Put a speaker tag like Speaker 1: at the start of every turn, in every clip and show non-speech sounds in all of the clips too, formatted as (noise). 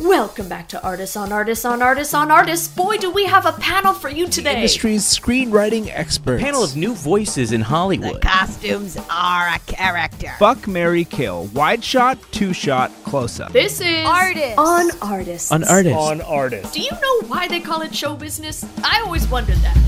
Speaker 1: Welcome back to Artists on Artists on Artists on Artists. Boy, do we have a panel for you today.
Speaker 2: Industry's screenwriting experts.
Speaker 3: panel of new voices in Hollywood.
Speaker 4: Costumes are a character.
Speaker 5: Fuck Mary Kill. Wide shot, two shot, close up.
Speaker 1: This is
Speaker 4: Artists.
Speaker 1: on Artists.
Speaker 3: An artist.
Speaker 2: on artists.
Speaker 1: Do you know why they call it show business? I always wondered that.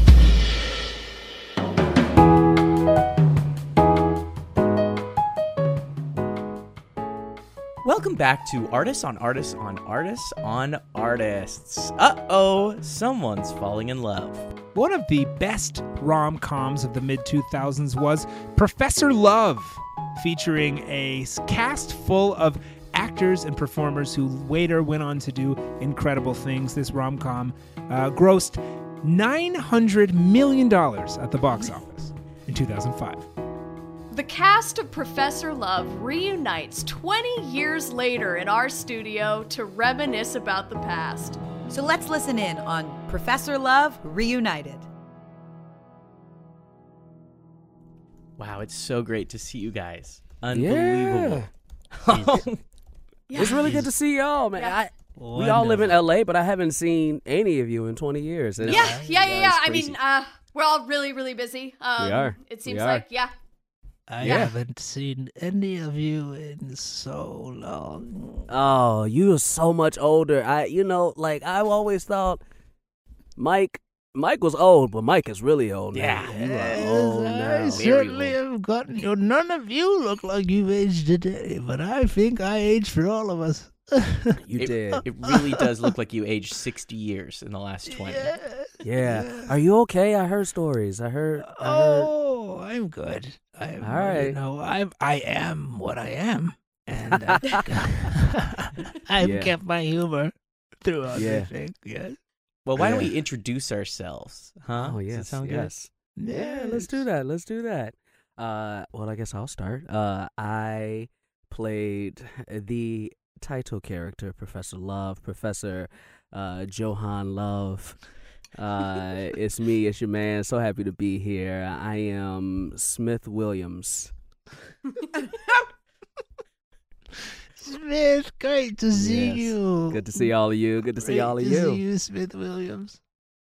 Speaker 3: Welcome back to Artists on Artists on Artists on Artists. Uh oh, someone's falling in love.
Speaker 5: One of the best rom coms of the mid 2000s was Professor Love, featuring a s- cast full of actors and performers who later went on to do incredible things. This rom com uh, grossed $900 million at the box office in 2005.
Speaker 1: The cast of Professor Love reunites 20 years later in our studio to reminisce about the past.
Speaker 4: So let's listen in on Professor Love Reunited.
Speaker 3: Wow, it's so great to see you guys.
Speaker 6: (laughs)
Speaker 3: Unbelievable.
Speaker 6: It's really good to see y'all, man.
Speaker 1: Yeah.
Speaker 6: I, we all live in LA, but I haven't seen any of you in 20 years. And
Speaker 1: Yeah, yeah, yeah, yeah.
Speaker 6: it's
Speaker 1: I mean,
Speaker 6: crazy.
Speaker 1: uh, we're all really, really busy. Um,
Speaker 6: are.
Speaker 1: It
Speaker 6: We
Speaker 1: seems
Speaker 6: are.
Speaker 1: like, yeah.
Speaker 2: I
Speaker 1: Yeah.
Speaker 2: haven't seen any of you in so long.
Speaker 6: oh, you are so much older. I, you know, like I've always thought Mike, Mike was old, but Mike is really old now.
Speaker 3: Yeah.
Speaker 6: You are
Speaker 2: Yes,
Speaker 6: old
Speaker 2: I
Speaker 6: now.
Speaker 2: certainly have gotten you. None of you look like you've aged a day, but I think I aged for all of us.
Speaker 6: You
Speaker 3: It-
Speaker 6: did.
Speaker 3: (laughs) It really does look like you aged 60 years in the last 20.
Speaker 2: Uh,
Speaker 6: Yeah. Are you okay? I heard stories. I heard. I heard.
Speaker 2: Oh, I'm good. I'm,
Speaker 6: (laughs) All right.
Speaker 2: You know, I'm, I am what I am. And uh, (laughs) I've
Speaker 6: Yeah.
Speaker 2: kept my humor throughout
Speaker 6: Yeah.
Speaker 2: the thing. Yes.
Speaker 3: Well, why don't
Speaker 6: Yeah.
Speaker 3: we introduce ourselves? Huh?
Speaker 6: Oh,
Speaker 3: Does that
Speaker 6: yes.
Speaker 3: sound good?
Speaker 6: yes. Yeah, let's do that. Let's do that. Uh, well, I guess I'll start. Uh, I played the title character, Professor Love, Professor uh, Johan Love.
Speaker 2: (laughs)
Speaker 6: Uh, it's me, it's your man. So happy to be here. I am Smith Williams.
Speaker 2: Smith, great to see
Speaker 6: Yes.
Speaker 2: you.
Speaker 6: Good to see all of you. Good to see
Speaker 2: Great
Speaker 6: all of
Speaker 2: to See
Speaker 6: you.
Speaker 2: you, Smith Williams.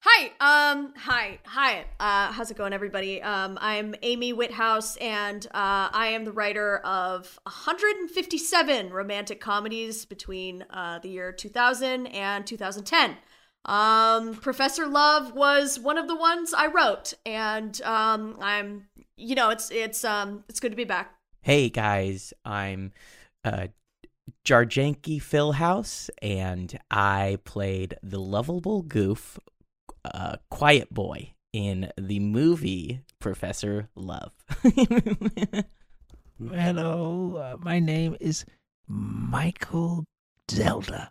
Speaker 1: Hi, um, hi, hi. Uh, how's it going, everybody? Um, I'm Amy Whithouse, and uh, I am the writer of 157 romantic comedies between uh, the year 2000 and 2010. Um, Professor Love was one of the ones I wrote, and um, I'm, you know, it's it's um, it's good to be back.
Speaker 3: Hey guys, I'm uh, Jarjanki Philhouse, and I played the lovable goof, uh, Quiet Boy, in the movie Professor Love. (laughs)
Speaker 2: Hello, uh, my name is Michael Zelda,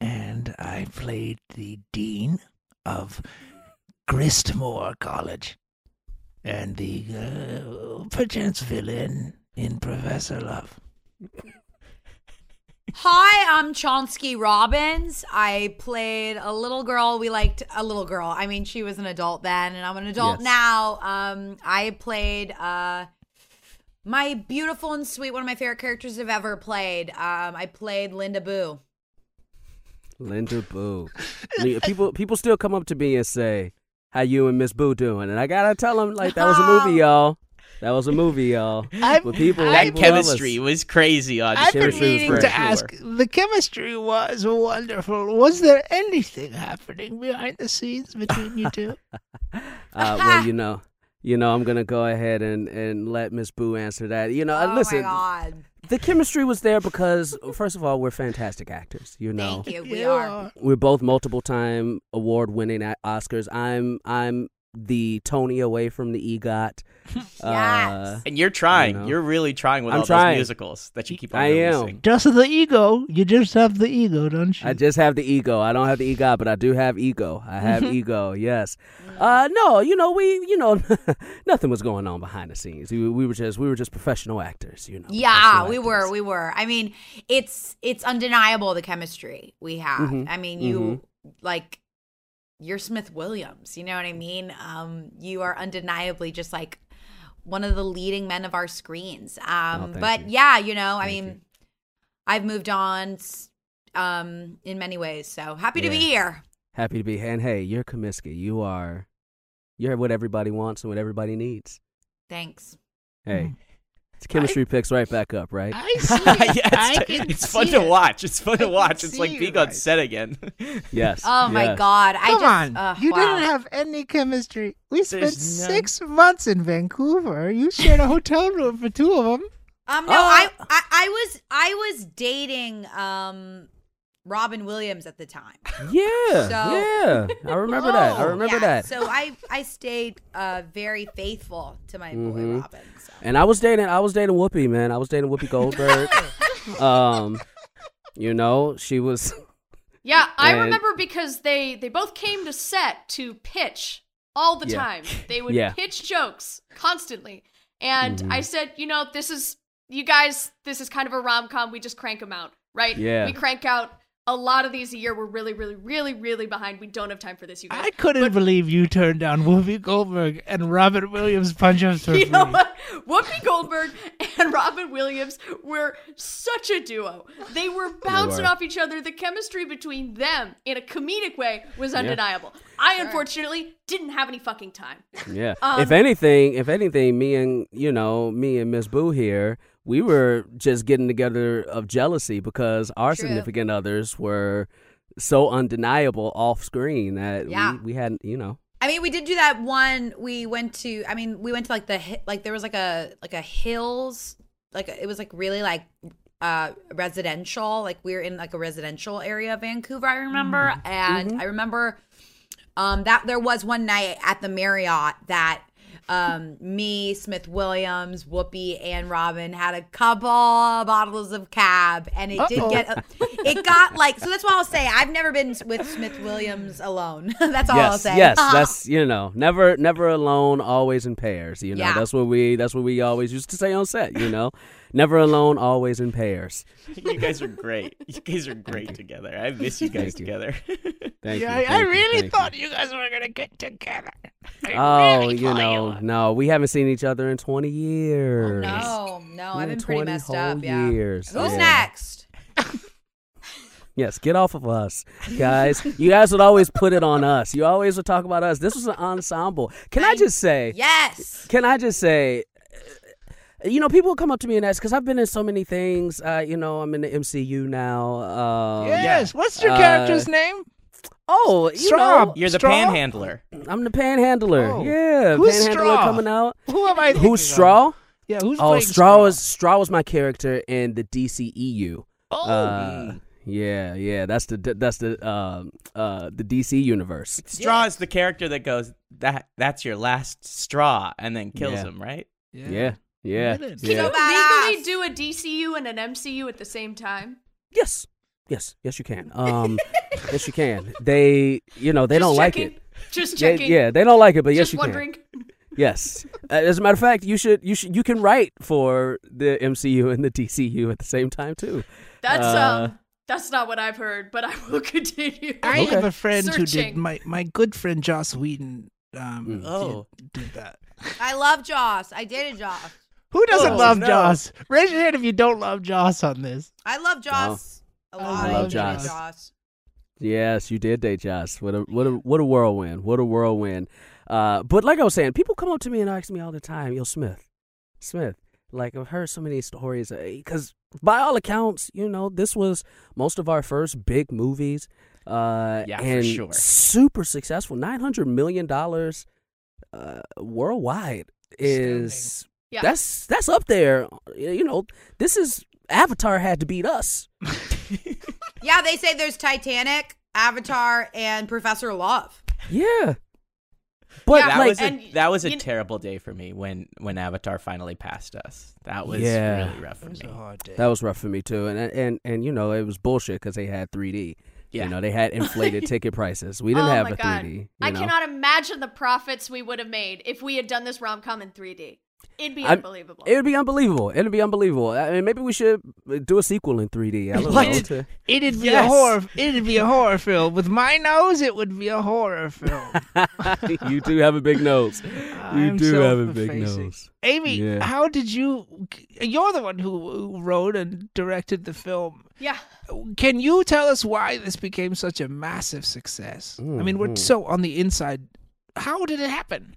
Speaker 2: and I played the dean of Gristmore College and the uh, perchance villain in Professor Love.
Speaker 4: Hi, I'm Chonsky Robbins. I played a little girl. We liked a little girl. I mean, she was an adult then, and I'm an adult
Speaker 6: Yes.
Speaker 4: now. Um, I played uh, my beautiful and sweet, one of my favorite characters I've ever played. Um, I played Linda Boo.
Speaker 6: Linda Boo. I mean, people, people still come up to me and say, "How you and Miss Boo doing?" And I gotta tell them, like, that was a movie,
Speaker 4: Um.
Speaker 6: y'all. That was a movie, y'all.
Speaker 2: I'm-
Speaker 6: But people,
Speaker 2: That
Speaker 3: that
Speaker 6: people love us.
Speaker 3: chemistry was crazy on
Speaker 2: I've been
Speaker 3: screen,
Speaker 2: meaning
Speaker 3: for
Speaker 2: to
Speaker 3: sure.
Speaker 2: ask. The chemistry was wonderful. Was there anything happening behind the scenes between you (laughs) two?
Speaker 6: Uh,
Speaker 4: (laughs)
Speaker 6: well, you know, you know, I'm gonna go ahead and and let Miss Boo answer that. You know, uh,
Speaker 4: oh my
Speaker 6: listen,
Speaker 4: god!
Speaker 6: the chemistry was there because, first of all, we're fantastic actors. You know,
Speaker 4: Thank you. We
Speaker 2: You
Speaker 4: are.
Speaker 6: we're both multiple time award winning Oscars. I'm I'm the Tony away from the
Speaker 4: (laughs)
Speaker 6: EGOT.
Speaker 4: Yes.
Speaker 6: Uh,
Speaker 3: And you're trying.
Speaker 6: You know.
Speaker 3: You are really trying with
Speaker 6: I'm
Speaker 3: all
Speaker 6: trying.
Speaker 3: those musicals that you keep on
Speaker 6: I am.
Speaker 3: releasing. (laughs)
Speaker 2: Just the ego. You just have the ego, don't you?
Speaker 6: I just have the ego. I don't have the ego, but I do have ego.
Speaker 4: (laughs)
Speaker 6: I have ego. Yes.
Speaker 4: Mm.
Speaker 6: Uh, no, you know we, you know, (laughs) nothing was going on behind the scenes. We, we were just, we were just professional actors. You know.
Speaker 4: Yeah,
Speaker 6: professional
Speaker 4: we
Speaker 6: actors.
Speaker 4: were, we were. I mean, it's it's undeniable the chemistry we have. I mean, you like you're Smith Williams, you know what I mean? Um, you are undeniably just like one of the leading men of our screens. Um,
Speaker 6: thank
Speaker 4: but
Speaker 6: you.
Speaker 4: yeah, you know, I
Speaker 6: Thank
Speaker 4: mean,
Speaker 6: you.
Speaker 4: I've moved on. s- um, in many ways. So happy to be
Speaker 6: Yeah.
Speaker 4: here.
Speaker 6: Happy to be here. And hey, you're Comiskey. You are, you're what everybody wants and what everybody needs.
Speaker 4: Thanks. Mm.
Speaker 6: Hey, it's chemistry picks right back up, right?
Speaker 5: I (laughs) see.
Speaker 3: yeah,
Speaker 5: it. I
Speaker 3: it's,
Speaker 5: can
Speaker 3: it's fun
Speaker 5: see
Speaker 3: to
Speaker 5: it.
Speaker 3: watch. It's fun
Speaker 5: I
Speaker 3: to
Speaker 5: can
Speaker 3: watch. It's
Speaker 5: see
Speaker 3: like
Speaker 5: you
Speaker 3: being on
Speaker 5: guys.
Speaker 3: set again.
Speaker 6: yes.
Speaker 4: Oh my
Speaker 6: yes.
Speaker 4: god! I
Speaker 5: Come
Speaker 4: just
Speaker 5: on,
Speaker 4: uh,
Speaker 5: you
Speaker 4: wow.
Speaker 5: didn't have any chemistry. We spent
Speaker 3: There's none.
Speaker 5: six months in Vancouver. You shared a hotel room for two of them.
Speaker 4: Um,
Speaker 6: Oh.
Speaker 4: no, I, I, I was, I was dating um, Robin Williams at the time.
Speaker 6: Yeah.
Speaker 4: So-
Speaker 6: Yeah. I remember that.
Speaker 4: (laughs)
Speaker 6: I
Speaker 4: Oh,
Speaker 6: remember
Speaker 4: yeah.
Speaker 6: that.
Speaker 4: So I, I stayed uh, very faithful to my boy
Speaker 6: Mhm.
Speaker 4: Robin. So.
Speaker 6: And I was dating, I was dating Whoopi, man. I was dating Whoopi
Speaker 4: (laughs)
Speaker 6: Goldberg. um, you know, she was. (laughs)
Speaker 1: Yeah, I
Speaker 6: And-
Speaker 1: remember because they they both came to set to pitch all the
Speaker 6: Yeah. (laughs)
Speaker 1: time. They would
Speaker 6: Yeah. Mm-hmm.
Speaker 1: pitch jokes constantly. And I said, you know, this is you guys, this is kind of a rom-com. We just crank them out, right?
Speaker 6: Yeah.
Speaker 1: We crank out a lot of these a year. We're really, really, really, really behind. We don't have time for this, you guys.
Speaker 5: I couldn't believe you turned down Whoopi Goldberg and Robert Williams punch-ups (laughs) for
Speaker 1: you know
Speaker 5: free.
Speaker 1: what? Whoopi Goldberg and Robin Williams were such a duo. They were bouncing
Speaker 6: were.
Speaker 1: off each other. The chemistry between them in a comedic way was undeniable. I unfortunately didn't have any fucking time.
Speaker 6: Yeah.
Speaker 1: Um,
Speaker 6: if anything, if anything, me and you know, me and Miss Boo here, we were just getting together of jealousy because our
Speaker 4: True.
Speaker 6: significant others were so undeniable off screen that
Speaker 4: Yeah.
Speaker 6: we, we hadn't, you know.
Speaker 4: I mean, we did do that one. We went to. I mean, we went to like the hi- like there was like a like a hills like it was like really like uh residential. Like we were in like a residential area of Vancouver. I remember,
Speaker 6: Mm-hmm.
Speaker 4: and I remember um that there was one night at the Marriott that um me smith williams whoopi and robin had a couple bottles of cab and it did
Speaker 5: Uh-oh.
Speaker 4: get
Speaker 6: Oh.
Speaker 4: uh, it got like so that's why i'll say i've never been with smith williams alone (laughs) that's all i'll
Speaker 6: yes,
Speaker 4: say (laughs)
Speaker 6: yes, that's you know, never, never alone, always in pairs. You know,
Speaker 4: Yeah.
Speaker 6: that's what we, that's what we always used to say on set. You know, never alone, always in pairs.
Speaker 3: (laughs) you guys are
Speaker 1: (laughs)
Speaker 3: great. You guys are great together. I miss you guys
Speaker 6: Thank you.
Speaker 3: together. (laughs)
Speaker 6: Thank
Speaker 5: Yeah, I,
Speaker 6: you.
Speaker 5: I
Speaker 6: thank you,
Speaker 5: really
Speaker 6: thank you.
Speaker 5: thought you. guys were gonna get together. I
Speaker 6: Oh,
Speaker 5: really
Speaker 6: you
Speaker 5: thought
Speaker 6: know, no, we haven't seen each other in 20 years.
Speaker 5: Oh,
Speaker 4: No, no,
Speaker 6: Yeah,
Speaker 4: I've been pretty
Speaker 6: 20
Speaker 4: messed
Speaker 6: whole
Speaker 4: up. Yeah.
Speaker 6: years.
Speaker 4: Who's
Speaker 6: Yeah.
Speaker 4: next?
Speaker 6: Yes, get off of us, guys. you guys would always put it on us. You always would talk about us. This was an ensemble. Can I just say?
Speaker 4: Yes.
Speaker 6: Can I just say? uh, You know, people come up to me and ask because I've been in so many things. Uh, you know, I'm in the MCU now. Um,
Speaker 5: Yes. What's your
Speaker 6: Uh,
Speaker 5: character's name?
Speaker 6: Oh, you
Speaker 5: Straub.
Speaker 3: You're the
Speaker 5: Straw?
Speaker 3: panhandler.
Speaker 6: know, I'm the panhandler.
Speaker 5: Oh.
Speaker 6: Yeah,
Speaker 5: Who's
Speaker 6: panhandler
Speaker 5: Straw?
Speaker 6: coming out.
Speaker 5: Who am I? thinking of?
Speaker 6: Who's Straw?
Speaker 5: Yeah. Who's
Speaker 6: Oh,
Speaker 5: playing
Speaker 6: Straw is Straw was my character in the DCEU.
Speaker 5: Oh.
Speaker 6: Uh, yeah, yeah. That's the that's the um uh the DC universe.
Speaker 3: Straw is the character that goes that that's your last straw and then kills
Speaker 6: Yeah.
Speaker 3: him, right?
Speaker 6: Yeah, yeah,
Speaker 5: Get it.
Speaker 1: Can
Speaker 6: yeah.
Speaker 1: you legally
Speaker 4: Badass.
Speaker 1: do a DCU and an MCU at the same time?
Speaker 6: Yes, yes, yes. You can. Um, yes, you can. They, you know, they
Speaker 1: Just
Speaker 6: don't
Speaker 1: checking.
Speaker 6: like it.
Speaker 1: (laughs) Just
Speaker 6: Yeah,
Speaker 1: checking.
Speaker 6: yeah, they don't like it, but yes,
Speaker 1: Just
Speaker 6: you
Speaker 1: wondering.
Speaker 6: can. Yes, uh, as a matter of fact, you should, you should, you can write for the MCU and the DCU at the same time too.
Speaker 1: That's
Speaker 6: Uh,
Speaker 1: um that's not what I've heard, but I will (laughs) continue.
Speaker 5: I have a friend who did
Speaker 1: Searching.
Speaker 5: my my good friend Joss Whedon. Um,
Speaker 3: Oh.
Speaker 5: did, did that.
Speaker 4: I love Joss. I dated Joss.
Speaker 5: Who doesn't
Speaker 3: Oh,
Speaker 5: love
Speaker 3: no.
Speaker 5: Joss? Raise your hand if you don't love Joss on this.
Speaker 4: I love Joss.
Speaker 3: Oh,
Speaker 4: A lot.
Speaker 5: I
Speaker 6: love
Speaker 4: dated
Speaker 6: Joss.
Speaker 4: Joss.
Speaker 6: Yes, you did date Josh. What a what a what a whirlwind. What a whirlwind. Uh, but like I was saying, people come up to me and ask me all the time, "Yo, Smith, Smith." Like I've heard so many stories because by all accounts, you know, this was most of our first big movies. Uh,
Speaker 3: Yeah, for
Speaker 6: and
Speaker 3: sure.
Speaker 6: Super successful. Nine hundred million dollars uh, worldwide is
Speaker 1: Yeah.
Speaker 6: that's that's up there. You know, this is Avatar had to beat us.
Speaker 4: Yeah, they say there's Titanic, Avatar, and Professor Love.
Speaker 6: Yeah. But
Speaker 1: Yeah,
Speaker 3: That
Speaker 6: like
Speaker 3: was a,
Speaker 1: and
Speaker 3: that was a
Speaker 1: you kn-
Speaker 3: terrible day for me when when Avatar finally passed us. That was
Speaker 6: Yeah.
Speaker 3: really rough for
Speaker 5: It was
Speaker 3: me.
Speaker 5: a hard day.
Speaker 6: That was rough for me too, and and and you know it was bullshit because they had 3D.
Speaker 3: Yeah.
Speaker 6: You know they had inflated ticket prices. We didn't
Speaker 1: oh
Speaker 6: have
Speaker 1: my
Speaker 6: a
Speaker 1: god.
Speaker 6: 3D. you
Speaker 1: I
Speaker 6: know?
Speaker 1: cannot imagine the profits we would have made if we had done this rom com in 3D. It'd be
Speaker 6: I'm-
Speaker 1: unbelievable.
Speaker 6: It would be unbelievable. It would be unbelievable. I mean, maybe we should uh, do a sequel in 3D. I don't
Speaker 5: What?
Speaker 6: know. to-
Speaker 5: It'd be
Speaker 3: Yes.
Speaker 5: a horror. It'd be a horror film. With my nose, it would be a horror film.
Speaker 6: (laughs) you do have a big nose. (laughs) You
Speaker 5: I'm
Speaker 6: do have a big
Speaker 5: self-effacing.
Speaker 6: nose.
Speaker 5: Amy,
Speaker 6: Yeah.
Speaker 5: how did you? You're the one who who wrote and directed the film.
Speaker 1: yeah.
Speaker 5: Can you tell us why this became such a massive success? I mean,
Speaker 6: Mm-hmm.
Speaker 5: we're so on the inside. How did it happen?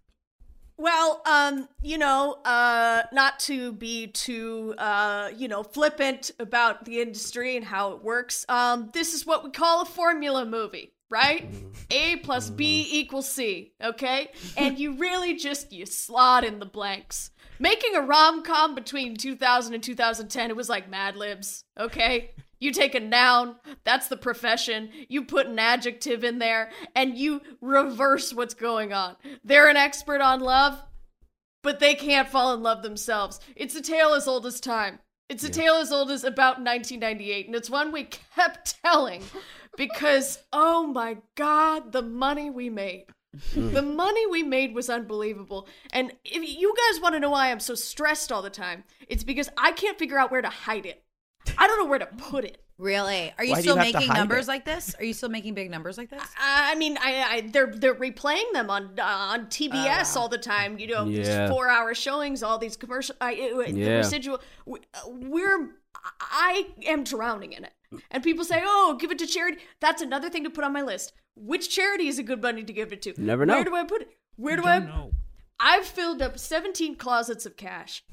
Speaker 1: Well, um, you know, uh, not to be too, uh, you know, flippant about the industry and how it works, um, this is what we call a formula movie, right? A plus B
Speaker 6: Mm.
Speaker 1: equals C, okay? And you really just, you slot in the blanks. Making a rom-com between 2000 and 2010, it was like Mad Libs, okay? You take a noun, that's the profession. You put an adjective in there, and you reverse what's going on. They're an expert on love, but they can't fall in love themselves. It's a tale as old as time. It's a tale as old as about 1998, and it's one we kept (laughs) telling because, oh my God, the money we made. The money we made was unbelievable. And if you guys want to know why I'm so stressed all the time, it's because I can't figure out where to hide it. I don't know where to put it.
Speaker 4: Really? Are you
Speaker 3: Why do
Speaker 4: still
Speaker 3: you have to
Speaker 4: making
Speaker 3: hide
Speaker 4: numbers
Speaker 3: it?
Speaker 4: like this? Are you still making big numbers like this?
Speaker 1: I I mean, I, I they're they're replaying them on uh, on TBS all the time. You know, these
Speaker 6: Ah. Yeah.
Speaker 1: four hour showings, all these commercial, I, it, it- the
Speaker 6: Yeah.
Speaker 1: residual. we- uh, We're I am drowning in it, and people say, "Oh, give it to charity." That's another thing to put on my list. Which charity is a good money to give it to?
Speaker 6: Never know.
Speaker 1: Where do I put it? Where do I? I've filled up seventeen closets of cash,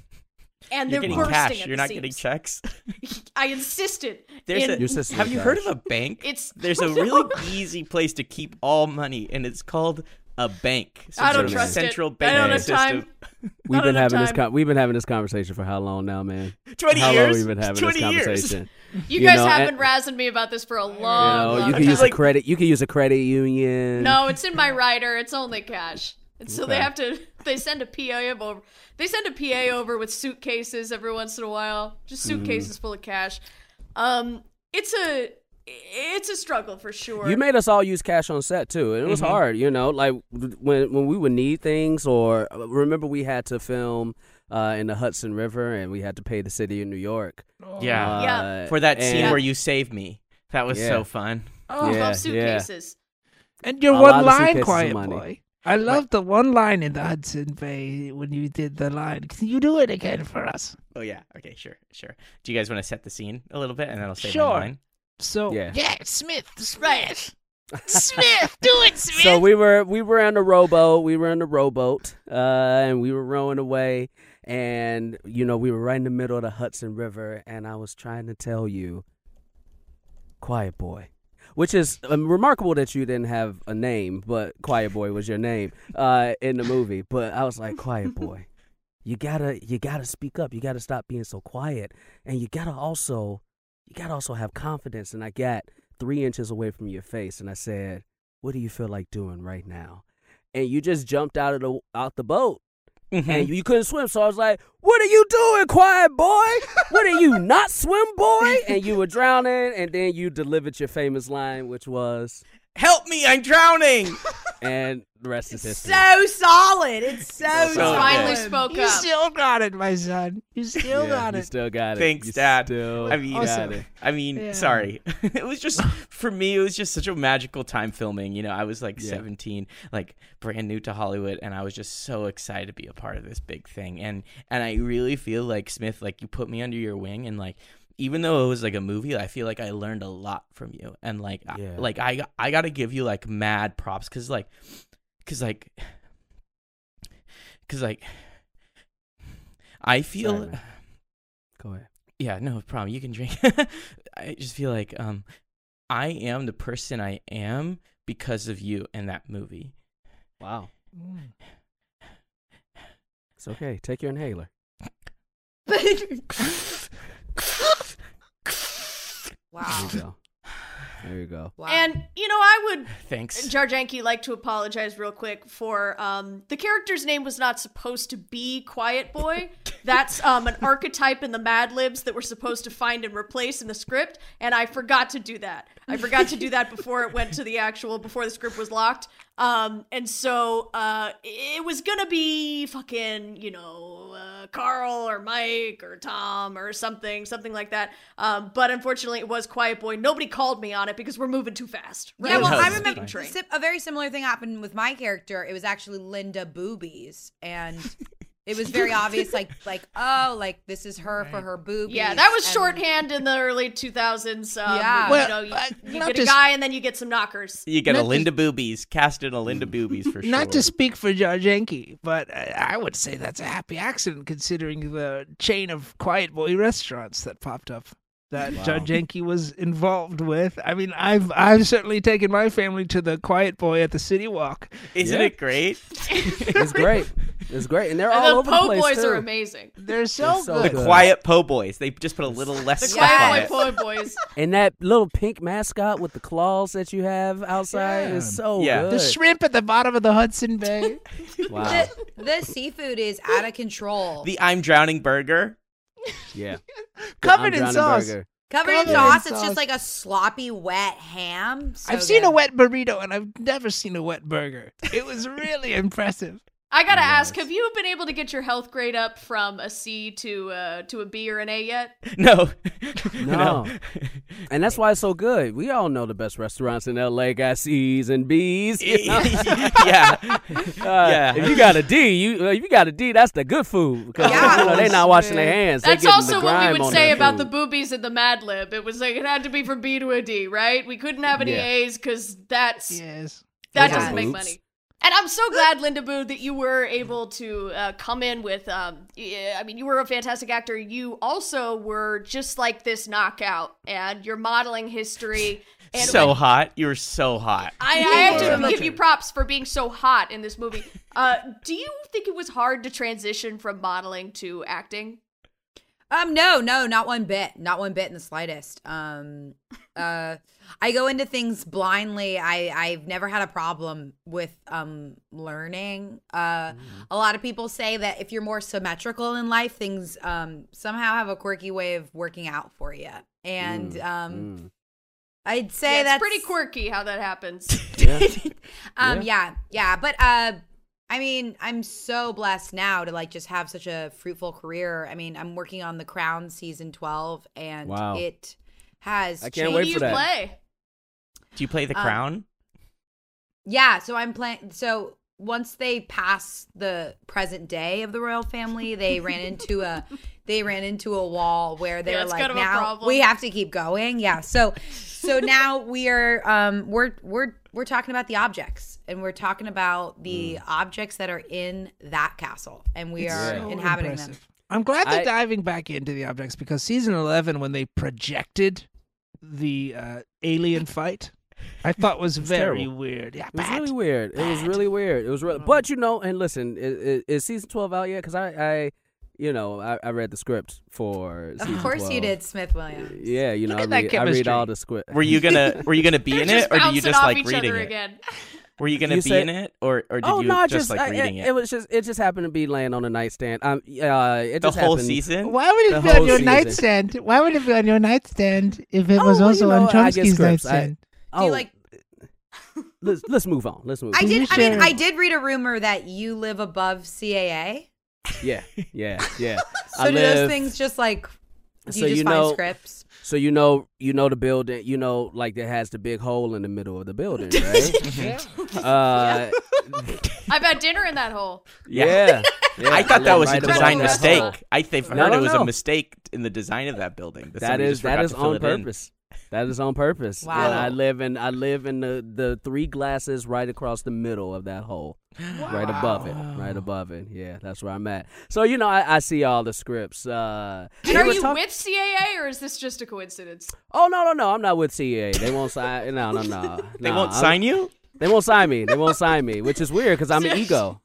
Speaker 1: and
Speaker 3: You're
Speaker 1: they're
Speaker 3: getting
Speaker 1: bursting
Speaker 3: cash.
Speaker 1: at
Speaker 3: You're
Speaker 1: the
Speaker 3: not getting
Speaker 1: seams.
Speaker 3: checks. (laughs)
Speaker 1: I insisted.
Speaker 3: There's
Speaker 1: in-
Speaker 3: a,
Speaker 6: Your sister's
Speaker 3: have you
Speaker 6: got
Speaker 3: heard
Speaker 6: it.
Speaker 3: of a bank?
Speaker 1: It's-
Speaker 3: (laughs)
Speaker 1: (laughs)
Speaker 3: there's a really easy place to keep all money, and it's called a bank. So
Speaker 1: I don't
Speaker 3: there's a
Speaker 1: trust it.
Speaker 3: central
Speaker 1: I
Speaker 3: bank
Speaker 1: don't have
Speaker 3: system.
Speaker 1: time.
Speaker 6: We've
Speaker 1: Not
Speaker 6: been
Speaker 1: enough
Speaker 6: having this
Speaker 1: time.
Speaker 6: con- we've been having this conversation for how long now, man?
Speaker 3: Twenty
Speaker 6: how long
Speaker 3: years.
Speaker 6: we've been having this
Speaker 3: Twenty years.
Speaker 6: conversation?
Speaker 1: You,
Speaker 6: You
Speaker 1: guys
Speaker 6: know,
Speaker 1: have
Speaker 6: and-
Speaker 1: been razzing me about this for a
Speaker 6: You
Speaker 1: long,
Speaker 6: know,
Speaker 1: long
Speaker 6: you
Speaker 1: time.
Speaker 6: can use a
Speaker 3: Like-
Speaker 6: credit. You can use a credit union.
Speaker 1: No, it's in my rider. It's only cash. And so they
Speaker 6: Okay.
Speaker 1: have to. They send a PA over. They send a PA over with suitcases every once in a while. Just
Speaker 6: Mm-hmm.
Speaker 1: suitcases full of cash. Um, it's a it's a struggle for sure.
Speaker 6: You made us all use cash on set too, and it
Speaker 3: Mm-hmm.
Speaker 6: was hard. You know, like when when we would need things, or remember we had to film uh, in the Hudson River, and we had to pay the city of New York.
Speaker 3: Yeah.
Speaker 6: uh,
Speaker 1: Yeah.
Speaker 3: For that scene
Speaker 6: and-
Speaker 3: where you saved me, that was
Speaker 6: Yeah.
Speaker 3: so fun.
Speaker 5: Oh,
Speaker 6: yeah,
Speaker 1: Twelve suitcases.
Speaker 5: and your
Speaker 6: A lot
Speaker 5: one
Speaker 6: of
Speaker 5: line,
Speaker 6: suitcases of
Speaker 5: Quiet
Speaker 6: money.
Speaker 5: Boy. I love the one line in the Hudson Bay when you did the line. Can you do it again for us?
Speaker 3: Oh yeah. Okay. Sure. Sure. Do you guys want to set the scene a little bit, and then I'll say
Speaker 5: Sure.
Speaker 3: my line?
Speaker 5: So
Speaker 6: Yeah.
Speaker 5: Smith, Smith,
Speaker 1: Right.
Speaker 5: Smith, do it, (laughs) Smith.
Speaker 6: (laughs) So we were we were in a rowboat. We were in a rowboat, uh, and we were rowing away. And you know we were right in the middle of the Hudson River, and I was trying to tell you, Quiet Boy, which is um, remarkable that you didn't have a name, but Quiet Boy was your name uh, in the movie. But I was like, Quiet Boy, you gotta you gotta speak up. You gotta stop being so quiet, and you gotta also you gotta also have confidence. And I got three inches away from your face, and I said what do you feel like doing right now? And you just jumped out of the out the boat
Speaker 3: Mhm.
Speaker 6: and you, you couldn't swim. So I was like, What are you doing, quiet boy? What are you not swim boy? And you were drowning and then you delivered your famous line, which was
Speaker 3: Help me! I'm (laughs) drowning.
Speaker 6: and the rest is history.
Speaker 4: So solid. It's so,
Speaker 3: So
Speaker 4: solid.
Speaker 1: Finally
Speaker 3: good.
Speaker 1: spoke
Speaker 5: Oh, You
Speaker 1: up.
Speaker 5: still got it, my son. You still
Speaker 6: Yeah,
Speaker 5: got
Speaker 6: you
Speaker 5: it.
Speaker 6: still got it.
Speaker 3: Thanks,
Speaker 6: You
Speaker 3: Dad.
Speaker 6: Still
Speaker 3: I mean, uh,
Speaker 6: got
Speaker 5: Awesome.
Speaker 6: it.
Speaker 3: I mean,
Speaker 5: Yeah.
Speaker 3: sorry. (laughs) it was just for me. It was just such a magical time filming. You know, I was like
Speaker 6: Yeah.
Speaker 3: 17, like brand new to Hollywood, and I was just so excited to be a part of this big thing. And and I really feel like Smith, like you put me under your wing, and like even though it was like a movie, I feel like I learned a lot from you. And like, I-
Speaker 6: Yeah.
Speaker 3: like I I gotta give you like mad props because like because like because like I feel.
Speaker 6: Sorry, man. Go ahead.
Speaker 3: Yeah, no problem. You can drink. (laughs) I just feel like um, I am the person I am because of you and that movie. (laughs)
Speaker 6: Wow. It's okay. Take your inhaler.
Speaker 4: (laughs)
Speaker 6: There
Speaker 3: (laughs)
Speaker 4: Wow.
Speaker 6: you go. There you go.
Speaker 4: Wow.
Speaker 1: And you know, I would
Speaker 3: Thanks.
Speaker 1: Jarjanki like to apologize real quick for um, the character's name was not supposed to be Quiet Boy. That's um, an archetype in the Mad Libs that we're supposed to find and replace in the script, and I forgot to do that. I forgot to do that before it went to the actual before the script was locked. Um, and so uh, it was gonna be fucking you know uh, Carl or Mike or Tom or something something like that. Um, but unfortunately, it was Quiet Boy. Nobody called me on it because we're moving too fast. right?
Speaker 4: Yeah, well,
Speaker 3: No,
Speaker 4: I
Speaker 3: it's
Speaker 4: remember
Speaker 3: fine.
Speaker 4: si- a very similar thing happened with my character. It was actually Linda Boobies, and it was very obvious, like like oh, like this is her for her boobies.
Speaker 1: Yeah, that was
Speaker 4: and-
Speaker 1: shorthand in the early 2000s. Um,
Speaker 4: Yeah.
Speaker 1: you
Speaker 4: Well,
Speaker 1: know, you,
Speaker 5: uh,
Speaker 1: you
Speaker 5: not
Speaker 1: get
Speaker 5: just-
Speaker 1: a guy and then you get some knockers.
Speaker 3: You get a
Speaker 5: Not just-
Speaker 3: Linda Boobies, cast in a Linda Boobies
Speaker 1: (laughs)
Speaker 3: for sure.
Speaker 5: Not to speak for Jar Yankee, but I I would say that's a happy accident considering the chain of Quiet Boy restaurants that popped up that
Speaker 3: Wow.
Speaker 5: Jar Yankee was involved with. I mean, I've I've certainly taken my family to the Quiet Boy at the City Walk.
Speaker 3: Isn't
Speaker 6: Yeah.
Speaker 3: it
Speaker 6: (laughs)
Speaker 3: great?
Speaker 6: It's great. It's great, and they're
Speaker 1: And
Speaker 6: all
Speaker 1: the
Speaker 6: over the
Speaker 1: po'
Speaker 6: place
Speaker 1: boys
Speaker 6: too.
Speaker 1: are amazing.
Speaker 5: They're so,
Speaker 6: so
Speaker 5: good.
Speaker 6: good.
Speaker 3: Quiet Po Boys. They just put a little less
Speaker 1: The
Speaker 3: stuff on
Speaker 1: quiet
Speaker 3: it.
Speaker 1: boy po' boys.
Speaker 6: And that little pink mascot with the claws that you have outside is so
Speaker 3: Yeah.
Speaker 6: good.
Speaker 5: The shrimp at the bottom of the Hudson Bay.
Speaker 6: wow.
Speaker 4: The, the seafood is out of control.
Speaker 3: The I'm Drowning Burger. (laughs)
Speaker 6: yeah.
Speaker 5: Covered in sauce.
Speaker 4: Covered in
Speaker 5: Covered in
Speaker 4: sauce, it's
Speaker 5: sauce.
Speaker 4: just like a sloppy wet ham. So
Speaker 5: I've seen
Speaker 4: good.
Speaker 5: a wet burrito and I've never seen a wet burger. It was (laughs) really impressive.
Speaker 1: I gotta ask, have you been able to get your health grade up from a C to uh, to a B or an A yet?
Speaker 3: No. (laughs)
Speaker 6: No. And that's why it's so good. We all know the best restaurants in LA got C's and
Speaker 3: (laughs)
Speaker 6: B's. you know?
Speaker 1: (laughs)
Speaker 3: yeah.
Speaker 6: (laughs) Uh,
Speaker 3: Yeah.
Speaker 6: If you got a D, you uh, if you got a D, that's the good food because
Speaker 4: Yeah.
Speaker 6: you know, they're not washing their hands. They
Speaker 1: That's
Speaker 6: getting
Speaker 1: also
Speaker 6: the
Speaker 1: what we
Speaker 6: grime
Speaker 1: would
Speaker 6: on
Speaker 1: say
Speaker 6: their
Speaker 1: about the
Speaker 6: food.
Speaker 1: boobies and the Mad Lib. It was like it had to be from B to a D, right? We couldn't have any
Speaker 6: Yeah.
Speaker 1: A's because that's
Speaker 5: Yes.
Speaker 1: That
Speaker 4: Yeah.
Speaker 1: doesn't make
Speaker 6: Oops.
Speaker 1: money. And I'm so glad, Linda Boo, that you were able to uh, come in with. Um, yeah, I mean, you were a fantastic actor. You also were just like this knockout, and your modeling
Speaker 3: (laughs)
Speaker 1: history. And Uh,
Speaker 3: so hot. You're so hot.
Speaker 1: I, I have to give you props for being so hot in this movie. Uh, do you think it was hard to transition from modeling to acting?
Speaker 4: Um, no, no, not one bit, not one bit in the slightest. Um, uh, I go into things blindly. I I've never had a problem with um learning. Uh, a lot of people say that if you're more symmetrical in life, things um somehow have a quirky way of working out for you. And um,
Speaker 6: Mm.
Speaker 4: I'd
Speaker 1: Yeah,
Speaker 4: say
Speaker 1: it's
Speaker 4: that's
Speaker 1: pretty
Speaker 4: (laughs)
Speaker 1: quirky how that happens.
Speaker 4: um, yeah, yeah, but uh, I mean, I'm so blessed now to like just have such a fruitful career. I mean, I'm working on The Crown season 12, and
Speaker 6: Wow.
Speaker 4: it has.
Speaker 6: I can't
Speaker 1: Who
Speaker 6: wait
Speaker 1: do
Speaker 6: for
Speaker 1: you
Speaker 6: that.
Speaker 1: play?
Speaker 3: Do you play the
Speaker 1: uh, (laughs)
Speaker 4: Um,
Speaker 3: crown?
Speaker 4: Yeah, so I'm playing. So once they pass the present day of the royal family, they ran
Speaker 1: (laughs)
Speaker 4: into a they ran into a wall where they
Speaker 1: Yeah,
Speaker 4: were
Speaker 1: it's
Speaker 4: like,
Speaker 1: kind of a
Speaker 4: now
Speaker 1: problem."
Speaker 4: we have to keep going. Yeah, so so now we are um we're we're we're talking about the objects and we're talking about the objects that are in that castle and we
Speaker 5: Mm. It's
Speaker 4: are
Speaker 5: so
Speaker 4: inhabiting them.
Speaker 5: impressive. I'm glad they're
Speaker 6: I-
Speaker 5: diving back into the objects because season 11, when they projected the uh, alien fight, I thought
Speaker 6: (laughs)
Speaker 5: was very
Speaker 6: terrible.
Speaker 5: weird. Yeah,
Speaker 6: It was
Speaker 5: bad.
Speaker 6: really weird. It was
Speaker 5: Bad.
Speaker 6: really weird. It was real. But you know, and listen, i- i- is, season twelve out yet? Because I, I, you know, I, I read the script for. Season
Speaker 4: Of course you
Speaker 6: 12.
Speaker 4: did, Smith Williams.
Speaker 6: Yeah, you know,
Speaker 5: Look
Speaker 6: I
Speaker 5: at that
Speaker 6: read, I read all
Speaker 5: chemistry.
Speaker 6: the script.
Speaker 3: Were you gonna Were you gonna be
Speaker 1: They're
Speaker 3: in
Speaker 1: just
Speaker 3: it, or do you
Speaker 1: bouncing
Speaker 3: just
Speaker 1: off
Speaker 3: like
Speaker 1: each
Speaker 3: reading
Speaker 1: other
Speaker 3: it?
Speaker 1: again.
Speaker 3: Were you gonna
Speaker 6: You
Speaker 3: be in
Speaker 6: said-
Speaker 3: it, or or did
Speaker 6: oh
Speaker 3: you
Speaker 6: no! I
Speaker 3: just, like
Speaker 6: I-
Speaker 3: reading
Speaker 6: it,
Speaker 3: it?
Speaker 6: was just it just happened to be laying on a nightstand. Um, yeah, it
Speaker 3: the
Speaker 6: just
Speaker 3: whole
Speaker 6: happened.
Speaker 3: season.
Speaker 5: Why would
Speaker 6: The
Speaker 5: it be on
Speaker 6: whole
Speaker 5: your
Speaker 6: season.
Speaker 5: nightstand? Why would it be on your nightstand if it
Speaker 6: Oh,
Speaker 5: was
Speaker 6: well,
Speaker 5: also
Speaker 6: you know,
Speaker 5: on
Speaker 6: I get
Speaker 5: Chomsky's
Speaker 6: scripts. I-
Speaker 5: nightstand?
Speaker 6: (laughs) Oh,
Speaker 4: Do you like
Speaker 6: let's let's move on. Let's move.
Speaker 4: I
Speaker 6: on.
Speaker 5: you
Speaker 4: did I mean
Speaker 5: share-
Speaker 4: I did read a rumor that you live above CAA.
Speaker 6: Yeah, yeah, yeah.
Speaker 4: (laughs) So
Speaker 6: I
Speaker 4: do
Speaker 6: live-
Speaker 4: those things just like do
Speaker 6: So
Speaker 4: you just
Speaker 6: you
Speaker 4: find
Speaker 6: know-
Speaker 4: scripts?
Speaker 6: So you know, you know the building. You know, like that has the big hole in the middle of the building, right?
Speaker 4: (laughs)
Speaker 5: (laughs)
Speaker 6: uh,
Speaker 1: I've had dinner in that
Speaker 3: (laughs)
Speaker 1: hole.
Speaker 4: (laughs)
Speaker 6: yeah. yeah,
Speaker 3: I thought that
Speaker 6: live
Speaker 3: was
Speaker 6: right
Speaker 3: a
Speaker 6: above
Speaker 3: design
Speaker 6: that
Speaker 3: mistake.
Speaker 6: hole.
Speaker 3: I they've
Speaker 6: No,
Speaker 3: heard
Speaker 6: no,
Speaker 3: it was
Speaker 6: no.
Speaker 3: a mistake in the design of that building.
Speaker 6: That
Speaker 3: somebody
Speaker 6: is
Speaker 3: just
Speaker 6: that
Speaker 3: forgot
Speaker 6: is
Speaker 3: to fill
Speaker 6: on
Speaker 3: it in.
Speaker 6: purpose. That is on purpose.
Speaker 4: Wow.
Speaker 6: And I live in I live in the the three glasses right across the middle of that hole. Right above it. Right above it. Yeah, that's where I'm at. So you know, I, I see all the scripts. Uh,
Speaker 1: And
Speaker 6: they
Speaker 1: are
Speaker 6: were
Speaker 1: you
Speaker 6: talk-
Speaker 1: with CAA or is this just a coincidence?
Speaker 6: Oh no, no, no! I'm not with CA. They won't sign. No,
Speaker 3: (laughs)
Speaker 6: no, no.
Speaker 3: They
Speaker 6: no,
Speaker 3: won't
Speaker 6: I'm-
Speaker 3: sign you.
Speaker 6: They won't sign me. They won't sign me, which is weird because
Speaker 3: (laughs)
Speaker 6: I'm an ego.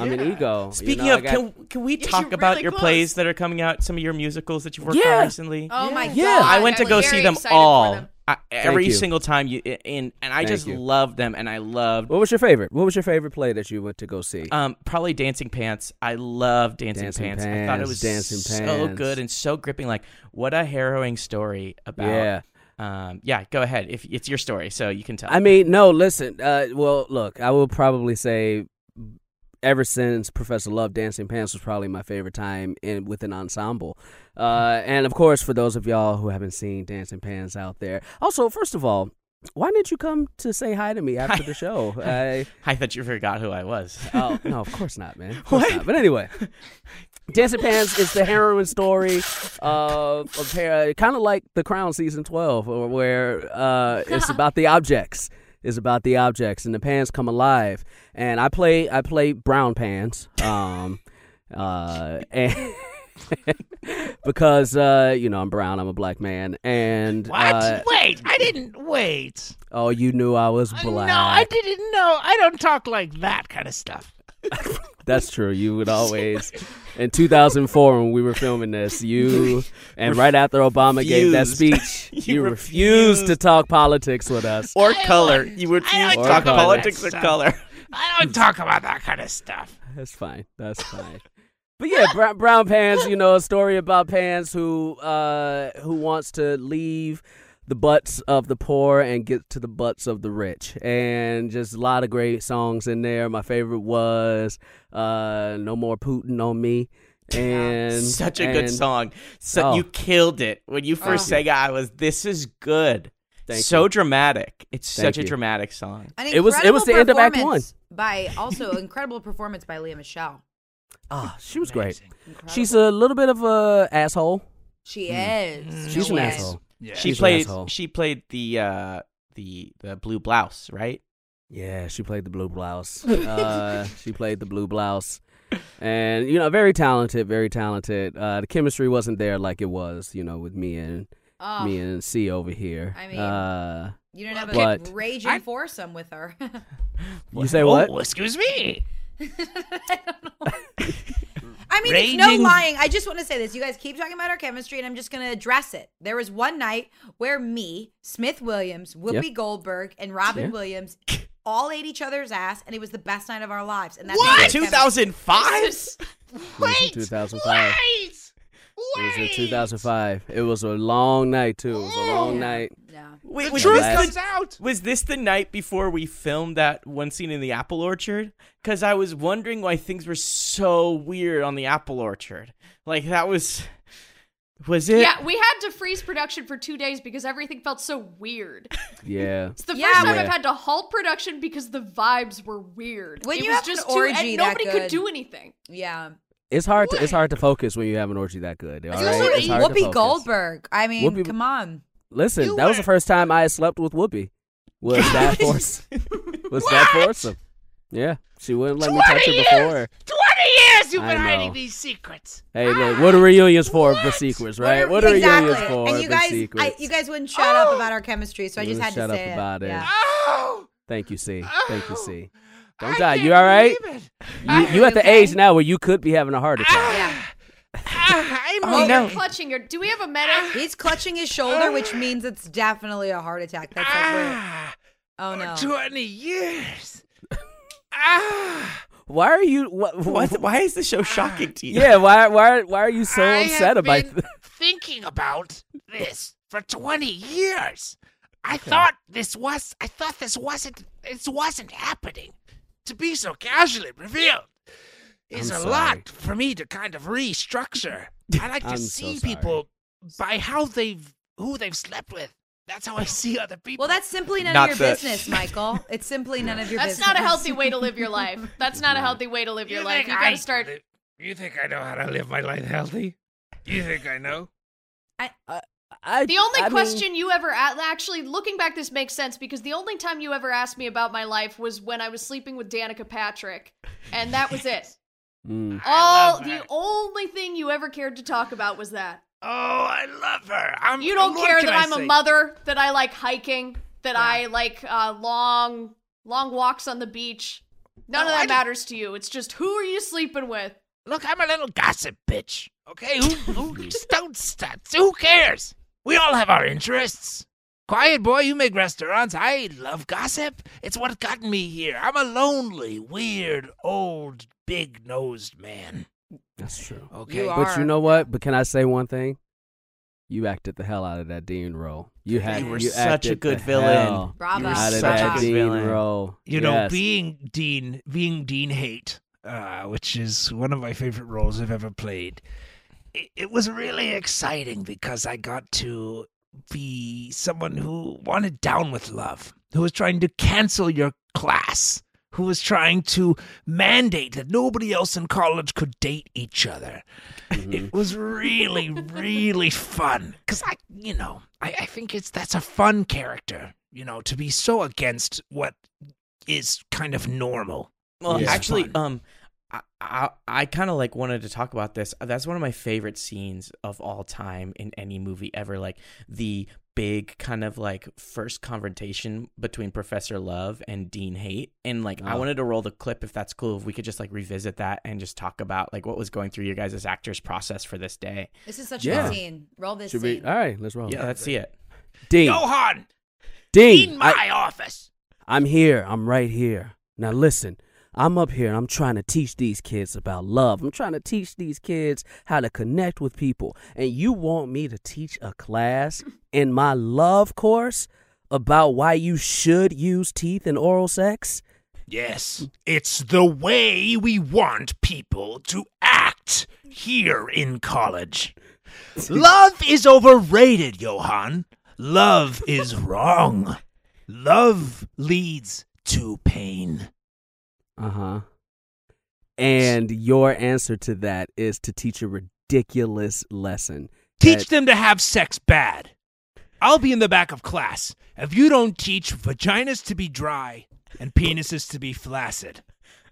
Speaker 6: I'm an ego. you
Speaker 3: Speaking
Speaker 6: know, I
Speaker 3: of,
Speaker 6: got-
Speaker 3: can can we
Speaker 1: Yes,
Speaker 3: talk
Speaker 1: you're
Speaker 3: about
Speaker 1: really
Speaker 3: your
Speaker 1: close.
Speaker 3: plays that are coming out? Some of your musicals that you've worked
Speaker 6: Yeah.
Speaker 3: on recently.
Speaker 1: Oh my god!
Speaker 6: Yeah.
Speaker 3: I went to
Speaker 1: I'm
Speaker 3: go
Speaker 1: very
Speaker 3: see them
Speaker 1: excited for
Speaker 3: all.
Speaker 1: them.
Speaker 3: I, every
Speaker 6: you.
Speaker 3: single time you and and I
Speaker 6: Thank
Speaker 3: just
Speaker 6: you.
Speaker 3: loved them, and I loved
Speaker 6: What was your favorite? What was your favorite play that you went to go see?
Speaker 3: Um, probably Dancing Pants. I love Dancing,
Speaker 6: Dancing
Speaker 3: Pants. I thought it
Speaker 6: Pants,
Speaker 3: was
Speaker 6: Dancing
Speaker 3: so
Speaker 6: Pants.
Speaker 3: good and so gripping. Like, what a harrowing story about.
Speaker 6: yeah.
Speaker 3: Um, yeah. Go ahead. If it's your story, so you can tell.
Speaker 6: I mean, no, listen. Uh, well, look, I will probably say ever since Professor Love Dancing Pants was probably my favorite time in with an ensemble. Uh, and of course, for those of y'all who haven't seen Dancing Pants out there, also, first of all, why didn't you come to say hi to me after the show? I,
Speaker 3: I thought you forgot who
Speaker 5: (laughs)
Speaker 3: I was.
Speaker 6: oh no, of course not, man. Of course not. But anyway, Dancing Pants is the heroine story of a pair, kind of like The Crown season twelve, or where uh, it's about the objects. It's about the objects, and the pans come alive. And I play, I play brown pans, um, (laughs) uh, and (laughs) because uh, you know I'm brown, I'm a black man, and
Speaker 5: What?
Speaker 6: uh,
Speaker 5: wait, I didn't wait.
Speaker 6: oh, you knew I was
Speaker 5: I-
Speaker 6: black.
Speaker 5: No, I didn't know. I don't talk like that kind of stuff.
Speaker 6: That's true.
Speaker 3: (laughs)
Speaker 6: You would always. In 2004, when we were filming this, you and right after Obama gave that speech,
Speaker 3: (laughs) You
Speaker 6: you,
Speaker 3: refused.
Speaker 6: refused to talk politics with us.
Speaker 3: or color. You would
Speaker 5: I
Speaker 3: you
Speaker 5: don't
Speaker 3: talk
Speaker 6: talk about
Speaker 3: politics
Speaker 5: that
Speaker 3: or
Speaker 5: stuff.
Speaker 3: color.
Speaker 5: I don't talk about that kind of stuff.
Speaker 6: That's fine. That's fine. But yeah, Bra- Brown Pants, you know, a story about Pants who uh, who wants to leave the butts of the poor and get to the butts of the rich. And just a lot of great songs in there. My favorite was uh, No More Putin on Me. And
Speaker 3: (laughs) Such a good
Speaker 6: and-
Speaker 3: song. So
Speaker 6: Oh.
Speaker 3: you killed it when you first
Speaker 1: Oh.
Speaker 3: sang. it, I was. This is good.
Speaker 6: Thank
Speaker 3: so
Speaker 6: you.
Speaker 3: dramatic. It's
Speaker 6: Thank
Speaker 3: such a
Speaker 6: you.
Speaker 3: dramatic song.
Speaker 4: An
Speaker 6: It was- it
Speaker 4: incredible
Speaker 6: was the end of Act
Speaker 4: performance By also (laughs) incredible performance by Leah Michelle.
Speaker 6: Ah, she was great.
Speaker 4: Incredible.
Speaker 6: She's a little bit of a asshole.
Speaker 4: she is.
Speaker 6: She's
Speaker 4: No
Speaker 6: an
Speaker 4: way.
Speaker 6: asshole.
Speaker 5: Yeah.
Speaker 3: she
Speaker 6: She's an
Speaker 3: played.
Speaker 6: asshole.
Speaker 3: She played the uh, the the blue blouse, right?
Speaker 6: Yeah, she played the blue blouse. uh, she played the blue blouse, and you know, very talented, very talented. Uh, the chemistry wasn't there like it was, you know, with me and
Speaker 4: Oh,
Speaker 6: me and C over here.
Speaker 4: I mean-
Speaker 6: uh,
Speaker 4: you didn't have a
Speaker 6: But-
Speaker 4: raging
Speaker 5: I-
Speaker 4: foursome with her. (laughs)
Speaker 6: (laughs) you say
Speaker 5: oh,
Speaker 6: what?
Speaker 5: excuse me.
Speaker 4: I mean, it's
Speaker 5: Raging-
Speaker 4: no lying. I just want to say this. You guys keep talking about our chemistry, and I'm just going to address it. There was one night where me, Smith Williams, Whoopi Goldberg, and Robin
Speaker 6: Yeah.
Speaker 4: Williams all ate each other's ass, and it was the best night of our lives. And that's
Speaker 5: What?
Speaker 3: Two thousand five.
Speaker 6: Wait, 2005.
Speaker 5: Wait,
Speaker 6: It was in 2005. It was a long night too. It was a long night.
Speaker 4: Yeah.
Speaker 3: Wait,
Speaker 5: The
Speaker 3: was
Speaker 5: truth
Speaker 3: this the-
Speaker 5: comes out.
Speaker 3: was this the night before we filmed that one scene in the apple orchard? Because I was wondering why things were so weird on the apple orchard. Like that was, was it?
Speaker 1: Yeah, we had to freeze production for two days because everything felt so weird.
Speaker 6: Yeah.
Speaker 1: It's the
Speaker 4: Yeah,
Speaker 1: first time
Speaker 6: Yeah.
Speaker 1: I've had to halt production because the vibes were weird.
Speaker 4: When
Speaker 1: it
Speaker 4: you
Speaker 1: was
Speaker 4: have an
Speaker 1: just too,
Speaker 4: orgy
Speaker 1: and
Speaker 4: that
Speaker 1: nobody could
Speaker 4: good.
Speaker 1: do anything.
Speaker 4: Yeah.
Speaker 6: It's hard to it's hard to focus when you have an orgy that good. all right?
Speaker 4: Especially
Speaker 6: It's hard to
Speaker 4: with Whoopi
Speaker 6: focus.
Speaker 4: Goldberg. I mean,
Speaker 6: Whoopi-
Speaker 4: come on.
Speaker 6: Listen,
Speaker 5: You
Speaker 6: that was the
Speaker 5: were-
Speaker 6: first time I slept with Whoopi. Was that force? Was
Speaker 5: What?
Speaker 6: that foursome? Yeah, she wouldn't let me touch
Speaker 5: Twenty
Speaker 6: her
Speaker 5: years.
Speaker 6: before.
Speaker 5: Twenty years you've
Speaker 6: I
Speaker 5: been hiding
Speaker 6: know.
Speaker 5: these secrets.
Speaker 6: Hey, look, what are reunions for? For
Speaker 5: What?
Speaker 6: secrets, right?
Speaker 4: We're-
Speaker 6: What are
Speaker 4: exactly.
Speaker 6: reunions for?
Speaker 4: And you
Speaker 6: But
Speaker 4: guys, I,
Speaker 6: secrets.
Speaker 4: you guys wouldn't shut up about our chemistry, so I
Speaker 6: You
Speaker 4: just had
Speaker 6: wouldn't
Speaker 4: to
Speaker 6: shut up
Speaker 4: say
Speaker 6: about it.
Speaker 4: Yeah.
Speaker 5: Oh,
Speaker 6: Thank you, C. Thank you, C. Don't
Speaker 5: I
Speaker 6: die.
Speaker 5: can't
Speaker 6: You all right?
Speaker 5: believe it.
Speaker 6: You, you at the
Speaker 4: okay?
Speaker 6: age now where you could be having a heart attack.
Speaker 4: Yeah.
Speaker 6: (laughs)
Speaker 5: Ah, I'm
Speaker 1: Oh,
Speaker 5: oh,
Speaker 1: you're clutching your. Do we have a medic?
Speaker 4: He's clutching his shoulder, which means it's definitely a heart attack. That's like, where-
Speaker 5: ah,
Speaker 4: oh no.
Speaker 5: twenty
Speaker 6: (laughs)
Speaker 5: years. ah,
Speaker 6: Why are you? What?
Speaker 3: Why,
Speaker 6: what
Speaker 3: why is the show shocking to you?
Speaker 6: yeah. Why? Why? Why are you so
Speaker 5: I have
Speaker 6: upset about?
Speaker 5: been
Speaker 6: (laughs)
Speaker 5: thinking about this for twenty years. I thought this was. I thought this wasn't. This wasn't happening. To be so casually revealed is
Speaker 6: I'm
Speaker 5: a
Speaker 6: sorry.
Speaker 5: lot for me to kind of restructure. I like to
Speaker 6: (laughs) I'm so
Speaker 5: see
Speaker 6: sorry.
Speaker 5: people by how they've who they've slept with.
Speaker 1: (laughs)
Speaker 5: That's how I see other people.
Speaker 4: Well, that's simply none
Speaker 3: Not
Speaker 4: of your
Speaker 3: the-
Speaker 4: business, Michael. It's simply none of (laughs) your
Speaker 1: That's
Speaker 4: business.
Speaker 1: not a healthy way to live your life. That's not a healthy way to live your life. You
Speaker 5: I
Speaker 1: gotta start.
Speaker 5: li- You think I know how to live my life healthy? You think I know?
Speaker 6: I,
Speaker 1: The only
Speaker 6: I mean-
Speaker 1: question you ever a- actually looking back, this makes sense because the only time you ever asked me about my life was when I was sleeping with Danica Patrick, and that was it.
Speaker 6: Mm.
Speaker 5: I
Speaker 1: All
Speaker 5: love
Speaker 1: the
Speaker 5: her.
Speaker 1: only thing you ever cared to talk about was that.
Speaker 5: Oh, I love her. I'm,
Speaker 1: You don't
Speaker 5: what
Speaker 1: care
Speaker 5: can
Speaker 1: that
Speaker 5: I
Speaker 1: I'm a
Speaker 5: say?
Speaker 1: mother, that I like hiking, that I like uh, long, long walks on the beach. None
Speaker 5: No,
Speaker 1: of
Speaker 5: I
Speaker 1: that
Speaker 5: don't-
Speaker 1: matters to you. It's just who are you sleeping with?
Speaker 5: Look, I'm a little gossip bitch.
Speaker 1: (laughs)
Speaker 5: Okay, who, who just don't stop? Who cares? We all have our interests. Quiet boy, you make restaurants. I love gossip. It's what gotten me here. I'm a lonely, weird, old, big nosed man.
Speaker 6: That's true.
Speaker 5: Okay.
Speaker 4: You
Speaker 6: But you
Speaker 4: are-
Speaker 6: know what? But can I say one thing? You acted the hell out of that Dean role. You had
Speaker 3: were such a
Speaker 6: acted the
Speaker 3: good villain.
Speaker 6: hell
Speaker 4: Bravo.
Speaker 3: You're
Speaker 6: Out of
Speaker 3: such a
Speaker 6: that
Speaker 3: good
Speaker 6: Dean
Speaker 3: villain.
Speaker 6: role.
Speaker 2: You know,
Speaker 6: Yes.
Speaker 2: being Dean, being Dean Hate, uh, which is one of my favorite roles I've ever played.
Speaker 5: it, it was really exciting because I got to be someone who wanted down with love, who was trying to cancel your class, who was trying to mandate that nobody else in college could date each other.
Speaker 6: Mm-hmm.
Speaker 5: It was really, really fun because I, you know, I, I think it's that's a fun character, you know, to be so against what is kind of normal.
Speaker 3: Well,
Speaker 5: Yeah.
Speaker 3: actually,
Speaker 5: Fun.
Speaker 3: um, I I, I kind of like wanted to talk about this. That's one of my favorite scenes of all time in any movie ever. Like the big kind of like first confrontation between Professor Love and Dean Haight. And like, I
Speaker 6: Oh.
Speaker 3: wanted to roll the clip if that's cool. If we could just like revisit that and just talk about like what was going through your guys as actors' process for this day.
Speaker 4: This is such a
Speaker 6: Yeah.
Speaker 4: good scene. Roll this
Speaker 6: Should
Speaker 4: scene.
Speaker 6: we? All right, let's roll.
Speaker 3: Yeah, let's see it.
Speaker 6: Dean,
Speaker 5: Johan, in
Speaker 6: Dean, I,
Speaker 5: my office.
Speaker 6: I'm here. I'm right here. Now listen, I'm up here and I'm trying to teach these kids about love. I'm trying to teach these kids how to connect with people. And you want me to teach a class in my love course about why you should use teeth in oral sex?
Speaker 5: Yes, it's the way we want people to act here in college. Love is overrated, Johan. Love is wrong. Love leads to pain.
Speaker 6: Uh huh. And your answer to that is to teach a ridiculous lesson.
Speaker 5: Teach
Speaker 6: that-
Speaker 5: them to have sex bad. I'll be in the back of class if you don't teach vaginas to be dry and penises to be flaccid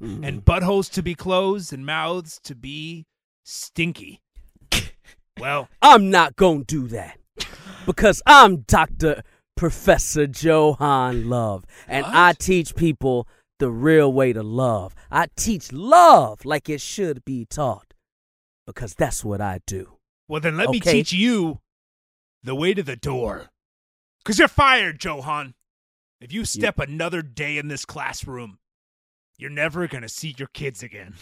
Speaker 6: Mm-hmm.
Speaker 5: and buttholes to be closed and mouths to be stinky. Well,
Speaker 6: I'm not gonna do that because I'm Dr. Professor Johan Love, and I teach people the real way to love. I teach love like it should be taught because that's what I do.
Speaker 5: Well, then let me
Speaker 6: Okay.
Speaker 5: teach you the way to the door. Because you're fired, Johan. If you step another day in this classroom, you're never going to see your kids again.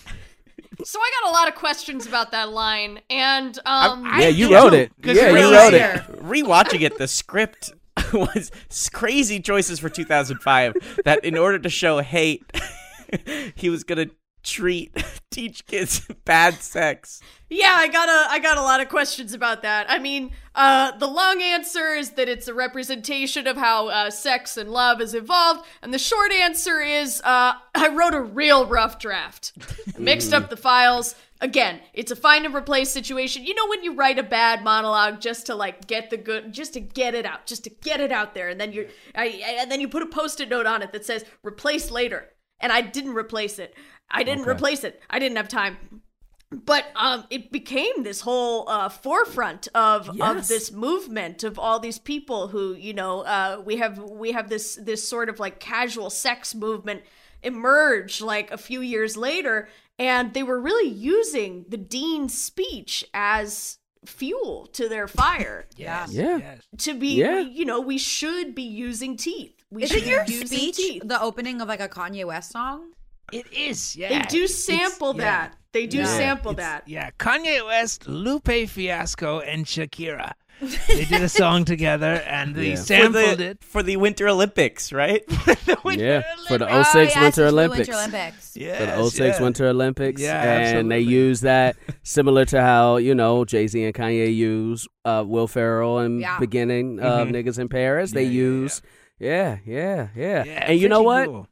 Speaker 1: So I got a lot of questions about that line, and um,
Speaker 5: I- Yeah, you do, wrote it. 'cause Yeah, you
Speaker 1: really- wrote it.
Speaker 3: Rewatching it, the script (laughs) was crazy choices for 2005. that in order to show hate, (laughs) he was gonna treat (laughs) teach kids (laughs) bad sex.
Speaker 1: Yeah, I got a I got a lot of questions about that. I mean, uh, the long answer is that it's a representation of how uh, sex and love has evolved, and the short answer is uh, I wrote a real rough draft, mixed up the files. Again, it's a find and replace situation. You know when you write a bad monologue just to like get the good, just to get it out, just to get it out there, and then you I, I- and then you put a post-it note on it that says replace later, and I didn't replace it. I didn't replace it. I didn't have time but um, it became this whole uh, forefront of of
Speaker 6: Yes.
Speaker 1: this movement of all these people who you know uh, we have we have this this sort of like casual sex movement emerge like a few years later and they were really using the dean's speech as fuel to their fire
Speaker 4: Yeah.
Speaker 6: (laughs) Yeah.
Speaker 1: to be
Speaker 6: Yeah.
Speaker 1: you know we should be using teeth we
Speaker 4: Is
Speaker 1: should
Speaker 4: it your
Speaker 1: be using
Speaker 4: speech
Speaker 1: teeth.
Speaker 4: the opening of like a Kanye West song?
Speaker 5: It is, yeah.
Speaker 1: they do sample that they do
Speaker 6: Yeah.
Speaker 1: sample
Speaker 5: It's-
Speaker 1: that
Speaker 5: Yeah, Kanye West, Lupe Fiasco, and Shakira. They did a song together and they
Speaker 6: Yeah. For
Speaker 3: For
Speaker 5: sampled
Speaker 3: (laughs) the,
Speaker 5: it.
Speaker 3: for the Winter Olympics, right?
Speaker 5: The Winter
Speaker 6: Yeah, for the
Speaker 5: Olympics.
Speaker 6: Oh, 06
Speaker 4: yeah, it's
Speaker 6: Winter
Speaker 4: for the
Speaker 6: Olympics.
Speaker 4: Winter Olympics.
Speaker 5: Yes,
Speaker 6: For the 06
Speaker 5: yeah.
Speaker 6: Winter Olympics.
Speaker 5: Yeah,
Speaker 6: and they
Speaker 5: absolutely. (laughs)
Speaker 6: use that similar to how, you know, Jay Z and Kanye use uh, Will Ferrell and
Speaker 4: Yeah.
Speaker 6: beginning of Niggas in Paris. They
Speaker 5: Mm-hmm. Yeah, yeah, yeah.
Speaker 6: use. Yeah, yeah, yeah.
Speaker 5: Yeah,
Speaker 6: and you know
Speaker 5: freaking
Speaker 6: what?
Speaker 5: cool.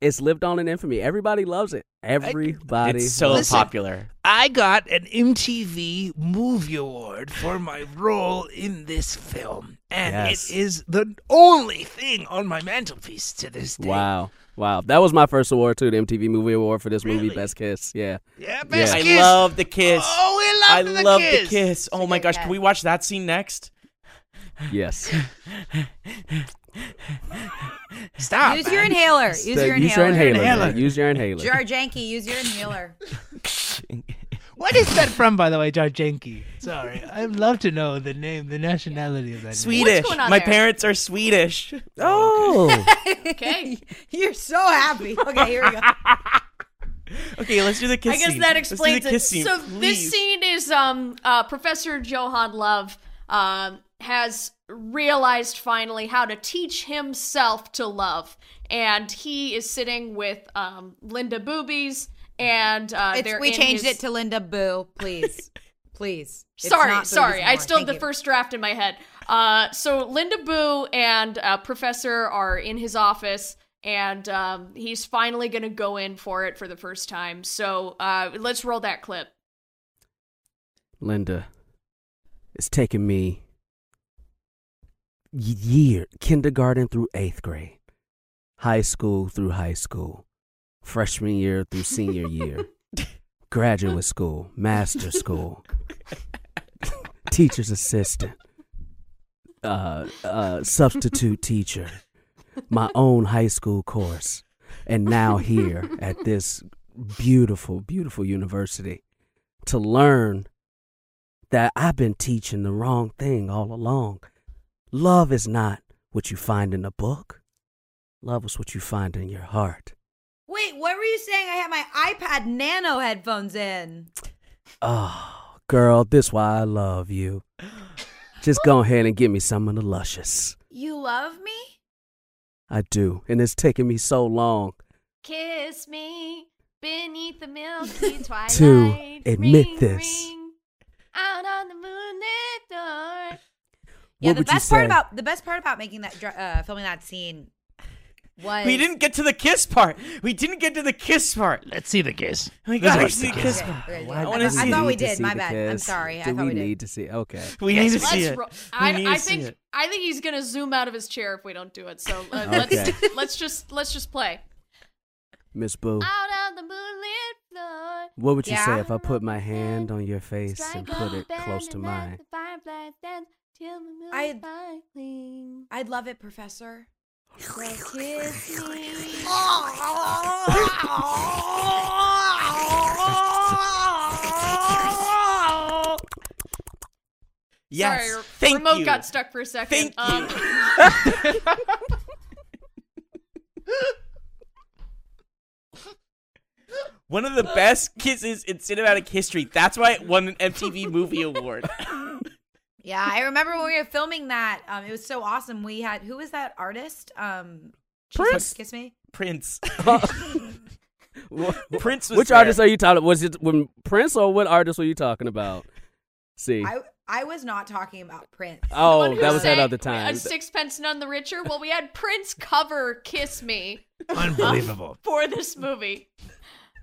Speaker 6: It's lived on in infamy. Everybody loves it. Everybody.
Speaker 3: It's so
Speaker 5: Listen.
Speaker 3: popular.
Speaker 5: I got an MTV Movie Award for my role in this film, and
Speaker 6: Yes.
Speaker 5: it is the only thing on my mantelpiece to this day.
Speaker 6: Wow. Wow. That was my first award too, the MTV Movie Award for this
Speaker 5: Really?
Speaker 6: movie, Best Kiss. Yeah.
Speaker 5: Yeah, best
Speaker 3: I
Speaker 5: kiss.
Speaker 3: love the kiss.
Speaker 5: Oh, we
Speaker 3: I
Speaker 5: love the
Speaker 3: love
Speaker 5: kiss.
Speaker 3: the kiss. Oh my
Speaker 4: good
Speaker 3: gosh,
Speaker 4: kiss.
Speaker 3: can we watch that scene next?
Speaker 6: Yes.
Speaker 5: Stop.
Speaker 4: Use
Speaker 5: man.
Speaker 4: your inhaler. Use
Speaker 6: So
Speaker 4: your
Speaker 6: use
Speaker 4: inhaler.
Speaker 6: your inhaler.
Speaker 5: Inhaler.
Speaker 6: man. Use your inhaler.
Speaker 4: Jar Janky, use your inhaler. (laughs)
Speaker 5: What is that from, by the way, Jarjanki? It's
Speaker 2: Sorry, I'd love to know the name, the nationality of that.
Speaker 3: Swedish.
Speaker 1: going on
Speaker 3: My
Speaker 1: there?
Speaker 3: parents
Speaker 1: (laughs)
Speaker 3: are Swedish.
Speaker 6: Oh,
Speaker 1: Okay.
Speaker 4: You're so happy. Okay, here we go.
Speaker 3: Okay, let's do the kiss
Speaker 1: I guess
Speaker 3: scene.
Speaker 1: that
Speaker 3: Let's do the
Speaker 1: explains it.
Speaker 3: kiss scene,
Speaker 1: so
Speaker 3: please.
Speaker 1: this scene is um uh Professor Johann Love um has realized finally how to teach himself to love, and he is sitting with um Linda Boobies, and uh,
Speaker 4: It's,
Speaker 1: they're
Speaker 4: we
Speaker 1: in
Speaker 4: changed
Speaker 1: his-
Speaker 4: it to Linda Boo, please. Please. It's
Speaker 1: sorry,
Speaker 4: not Boo
Speaker 1: sorry. I
Speaker 4: anymore.
Speaker 1: still have
Speaker 4: Thank
Speaker 1: the
Speaker 4: you.
Speaker 1: first draft in my head. Uh, so Linda Boo and uh, Professor are in his office, and um, he's finally going to go in for it for the first time. So uh, let's roll that clip.
Speaker 6: Linda, it's taken me y- year kindergarten through eighth grade, high school through high school, freshman year through senior year, graduate school, master school, teacher's assistant, uh, uh, substitute teacher, my own high school course, and now here at this beautiful, beautiful university to learn that I've been teaching the wrong thing all along. Love is not what you find in a book. Love is what you find in your heart.
Speaker 4: Wait, what were you saying? I had my iPad Nano headphones in.
Speaker 6: Oh, girl, this why I love you. Just go ahead and give me some of the luscious.
Speaker 4: You love me?
Speaker 6: I do, and it's taken me so long
Speaker 1: Kiss me beneath the
Speaker 6: (laughs)
Speaker 1: milky twilight.
Speaker 6: admit
Speaker 1: Ring,
Speaker 6: this.
Speaker 1: ring. out on the moonlit door.
Speaker 4: Yeah,
Speaker 6: What
Speaker 4: the
Speaker 6: would you
Speaker 4: best part
Speaker 6: say?
Speaker 4: about the best part about making that dr- uh, filming that scene was
Speaker 3: We didn't get to the kiss part. We didn't get to the kiss part.
Speaker 5: Let's see the kiss.
Speaker 3: We gotta
Speaker 5: watch
Speaker 3: see
Speaker 5: the
Speaker 3: the
Speaker 5: kiss.
Speaker 3: kiss
Speaker 4: Okay,
Speaker 3: part.
Speaker 4: okay,
Speaker 3: I
Speaker 4: yeah.
Speaker 3: want to see
Speaker 4: I thought
Speaker 3: it.
Speaker 4: we
Speaker 6: Need to
Speaker 4: did.
Speaker 6: see
Speaker 4: My
Speaker 6: the
Speaker 4: bad. I'm
Speaker 6: kiss?
Speaker 4: sorry. I
Speaker 6: Do
Speaker 4: thought
Speaker 6: we
Speaker 4: we did.
Speaker 6: need to see. Okay.
Speaker 3: We need to
Speaker 1: Let's
Speaker 3: see it.
Speaker 1: ro-
Speaker 3: we
Speaker 1: I,
Speaker 3: need
Speaker 1: I
Speaker 3: to see
Speaker 1: think
Speaker 3: it.
Speaker 1: I think he's gonna zoom out of his chair if we don't do it. So uh,
Speaker 6: Okay. (laughs)
Speaker 1: let's let's just let's just play.
Speaker 6: Miss Boo,
Speaker 1: Out on the moonlit floor.
Speaker 6: what would you say
Speaker 4: Yeah?
Speaker 6: if I put my hand on your face and put it close to mine?
Speaker 4: I- I'd love it, Professor.
Speaker 1: Oh!
Speaker 3: Yes.
Speaker 1: Sorry,
Speaker 3: Thank
Speaker 1: remote
Speaker 3: you.
Speaker 1: got stuck for a second.
Speaker 3: Thank you.
Speaker 1: um,
Speaker 3: (laughs) One of the best kisses in cinematic history. That's why it won an MTV Movie Award.
Speaker 4: Yeah, I remember when we were filming that. Um, it was so awesome. We had who was that artist? Um, she said,
Speaker 3: Prince.
Speaker 4: Kiss me.
Speaker 3: Prince.
Speaker 6: (laughs) Wha- wha-
Speaker 3: Prince was
Speaker 6: Which
Speaker 3: there.
Speaker 6: artist are you talking? Was it when Prince or what artist were you talking about? See,
Speaker 4: I I was not talking about Prince.
Speaker 1: the
Speaker 6: oh,
Speaker 1: one who
Speaker 6: that was that
Speaker 1: sang,
Speaker 6: other time.
Speaker 1: A sixpence none the richer. Well, we had Prince cover "Kiss Me"
Speaker 2: Unbelievable.
Speaker 5: (laughs)
Speaker 1: for this movie,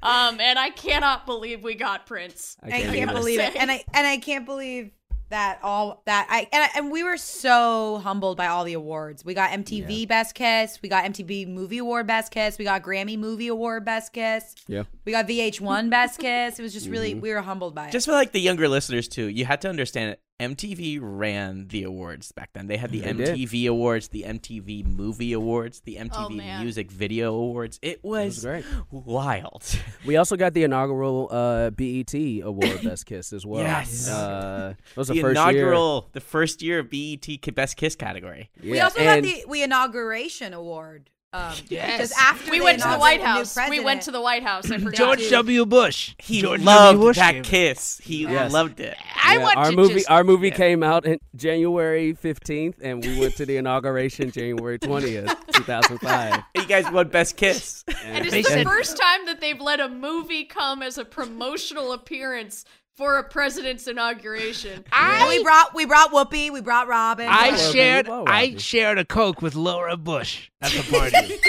Speaker 1: um, and I cannot believe we got Prince.
Speaker 4: I can't,
Speaker 1: gotta
Speaker 4: believe it.
Speaker 1: say.
Speaker 4: And I and I can't believe that all that I and I, and we were so humbled by all the awards. We got MTV Best Kiss, we got MTV Movie Award Best Kiss, we got Grammy Movie Award Best Kiss,
Speaker 6: Yeah.
Speaker 4: we got VH1 Best Kiss. It was just really we were humbled by it.
Speaker 3: Just for like the younger listeners too, you had to understand it. MTV ran the awards back then. They had the
Speaker 6: They did.
Speaker 3: MTV Awards, the MTV Movie Awards, the MTV
Speaker 1: man.
Speaker 3: Music Video Awards. It was,
Speaker 6: great.
Speaker 3: wild.
Speaker 6: We also got the inaugural uh, BET Award Best Kiss as well.
Speaker 3: Yes.
Speaker 6: uh, it was the,
Speaker 3: the
Speaker 6: first year.
Speaker 3: inaugural, the first year of BET Ki- Best Kiss category.
Speaker 4: we
Speaker 6: Yeah,
Speaker 4: also
Speaker 6: and
Speaker 4: got the we inauguration award. Um,
Speaker 5: Yes.
Speaker 4: just after
Speaker 1: We
Speaker 4: they
Speaker 1: went to the
Speaker 4: announced
Speaker 1: White
Speaker 4: new
Speaker 1: House. We went
Speaker 4: president.
Speaker 1: to the White House. I forgot.
Speaker 5: George
Speaker 1: to-
Speaker 5: W. Bush.
Speaker 3: He
Speaker 5: George
Speaker 3: loved
Speaker 5: W. Bush
Speaker 3: that
Speaker 5: gave-
Speaker 3: kiss. He
Speaker 6: Yes.
Speaker 3: loved it.
Speaker 1: I
Speaker 6: yeah,
Speaker 1: want
Speaker 6: our
Speaker 1: to
Speaker 6: movie.
Speaker 1: just-
Speaker 6: our movie came out in January fifteenth, and we went to the inauguration
Speaker 1: (laughs)
Speaker 6: January twentieth, two thousand five.
Speaker 3: You guys won Best Kiss. (laughs)
Speaker 1: And it's the
Speaker 5: Basically-
Speaker 1: first time that they've let a movie come as a promotional appearance for a president's inauguration.
Speaker 4: And we brought we brought Whoopi, we brought Robin.
Speaker 5: I
Speaker 6: Well,
Speaker 5: shared
Speaker 6: well,
Speaker 5: I
Speaker 6: Roger.
Speaker 5: shared a Coke with Laura Bush at the
Speaker 2: (laughs)
Speaker 5: party.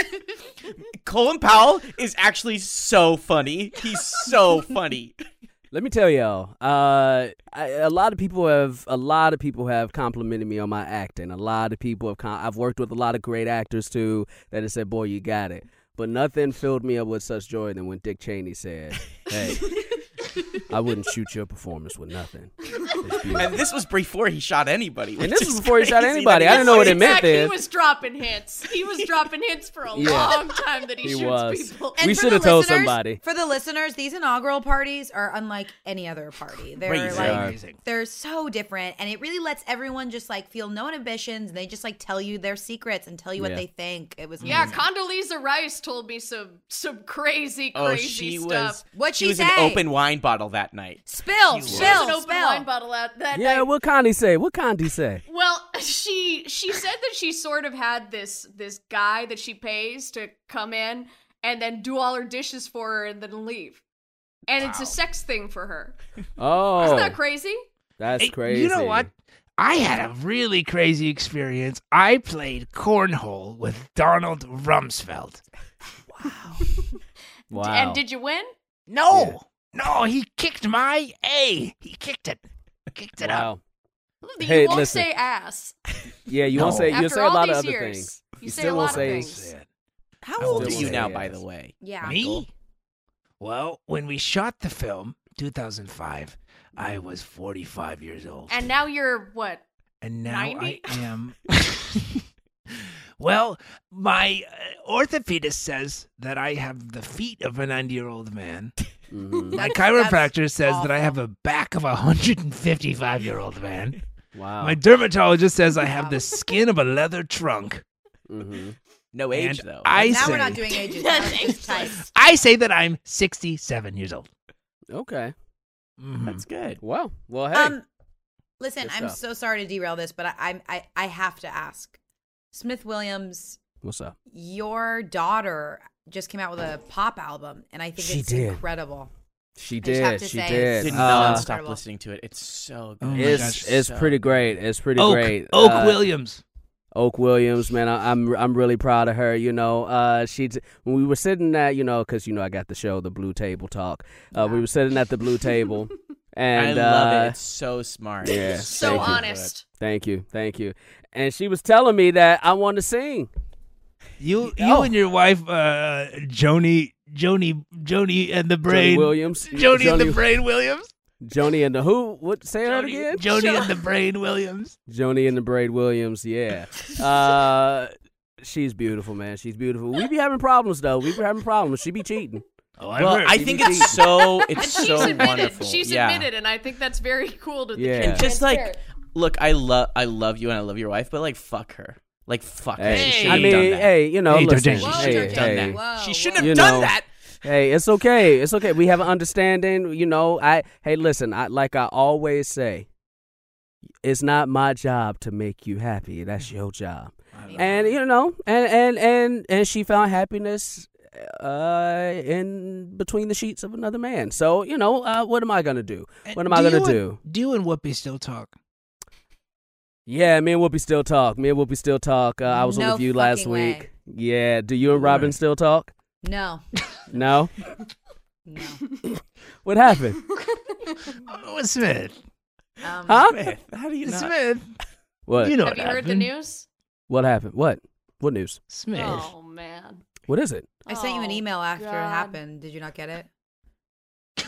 Speaker 3: Colin Powell is actually so funny. He's so funny.
Speaker 6: Let me tell y'all, uh, I, a lot of people have a lot of people have complimented me on my acting. A lot of people have. Com- I've worked with a lot of great actors too that have said, "Boy, you got it." But nothing filled me up with such joy than when Dick Cheney said, "Hey, I wouldn't shoot your performance with nothing."
Speaker 1: (laughs)
Speaker 6: this beauty.
Speaker 3: and this was before he shot anybody.
Speaker 6: And
Speaker 3: which
Speaker 6: this
Speaker 3: is
Speaker 6: was before he shot
Speaker 3: crazy that
Speaker 6: anybody. I
Speaker 3: he
Speaker 6: didn't know what it
Speaker 3: was-
Speaker 6: meant
Speaker 1: Zach,
Speaker 6: then.
Speaker 1: He was dropping hints. He was dropping hints for a
Speaker 6: Yeah.
Speaker 1: long time that he,
Speaker 6: He
Speaker 1: shoots
Speaker 6: was.
Speaker 1: people.
Speaker 6: We
Speaker 4: for
Speaker 6: should
Speaker 4: the
Speaker 6: have told
Speaker 4: listeners-
Speaker 6: somebody.
Speaker 4: For the listeners, these inaugural parties are unlike any other party. They're
Speaker 3: Crazy.
Speaker 4: like
Speaker 5: Amazing.
Speaker 4: they're so different and it really lets everyone just like feel no inhibitions and they just like tell you their secrets and tell you what
Speaker 6: Yeah.
Speaker 4: they think. It
Speaker 1: (laughs)
Speaker 4: was
Speaker 1: yeah,
Speaker 4: amazing.
Speaker 1: Condoleezza Rice told me some some crazy, crazy
Speaker 3: Oh, she
Speaker 1: stuff.
Speaker 3: was.
Speaker 4: What'd
Speaker 3: she
Speaker 4: she
Speaker 3: was
Speaker 4: say?
Speaker 3: an open wine bottle that night.
Speaker 4: Spill,
Speaker 1: She has an
Speaker 4: spill,
Speaker 1: open
Speaker 4: spill.
Speaker 1: wine bottle out that
Speaker 6: yeah,
Speaker 1: night.
Speaker 6: what Condi say? What Condi say?
Speaker 1: Well, (laughs) she she said that she sort of had this this guy that she pays to come in and then do all her dishes for her and then leave. And it's a sex thing for her.
Speaker 6: Oh,
Speaker 1: Isn't that crazy?
Speaker 6: that's
Speaker 5: Hey,
Speaker 6: crazy.
Speaker 5: You know what? I had a really crazy experience. I played cornhole with Donald Rumsfeld.
Speaker 6: Wow.
Speaker 1: And did you win?
Speaker 5: No, no, he kicked my A. He kicked it. Kicked it
Speaker 6: wow.
Speaker 5: up.
Speaker 1: You
Speaker 6: Hey,
Speaker 1: won't
Speaker 6: listen.
Speaker 1: say ass.
Speaker 6: Yeah, you won't
Speaker 5: No.
Speaker 6: say. You'll
Speaker 1: After
Speaker 6: say a
Speaker 1: all
Speaker 6: lot
Speaker 1: these
Speaker 6: of other
Speaker 1: years,
Speaker 6: things.
Speaker 1: you
Speaker 6: You
Speaker 1: say
Speaker 6: still
Speaker 1: a
Speaker 6: won't
Speaker 1: lot of
Speaker 6: say.
Speaker 1: things.
Speaker 6: How
Speaker 3: How old
Speaker 6: still
Speaker 3: are you
Speaker 6: say
Speaker 3: now,
Speaker 6: yes.
Speaker 3: by the way?
Speaker 4: Yeah.
Speaker 5: Me? Well, when we shot the film, 2005, I was 45 years old.
Speaker 1: And now you're what?
Speaker 5: And now
Speaker 1: 90?
Speaker 5: I am. (laughs) well, my uh, orthopedist says that I have the feet of a 90 year old man.
Speaker 1: (laughs)
Speaker 6: Mhm.
Speaker 5: My
Speaker 4: That's- that's
Speaker 5: chiropractor says that I
Speaker 4: awful.
Speaker 5: have a back of a 155 year old man.
Speaker 6: Wow.
Speaker 5: My dermatologist says I have the skin of a leather trunk.
Speaker 6: hmm
Speaker 3: No age
Speaker 5: and
Speaker 3: though.
Speaker 5: I
Speaker 4: now
Speaker 5: say,
Speaker 4: we're not doing (laughs) ages. now
Speaker 1: That's
Speaker 4: it's just type.
Speaker 5: I say that I'm 67 years old.
Speaker 6: Okay.
Speaker 5: Mhm.
Speaker 3: That's good.
Speaker 6: Wow. Well, hey.
Speaker 4: Um, listen,
Speaker 6: Good
Speaker 4: I'm
Speaker 6: stuff.
Speaker 4: so sorry to derail this, but I, I I I have to ask. Smith Williams,
Speaker 6: what's up?
Speaker 4: your daughter just came out with a pop album, and I think
Speaker 6: She
Speaker 4: it's
Speaker 6: did.
Speaker 4: incredible.
Speaker 6: She
Speaker 4: just have
Speaker 6: did.
Speaker 4: to
Speaker 6: She
Speaker 4: say-
Speaker 3: I
Speaker 6: did.
Speaker 3: did
Speaker 4: Uh,
Speaker 3: not stop
Speaker 4: incredible.
Speaker 3: listening to it. It's so
Speaker 5: Mm. Oh my
Speaker 3: good.
Speaker 6: it's
Speaker 5: gosh.
Speaker 6: it's
Speaker 3: So
Speaker 6: pretty
Speaker 3: good.
Speaker 6: great. It's pretty
Speaker 5: Oak,
Speaker 6: great.
Speaker 5: Oak
Speaker 6: Uh,
Speaker 5: Williams.
Speaker 6: Oak Williams, man, I, I'm I'm really proud of her. You know, uh, she when we were sitting at you know because you know I got the show, the Blue Table Talk. Uh, we were sitting at the
Speaker 4: (laughs)
Speaker 6: Blue Table, and
Speaker 3: I love
Speaker 6: uh,
Speaker 3: it. It's so smart.
Speaker 6: yeah,
Speaker 3: It's
Speaker 1: So
Speaker 6: Thank you.
Speaker 1: honest.
Speaker 6: Thank you, thank you. And she was telling me that I want to sing.
Speaker 5: You, you
Speaker 6: Oh.
Speaker 5: and your wife, uh, Joni, Joni, Joni and the Brain.
Speaker 6: Joni Williams,
Speaker 5: Joni, and the
Speaker 6: Joni-
Speaker 5: Brain Williams.
Speaker 6: Joni and the who? What? Say that again.
Speaker 5: Joni and the Brain Williams.
Speaker 6: Joni and the Braid Williams, yeah. Uh, she's beautiful, man. She's beautiful. We be having problems though. We be having problems. She be cheating.
Speaker 5: Oh,
Speaker 3: Well, I
Speaker 5: (laughs)
Speaker 3: think it's so it's
Speaker 1: She's
Speaker 3: so
Speaker 1: admitted.
Speaker 3: wonderful.
Speaker 1: She's
Speaker 3: yeah.
Speaker 1: admitted, and I think that's very cool to
Speaker 6: Yeah.
Speaker 1: the
Speaker 3: And just like
Speaker 1: transparent.
Speaker 3: look, I love I love you and I love your wife, but like fuck her. Like fuck her.
Speaker 6: Hey,
Speaker 3: She
Speaker 5: Hey.
Speaker 3: shouldn't
Speaker 6: I
Speaker 3: have
Speaker 6: mean,
Speaker 3: done that.
Speaker 6: hey, you know,
Speaker 5: Hey,
Speaker 6: listen,
Speaker 5: Darjeeling.
Speaker 4: Whoa,
Speaker 6: hey,
Speaker 4: Darjeeling.
Speaker 6: hey,
Speaker 4: Whoa,
Speaker 3: she
Speaker 4: whoa.
Speaker 3: shouldn't have
Speaker 6: You
Speaker 3: done
Speaker 6: know.
Speaker 3: that.
Speaker 6: hey, it's okay, it's okay. We have an understanding, you know. I, hey, listen, I like I always say, it's not my job to make you happy. That's your job, and you know, and and and and she found happiness uh in between the sheets of another man so you know uh what am i gonna do what am i gonna do
Speaker 5: Do you and Whoopi still talk?
Speaker 6: yeah me and whoopi still talk me and whoopi still talk uh, i was on
Speaker 4: No
Speaker 6: the view last
Speaker 4: fucking way.
Speaker 6: week yeah do you and robin still talk
Speaker 4: No,
Speaker 6: no
Speaker 4: no.
Speaker 1: (laughs)
Speaker 6: What happened?
Speaker 5: Oh, Smith.
Speaker 4: Um,
Speaker 6: (laughs) Huh?
Speaker 3: Smith, how do you not?
Speaker 5: Smith.
Speaker 6: What?
Speaker 5: You know
Speaker 1: Have
Speaker 5: what
Speaker 1: you heard
Speaker 5: happened. (laughs)
Speaker 1: the news?
Speaker 6: What happened? What? What news?
Speaker 5: Smith.
Speaker 1: Oh man.
Speaker 6: What is it?
Speaker 4: I sent you an
Speaker 1: Oh,
Speaker 4: email after it
Speaker 1: God.
Speaker 4: happened. Did you not get it?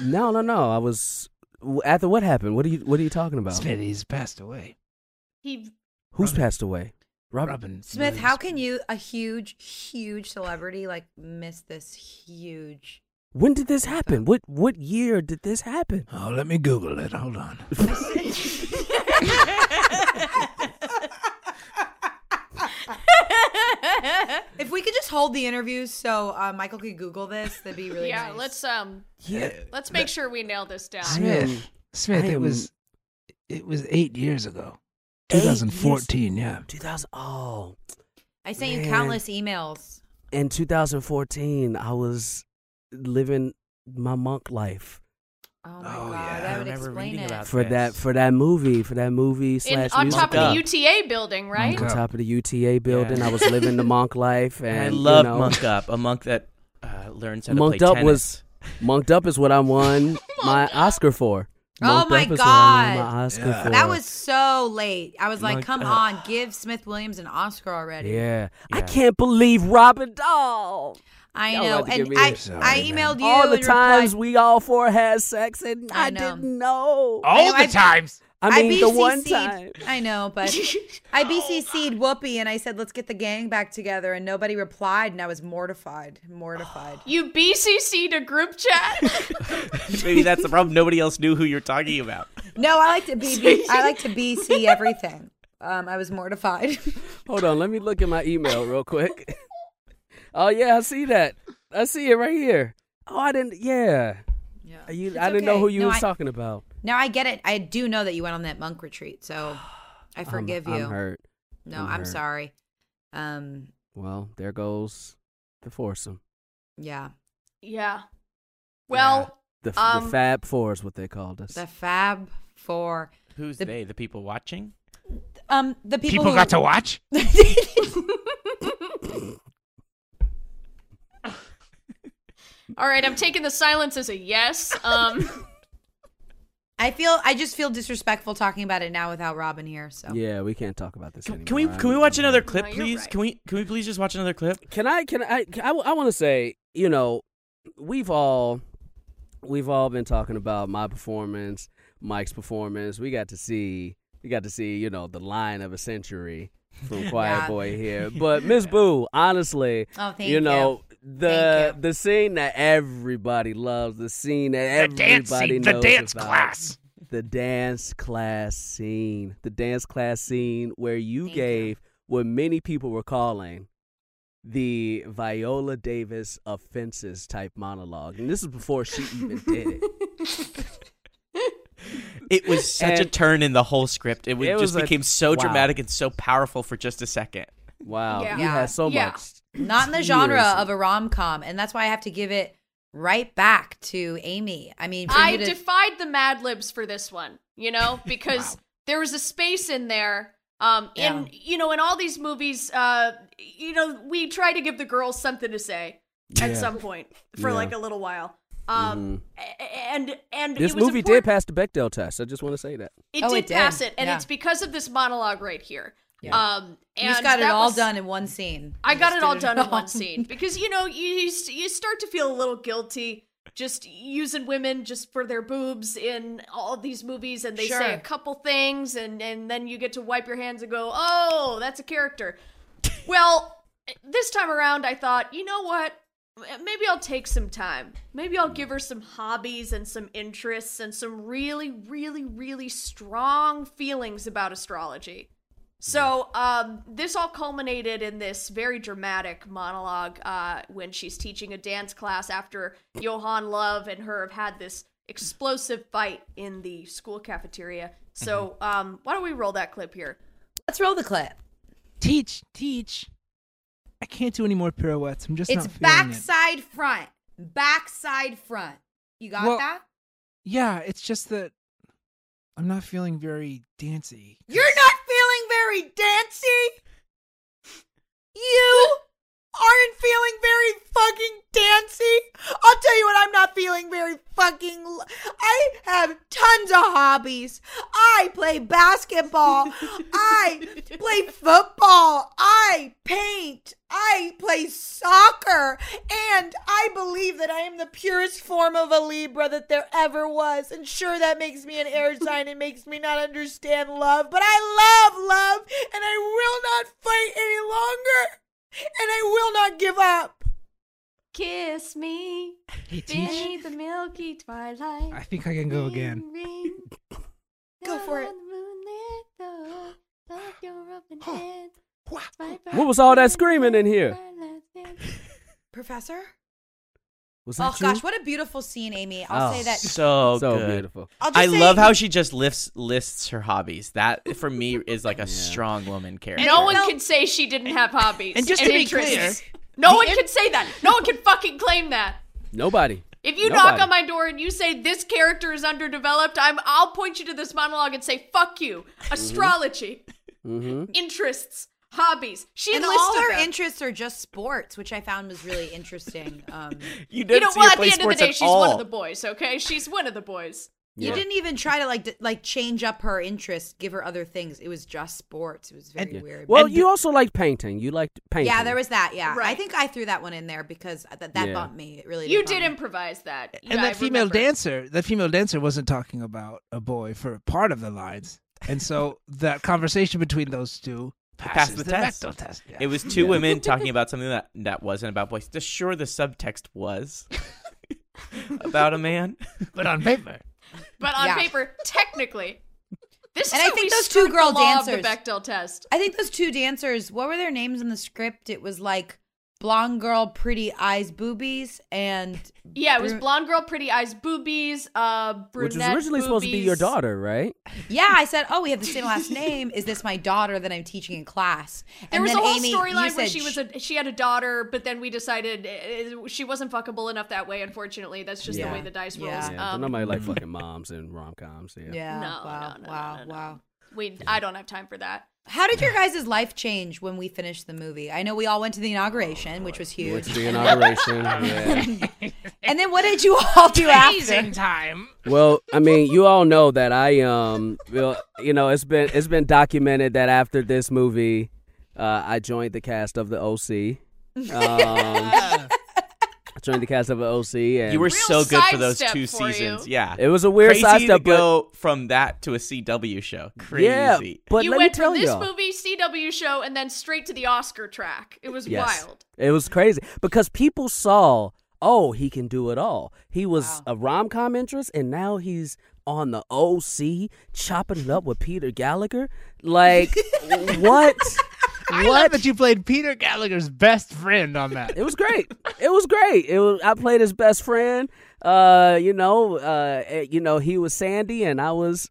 Speaker 6: No, no, no. I was w- after what happened? What are you What are you talking about?
Speaker 5: Smith, he's passed away.
Speaker 1: He
Speaker 6: Who's
Speaker 5: Robin.
Speaker 6: passed away? Robin.
Speaker 5: Robin
Speaker 4: Smith,
Speaker 5: Williams.
Speaker 4: how can you, a huge, huge celebrity, like miss this
Speaker 1: (laughs)
Speaker 4: huge?
Speaker 6: When did this happen? What What year did this happen?
Speaker 3: Uh,
Speaker 5: Oh, let me Google it. Hold on.
Speaker 4: If we could just hold the interview so uh, Michael could Google this, that'd be really
Speaker 1: Yeah,
Speaker 4: nice.
Speaker 1: let's um
Speaker 6: Yeah.
Speaker 1: let's make sure we nail this down.
Speaker 6: I am-
Speaker 5: Smith. Smith,
Speaker 6: I
Speaker 5: it
Speaker 6: am-
Speaker 5: was it was eight years ago.
Speaker 6: Eight years-
Speaker 5: 2014, yeah.
Speaker 6: 2000. Oh,
Speaker 4: I sent you
Speaker 6: Man.
Speaker 4: countless emails.
Speaker 6: in 2014, I was living my monk life
Speaker 4: Oh my
Speaker 5: Oh, yeah. I
Speaker 4: god, that would
Speaker 3: remember
Speaker 4: explain
Speaker 3: reading
Speaker 4: it.
Speaker 3: about
Speaker 6: for
Speaker 3: Yes.
Speaker 6: that for that movie for that movie
Speaker 1: In,
Speaker 6: slash
Speaker 1: on
Speaker 6: music
Speaker 1: top of
Speaker 3: up.
Speaker 1: the UTA building, right?
Speaker 5: Okay.
Speaker 6: on top of the UTA building. I was
Speaker 3: (laughs)
Speaker 6: living the monk life,
Speaker 3: (laughs)
Speaker 6: and
Speaker 3: And I love
Speaker 6: you know,
Speaker 3: Monk Up, a monk that uh, learns how
Speaker 6: Monked
Speaker 3: to play
Speaker 6: Up
Speaker 3: tennis.
Speaker 6: was- Monked Up is what I won my Oscar for.
Speaker 4: Oh
Speaker 6: Monked
Speaker 4: my
Speaker 6: Up is what I won
Speaker 4: God.
Speaker 6: my Oscar
Speaker 5: Yeah.
Speaker 6: for.
Speaker 4: That was so late. I was like,
Speaker 6: Like,
Speaker 4: come
Speaker 6: uh,
Speaker 4: on, give Smith Williams an Oscar already.
Speaker 6: yeah. I
Speaker 3: Yeah.
Speaker 6: can't believe Robin Dahl.
Speaker 4: I
Speaker 6: Y'all
Speaker 4: know.
Speaker 6: about to give
Speaker 4: And
Speaker 6: me
Speaker 4: I,
Speaker 6: this.
Speaker 4: I
Speaker 5: Sorry, man.
Speaker 4: emailed you
Speaker 6: All the
Speaker 4: and replied-
Speaker 6: times we all four had sex and I,
Speaker 4: I know.
Speaker 6: didn't know.
Speaker 4: I
Speaker 5: All
Speaker 3: Oh.
Speaker 4: know,
Speaker 5: the
Speaker 4: I-
Speaker 5: times.
Speaker 4: I
Speaker 7: I mean, the one
Speaker 4: BCC'd
Speaker 7: time.
Speaker 4: I know, but I BCC'd Whoopi and I said, let's get the gang back together. And nobody replied. And I was mortified. Mortified.
Speaker 1: You BCC'd a group chat?
Speaker 3: (laughs) Maybe that's the problem. Nobody else knew who you're talking about.
Speaker 4: no, I like to BB. I like to BC everything. Um, I was mortified.
Speaker 6: Hold on, let me look at my email real quick. (laughs) oh yeah, I see that. I see it right here. Oh, I didn't. Yeah,
Speaker 4: Yeah.
Speaker 6: you.
Speaker 4: It's
Speaker 6: I didn't know
Speaker 4: okay.
Speaker 6: who you
Speaker 4: No,
Speaker 6: was
Speaker 4: I-
Speaker 6: talking about.
Speaker 4: Now I get it. I do know that you went on that monk retreat.
Speaker 6: (sighs)
Speaker 4: So I
Speaker 6: I'm-
Speaker 4: forgive
Speaker 6: I'm
Speaker 4: you.
Speaker 6: hurt.
Speaker 4: No,
Speaker 6: I'm
Speaker 4: I'm
Speaker 6: hurt.
Speaker 4: sorry. Um,
Speaker 6: Well, there goes the foursome.
Speaker 4: yeah.
Speaker 1: yeah. Well,
Speaker 6: The, f the
Speaker 1: Um,
Speaker 6: Fab Four is what they called us.
Speaker 4: The Fab Four.
Speaker 3: Who's
Speaker 4: The-
Speaker 3: they? The people watching?
Speaker 4: Um, the
Speaker 5: People,
Speaker 4: people, who- (laughs)
Speaker 5: got to watch.
Speaker 1: all right, I'm taking the silence as a yes. Um,
Speaker 4: I feel. I just feel disrespectful talking about it now without Robin here. So
Speaker 6: yeah, we can't talk about this
Speaker 3: Can,
Speaker 6: anymore.
Speaker 3: can we
Speaker 6: I
Speaker 3: can we
Speaker 6: mean,
Speaker 3: watch
Speaker 6: I'm
Speaker 3: another
Speaker 6: hurt.
Speaker 3: clip,
Speaker 1: No, you're
Speaker 3: please?
Speaker 1: right.
Speaker 3: Can we can we please just watch another clip?
Speaker 6: Can I? Can I? can- I, want to say, you know, we've all we've all been talking about my performance, Mike's performance. We got to see, we got to see, you know, the line of a century
Speaker 4: (laughs)
Speaker 6: from Quiet
Speaker 4: Yeah.
Speaker 6: Boy here. But Miss Boo, honestly,
Speaker 4: Oh, thank
Speaker 6: you know the
Speaker 4: Thank you.
Speaker 6: the scene that everybody loves, the scene that
Speaker 5: The dance
Speaker 6: everybody
Speaker 5: scene, the
Speaker 6: knows
Speaker 5: dance
Speaker 6: about,
Speaker 5: class.
Speaker 6: the dance class scene, the dance class scene where you
Speaker 4: Thank you.
Speaker 6: gave what many people were calling the Viola Davis offenses type monologue, and this is before she even did
Speaker 4: (laughs)
Speaker 6: it.
Speaker 3: It (laughs) was such a
Speaker 6: And-
Speaker 3: turn in the whole script. It, was
Speaker 6: It was
Speaker 3: just
Speaker 6: a-
Speaker 3: became so
Speaker 6: wow.
Speaker 3: dramatic and so powerful for just a second.
Speaker 6: Wow,
Speaker 1: Yeah.
Speaker 6: you had so
Speaker 1: Yeah.
Speaker 6: much.
Speaker 4: not in the genre
Speaker 6: years.
Speaker 4: of a rom com, and that's why I have to give it right back to Amy. I mean, for
Speaker 1: I
Speaker 4: you to-
Speaker 1: defied the Mad Libs for this one, you know, because there was a space in there. Um, in you know, in all these movies, uh, you know, we try to give the girls something to say at some point for
Speaker 6: Yeah. Mm-hmm.
Speaker 1: like a little while.
Speaker 4: Mm.
Speaker 1: Um, a- a- and and
Speaker 6: Mm. This
Speaker 1: it was
Speaker 6: movie
Speaker 1: important-
Speaker 6: did pass the Bechdel test. I just want to say that.
Speaker 1: It
Speaker 4: Oh,
Speaker 1: did
Speaker 4: it did.
Speaker 1: pass it, and
Speaker 4: Yeah.
Speaker 1: it's because of this monologue right here.
Speaker 4: Yeah.
Speaker 1: Um, and
Speaker 4: you just got it
Speaker 1: that
Speaker 4: all
Speaker 1: was-
Speaker 4: done in one scene.
Speaker 1: I
Speaker 4: You
Speaker 1: got
Speaker 4: just
Speaker 1: it
Speaker 4: did
Speaker 1: all done in
Speaker 4: all. (laughs)
Speaker 1: one scene because you know you you s- you start to feel a little guilty just using women just for their boobs in all of these movies and they
Speaker 4: Sure.
Speaker 1: say a couple things and and then you get to wipe your hands and go oh that's a character. well, this time around I thought you know what M- maybe I'll take some time. Maybe I'll give her some hobbies and some interests and some really really really strong feelings about astrology. So um, this all culminated in this very dramatic monologue uh, when she's teaching a dance class after Johan Love and her have had this explosive fight in the school cafeteria. So um, why don't we roll that clip here?
Speaker 4: Let's roll the clip.
Speaker 2: Teach, teach. I can't do any more pirouettes. I'm just
Speaker 4: It's
Speaker 2: not feeling it.
Speaker 4: backside front, backside front. You got
Speaker 2: Well,
Speaker 4: that?
Speaker 2: Yeah, it's just that I'm not feeling very dancy.
Speaker 4: You're not feeling very dancy. You aren't feeling very fucking dancy. I'll tell you what, I'm not feeling very fucking. l- I have tons of hobbies. I play basketball. I play football. I paint. I play soccer. And I believe that I am the purest form of a Libra that there ever was. And sure, that makes me an air sign. It makes me not understand love. But I love love. And I will not fight any longer. And I will not give up.
Speaker 1: Kiss me
Speaker 2: Hey, teach.
Speaker 1: beneath the milky twilight.
Speaker 2: I think I can go again.
Speaker 4: Go for it.
Speaker 6: What was all that screaming in here?
Speaker 4: Professor?
Speaker 6: Was that
Speaker 4: Oh,
Speaker 6: you?
Speaker 4: gosh, what a beautiful scene, Amy. I'll
Speaker 3: Oh,
Speaker 4: say
Speaker 3: (laughs)
Speaker 4: that.
Speaker 3: so
Speaker 6: so
Speaker 3: good.
Speaker 6: beautiful.
Speaker 4: I'll just
Speaker 3: I
Speaker 4: say-
Speaker 3: love how she just lifts lists her hobbies. That for me is like
Speaker 1: (laughs)
Speaker 3: a
Speaker 6: Yeah.
Speaker 3: strong woman character.
Speaker 1: No one can say she didn't have hobbies.
Speaker 5: and just to be
Speaker 1: interests. no one can say that. No one can fucking claim that.
Speaker 6: Nobody.
Speaker 1: If you knock
Speaker 6: Nobody.
Speaker 1: on my door and you say this character is underdeveloped, I'm I'll point you to this monologue and say fuck you. Astrology,
Speaker 6: Mm-hmm.
Speaker 1: interests, hobbies. She
Speaker 4: and
Speaker 1: listed
Speaker 4: all her
Speaker 1: them.
Speaker 4: interests are just sports, which I found was really interesting. Um,
Speaker 3: You didn't
Speaker 1: You know,
Speaker 3: see
Speaker 1: well,
Speaker 3: her
Speaker 1: at
Speaker 3: play
Speaker 1: the end of the
Speaker 3: sports
Speaker 1: day,
Speaker 3: at
Speaker 1: she's
Speaker 3: all.
Speaker 1: one of the boys. Okay, she's one of the boys.
Speaker 4: You didn't even try to like d- like change up her interest, give her other things. It was just sports. It was very
Speaker 2: And-
Speaker 4: weird.
Speaker 6: Well,
Speaker 2: And
Speaker 6: you
Speaker 2: the-
Speaker 6: also liked painting. You liked painting.
Speaker 4: yeah, there was that. Yeah, I
Speaker 1: Right.
Speaker 4: think I threw that one in there because that, that
Speaker 6: Yeah.
Speaker 4: bumped me. It really,
Speaker 1: You
Speaker 4: bump
Speaker 1: did
Speaker 4: me.
Speaker 1: improvise that.
Speaker 2: and
Speaker 1: I
Speaker 2: that female
Speaker 1: remember.
Speaker 2: dancer, that female dancer wasn't talking about a boy for part of the lines, and
Speaker 4: (laughs)
Speaker 2: so that conversation between those two
Speaker 3: passed
Speaker 2: passes
Speaker 3: the test.
Speaker 2: Bechdel test. Yeah.
Speaker 3: It was two
Speaker 1: (laughs)
Speaker 3: women talking about something that, that wasn't about boys. Just sure the subtext
Speaker 1: (laughs)
Speaker 3: was about a man.
Speaker 5: But on
Speaker 2: (laughs)
Speaker 5: paper.
Speaker 1: But on
Speaker 4: Yeah.
Speaker 1: paper, technically, this
Speaker 4: And
Speaker 1: is
Speaker 4: I
Speaker 1: how
Speaker 4: think
Speaker 1: we
Speaker 4: those
Speaker 1: skirt
Speaker 4: two girl
Speaker 1: the law of
Speaker 4: dancers-
Speaker 1: the Bechdel test.
Speaker 4: I think those two dancers. What were their names in the script? It was like blonde girl, pretty eyes, boobies, and
Speaker 1: Yeah, it was
Speaker 4: Bru-
Speaker 1: blonde girl, pretty eyes, boobies, uh, brunette
Speaker 6: which was originally supposed to be your
Speaker 1: boobies.
Speaker 6: daughter, right?
Speaker 4: yeah. I said, oh, we have the same last name. Is this my daughter that I'm teaching in class?
Speaker 1: There
Speaker 4: and
Speaker 1: was a
Speaker 4: then
Speaker 1: whole
Speaker 4: Amy, you
Speaker 1: storyline where
Speaker 4: said
Speaker 1: she
Speaker 4: sh-
Speaker 1: was a she had a daughter, but then we decided uh, she wasn't fuckable enough that way. Unfortunately, that's just
Speaker 4: Yeah.
Speaker 1: the way the dice rolls.
Speaker 4: Yeah.
Speaker 6: Yeah, but
Speaker 1: Um,
Speaker 6: nobody like fucking moms and rom coms. Yeah.
Speaker 4: Yeah.
Speaker 1: No,
Speaker 4: wow.
Speaker 1: no, no,
Speaker 4: wow.
Speaker 1: no, no, no.
Speaker 4: Wow.
Speaker 1: we I don't have time for that.
Speaker 4: How did your guys' life change when we finished the movie? I know we all went to the inauguration, which was
Speaker 6: Which
Speaker 4: huge.
Speaker 6: the
Speaker 1: (laughs)
Speaker 6: inauguration. yeah.
Speaker 4: And then what did you all do after?
Speaker 5: Amazing time.
Speaker 6: Well, I mean, you all know that I um, well, you know, it's been it's been documented that after this movie, uh, I joined the cast of the OC. Um,
Speaker 1: (laughs)
Speaker 6: I joined the cast of the OC, and
Speaker 3: You were so good for those
Speaker 1: sidestep
Speaker 3: two
Speaker 1: for you.
Speaker 3: seasons. Yeah.
Speaker 6: it was a weird
Speaker 3: Crazy
Speaker 6: sidestep,
Speaker 3: to go from that to a CW show.
Speaker 6: but
Speaker 3: Crazy.
Speaker 6: yeah, but
Speaker 1: you
Speaker 6: let
Speaker 1: went
Speaker 6: me tell
Speaker 1: from this
Speaker 6: y'all,
Speaker 1: movie, CW show, and then straight to the Oscar track. It was
Speaker 6: Yes.
Speaker 1: wild.
Speaker 6: It was crazy because people saw, oh, he can do it all. He was a rom com interest, and now he's on the OC chopping it up with Peter Gallagher.
Speaker 2: (laughs)
Speaker 6: Like, what?
Speaker 5: I love that you played Peter Gallagher's best friend on that.
Speaker 4: (laughs)
Speaker 6: It was great. It was great. It was, I played his best friend. Uh, you know, uh, eh, you know, he was Sandy, and I was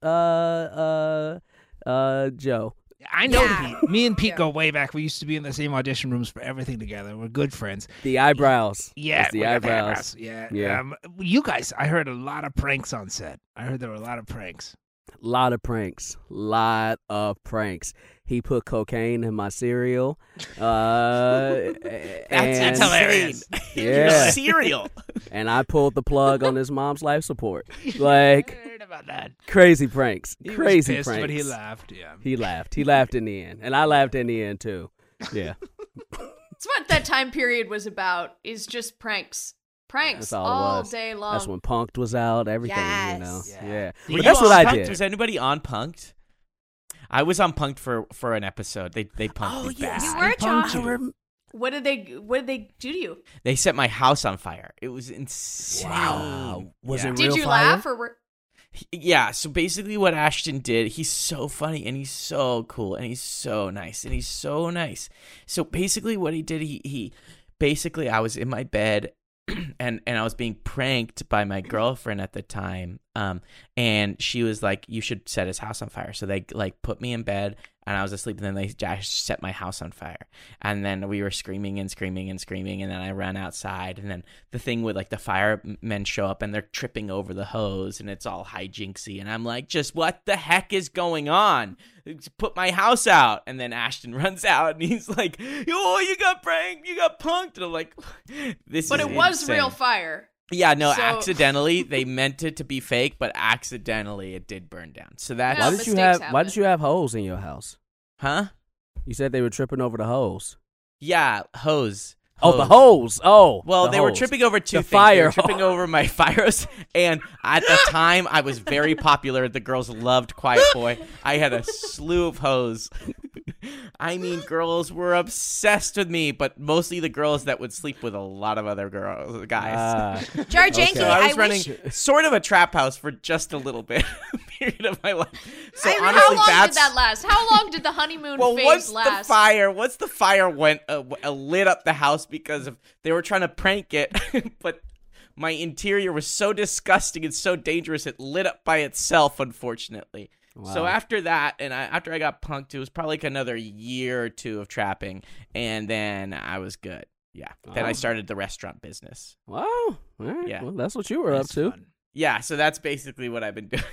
Speaker 6: uh, uh, uh, Joe.
Speaker 2: I know
Speaker 4: Yeah.
Speaker 2: Pete. me and Pete go way back. We used to be in the same audition rooms for everything together. We're good friends.
Speaker 6: The eyebrows.
Speaker 2: Yeah,
Speaker 6: It's the
Speaker 2: we got the
Speaker 6: eyebrows.
Speaker 2: eyebrows. Yeah,
Speaker 6: Yeah.
Speaker 2: Um, you guys, I heard a lot of pranks on set. I heard there were a lot of pranks.
Speaker 6: lot of pranks lot of pranks he put cocaine in my cereal uh that's,
Speaker 5: That's
Speaker 6: (laughs)
Speaker 5: hilarious.
Speaker 6: yeah
Speaker 3: Cereal.
Speaker 6: and i pulled the plug on his mom's life support like
Speaker 5: I heard about that.
Speaker 6: crazy pranks
Speaker 2: He was
Speaker 6: crazy
Speaker 2: pissed,
Speaker 6: pranks
Speaker 2: but he laughed. Yeah.
Speaker 6: he laughed he laughed in the end and i laughed in the end too yeah
Speaker 1: It's what that time period was about. Is just pranks, (laughs) pranks
Speaker 6: that's all, it
Speaker 1: all
Speaker 6: was.
Speaker 1: day long.
Speaker 6: that's when punked was out everything you know
Speaker 4: Yes.
Speaker 6: yeah,
Speaker 3: Were
Speaker 6: but
Speaker 3: you
Speaker 6: that's what
Speaker 3: on
Speaker 6: i
Speaker 3: Punk'd?
Speaker 6: did
Speaker 3: Was anybody on Punked? I was on Punked for for an episode. They they punked
Speaker 1: Oh,
Speaker 3: me bad.
Speaker 4: You were,
Speaker 2: Punked
Speaker 4: John.
Speaker 2: you.
Speaker 1: What did they What did they do to you?
Speaker 3: They set my house on fire. It was insane.
Speaker 6: Wow. Was
Speaker 2: Yeah.
Speaker 6: it
Speaker 1: Did
Speaker 6: real
Speaker 1: you
Speaker 6: fire?
Speaker 1: laugh or were?
Speaker 3: Yeah, so basically what Ashton did, he's so funny and he's so cool and he's so nice and he's so nice. So basically what he did, he he basically I was in my bed (clears throat) and and I was being pranked by my girlfriend at the time. Um and she was like you should set his house on fire. So they like put me in bed and I was asleep and then they just set my house on fire. And then we were screaming and screaming and screaming and then I ran outside and then the thing with like the firemen show up and they're tripping over the hose and it's all hijinksy and I'm like, just what the heck is going on? Put my house out and then Ashton (laughs) runs out and he's like, oh, you got pranked, you got punked and I'm like, (laughs) this.
Speaker 1: But
Speaker 3: is
Speaker 1: it was
Speaker 3: insane.
Speaker 1: real fire.
Speaker 3: Yeah, no,
Speaker 1: So-
Speaker 3: accidentally they meant it to be fake, but accidentally it did burn down. So that's
Speaker 6: why
Speaker 1: No,
Speaker 6: did you
Speaker 1: mistakes
Speaker 6: have why did
Speaker 1: happen.
Speaker 6: you have holes in your house
Speaker 3: huh?
Speaker 6: you said they were tripping over the holes
Speaker 3: Yeah, hose.
Speaker 6: Oh, the holes. Oh,
Speaker 3: Well,
Speaker 6: the
Speaker 3: they were
Speaker 6: holes.
Speaker 3: tripping over two
Speaker 6: The
Speaker 3: things. They
Speaker 6: fire
Speaker 3: were tripping over my (laughs) fires, and at the time, I was very popular. The girls loved Quiet Boy. I had a slew of hoes. I mean, girls were obsessed with me, but mostly the girls that would sleep with a lot of other girls, guys.
Speaker 6: Ah,
Speaker 4: Jar Janky,
Speaker 6: Okay. So
Speaker 3: I
Speaker 4: I,
Speaker 3: was
Speaker 4: wish
Speaker 3: running
Speaker 1: (laughs)
Speaker 3: sort of a trap house for just a little bit (laughs) period of my life. So
Speaker 1: I mean,
Speaker 3: honestly,
Speaker 1: how long
Speaker 3: that's
Speaker 1: did that last? How long did the
Speaker 6: (laughs)
Speaker 1: honeymoon
Speaker 3: well,
Speaker 1: phase
Speaker 3: once
Speaker 1: last?
Speaker 3: the fire, once the fire went uh, w- uh, lit up the house because of they were trying to prank it, (laughs) but my interior was so disgusting and so dangerous it lit up by itself, unfortunately. So
Speaker 6: Wow.
Speaker 3: after that, and I, after I got punked, it was probably like another year or two of trapping, and then I was good. Yeah. Then
Speaker 6: Oh.
Speaker 3: I started the restaurant business.
Speaker 6: wow. All right.
Speaker 3: Yeah.
Speaker 6: Well, that's what you were up
Speaker 2: That's
Speaker 6: to.
Speaker 2: fun.
Speaker 3: Yeah. So that's basically what I've been (laughs) doing.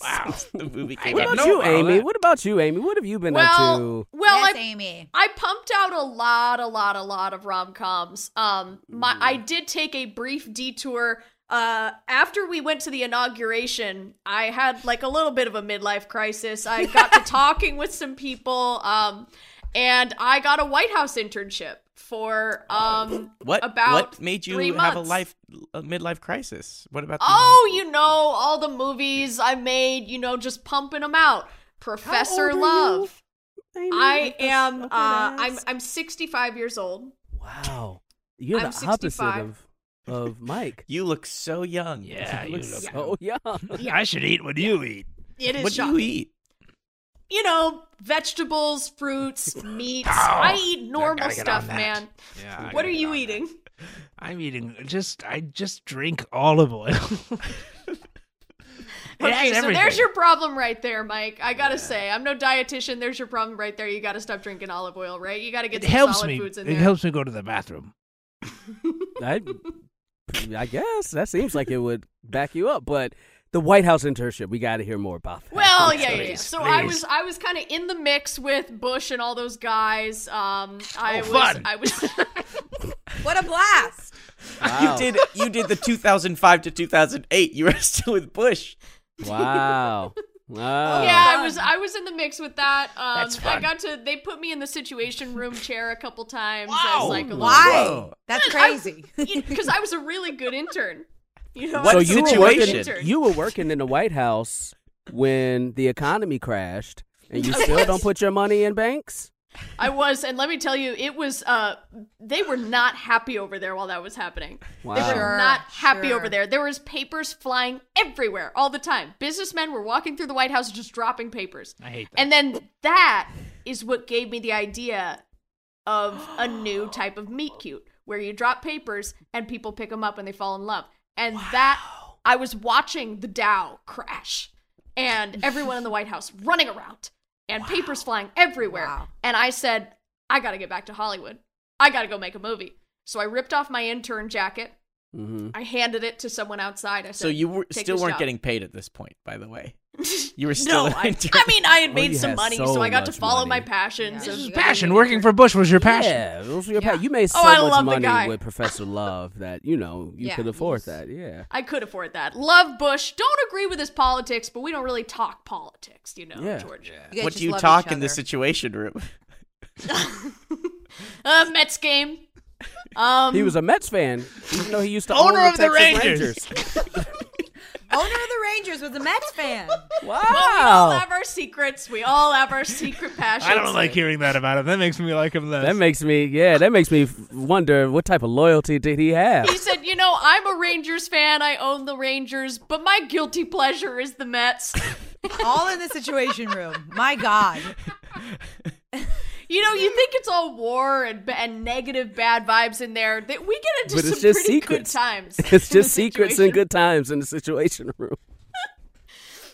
Speaker 3: Wow. the movie
Speaker 2: I
Speaker 3: came
Speaker 2: didn't
Speaker 6: What
Speaker 3: out. uh,
Speaker 6: about
Speaker 2: know
Speaker 6: you,
Speaker 2: about
Speaker 6: Amy?
Speaker 2: that.
Speaker 6: What about you, Amy? What have you been up
Speaker 1: well,
Speaker 6: to?
Speaker 1: well,
Speaker 4: yes,
Speaker 1: I,
Speaker 4: Amy.
Speaker 1: I pumped out a
Speaker 3: Mm.
Speaker 1: lot, a lot, a lot of rom coms. Um, my I did take a brief detour Uh, after we went to the inauguration, I had like a little bit of a midlife crisis. I got
Speaker 3: (laughs)
Speaker 1: to talking with some people, um, and I got a White House internship for um
Speaker 3: What
Speaker 1: about
Speaker 3: what made you
Speaker 1: three
Speaker 3: have a
Speaker 1: months.
Speaker 3: life a midlife crisis? What about the-
Speaker 1: Oh, you know all the movies I made. You know, just pumping them out. Professor
Speaker 6: are you?
Speaker 1: Love. I
Speaker 6: that's-
Speaker 1: am. Uh,
Speaker 6: okay,
Speaker 1: I'm.
Speaker 6: that's-
Speaker 1: I'm 65 years old.
Speaker 6: Wow, you're
Speaker 1: I'm
Speaker 6: the opposite
Speaker 1: 65.
Speaker 6: of of Mike.
Speaker 3: (laughs) You look so young. (laughs)
Speaker 5: Yeah,
Speaker 6: You
Speaker 5: you
Speaker 6: look
Speaker 5: look-
Speaker 6: so young.
Speaker 2: I should eat what you eat.
Speaker 1: It is
Speaker 3: What do you
Speaker 1: shocking.
Speaker 3: eat?
Speaker 1: you know, vegetables,
Speaker 5: (laughs)
Speaker 1: fruits, meats. I eat normal
Speaker 5: gotta get on
Speaker 1: stuff,
Speaker 5: that.
Speaker 1: man.
Speaker 5: Yeah, I
Speaker 1: what
Speaker 5: gotta
Speaker 1: are
Speaker 5: get
Speaker 1: you
Speaker 5: on that.
Speaker 1: eating?
Speaker 2: I'm eating just I just drink olive oil. (laughs)
Speaker 5: It has
Speaker 1: Okay, so there's
Speaker 5: everything.
Speaker 1: your problem right there, Mike. I gotta say, I'm no dietitian. There's your problem right there. You gotta stop drinking olive oil, right? You gotta get
Speaker 2: it
Speaker 1: some
Speaker 2: helps
Speaker 1: solid
Speaker 2: me.
Speaker 1: foods in
Speaker 2: It
Speaker 1: there.
Speaker 2: helps me go to the bathroom.
Speaker 6: I, I guess that seems like it would back you up, but the White House internship, we got to hear more about that.
Speaker 1: Well,
Speaker 6: I'm
Speaker 1: yeah, yeah,
Speaker 6: sorry.
Speaker 1: yeah. So I
Speaker 2: please.
Speaker 1: was I was kind of in the mix with Bush and all those guys. Um, I
Speaker 5: Oh,
Speaker 1: was
Speaker 5: fun.
Speaker 1: I
Speaker 5: (laughs)
Speaker 1: was (laughs)
Speaker 4: What a blast!
Speaker 6: Wow.
Speaker 3: You did you did the 2005 to 2008. You were (laughs) still with Bush. (laughs)
Speaker 6: Wow. Wow.
Speaker 1: yeah I
Speaker 4: Fun.
Speaker 1: was I was in the mix with that. Um,
Speaker 5: Oh. That's
Speaker 1: I
Speaker 5: fun.
Speaker 1: got to they put me in the Situation Room chair a couple times.
Speaker 5: Wow.
Speaker 1: As like a
Speaker 4: Why?
Speaker 3: Whoa.
Speaker 4: That's crazy.
Speaker 1: because I was a really good intern. You know,
Speaker 3: What
Speaker 1: I was a
Speaker 6: you
Speaker 1: really
Speaker 6: were
Speaker 1: good
Speaker 6: working,
Speaker 1: intern.
Speaker 6: you were working in the White House when the economy crashed, and you still don't put your money in banks.
Speaker 1: I was, and let me tell you, it was. Uh, they were not happy over there while that was happening. They
Speaker 6: Wow.
Speaker 1: were
Speaker 4: Sure,
Speaker 1: not happy
Speaker 4: sure.
Speaker 1: over there. There was papers flying everywhere all the time. Businessmen were walking through the White House just dropping papers.
Speaker 2: I hate that.
Speaker 1: And then that is what gave me the idea of a
Speaker 4: (gasps)
Speaker 1: new type of meet cute where you drop papers and people pick them up and they fall in love. And that I was watching the Dow crash and everyone in the White House running around and papers flying everywhere.
Speaker 4: Wow.
Speaker 1: And I said, I got to get back to Hollywood. I got to go make a movie. So I ripped off my intern jacket.
Speaker 6: Mm-hmm.
Speaker 1: I handed it to someone outside. I said,
Speaker 3: So you were,
Speaker 1: "Take
Speaker 3: still
Speaker 1: this
Speaker 3: weren't
Speaker 1: job."
Speaker 3: getting paid at this point, by the way. You were still
Speaker 1: no,
Speaker 3: an (laughs)
Speaker 1: I,
Speaker 3: intern.
Speaker 1: I mean, I had
Speaker 6: Well,
Speaker 1: made
Speaker 6: you
Speaker 1: some
Speaker 6: had
Speaker 1: money,
Speaker 6: so
Speaker 1: so, I got to
Speaker 6: much
Speaker 1: follow my
Speaker 6: money.
Speaker 1: passions.
Speaker 4: Yeah.
Speaker 1: and
Speaker 4: This is
Speaker 1: everything.
Speaker 2: Passion. Working for Bush was your passion.
Speaker 6: Yeah, those were your
Speaker 4: Yeah.
Speaker 6: pa- You made so
Speaker 1: Oh, I
Speaker 6: much
Speaker 1: love the
Speaker 6: money
Speaker 1: guy.
Speaker 6: with Professor Love that you know you
Speaker 4: Yeah,
Speaker 6: could
Speaker 4: you
Speaker 6: afford
Speaker 4: just-
Speaker 6: that. Yeah.
Speaker 1: I could afford that. Love Bush. Don't agree with his politics, but we don't really talk politics, you know,
Speaker 6: Yeah.
Speaker 1: George.
Speaker 4: guys
Speaker 3: what
Speaker 4: just
Speaker 3: do you
Speaker 4: love
Speaker 3: talk
Speaker 4: each
Speaker 3: in the
Speaker 4: other.
Speaker 3: situation room? (laughs)
Speaker 1: Uh, Mets game. Um,
Speaker 6: He was a Mets fan, even though he used to
Speaker 5: Owner
Speaker 6: own
Speaker 5: of the
Speaker 6: Texas
Speaker 5: Rangers.
Speaker 1: (laughs)
Speaker 4: Owner of the Rangers was a Mets
Speaker 6: (laughs)
Speaker 4: fan.
Speaker 1: but we all
Speaker 6: Wow.
Speaker 1: have our secrets. We all have our secret passions.
Speaker 2: I don't like hearing that about him. That makes me like him less.
Speaker 6: That makes me, yeah, that makes me f- wonder what type of loyalty did he have?
Speaker 1: He said, "You know, I'm a Rangers fan. I own the Rangers, but my guilty pleasure is the Mets.
Speaker 4: All in the Situation Room. My God.
Speaker 1: You know, you think it's all war and, ba- and negative bad vibes in there. That we get into
Speaker 6: But
Speaker 1: some
Speaker 6: it's just
Speaker 1: pretty
Speaker 6: secrets.
Speaker 1: good times.
Speaker 6: (laughs) (laughs) It's
Speaker 1: in the
Speaker 6: just secrets and
Speaker 1: situation.
Speaker 6: good times in the Situation Room.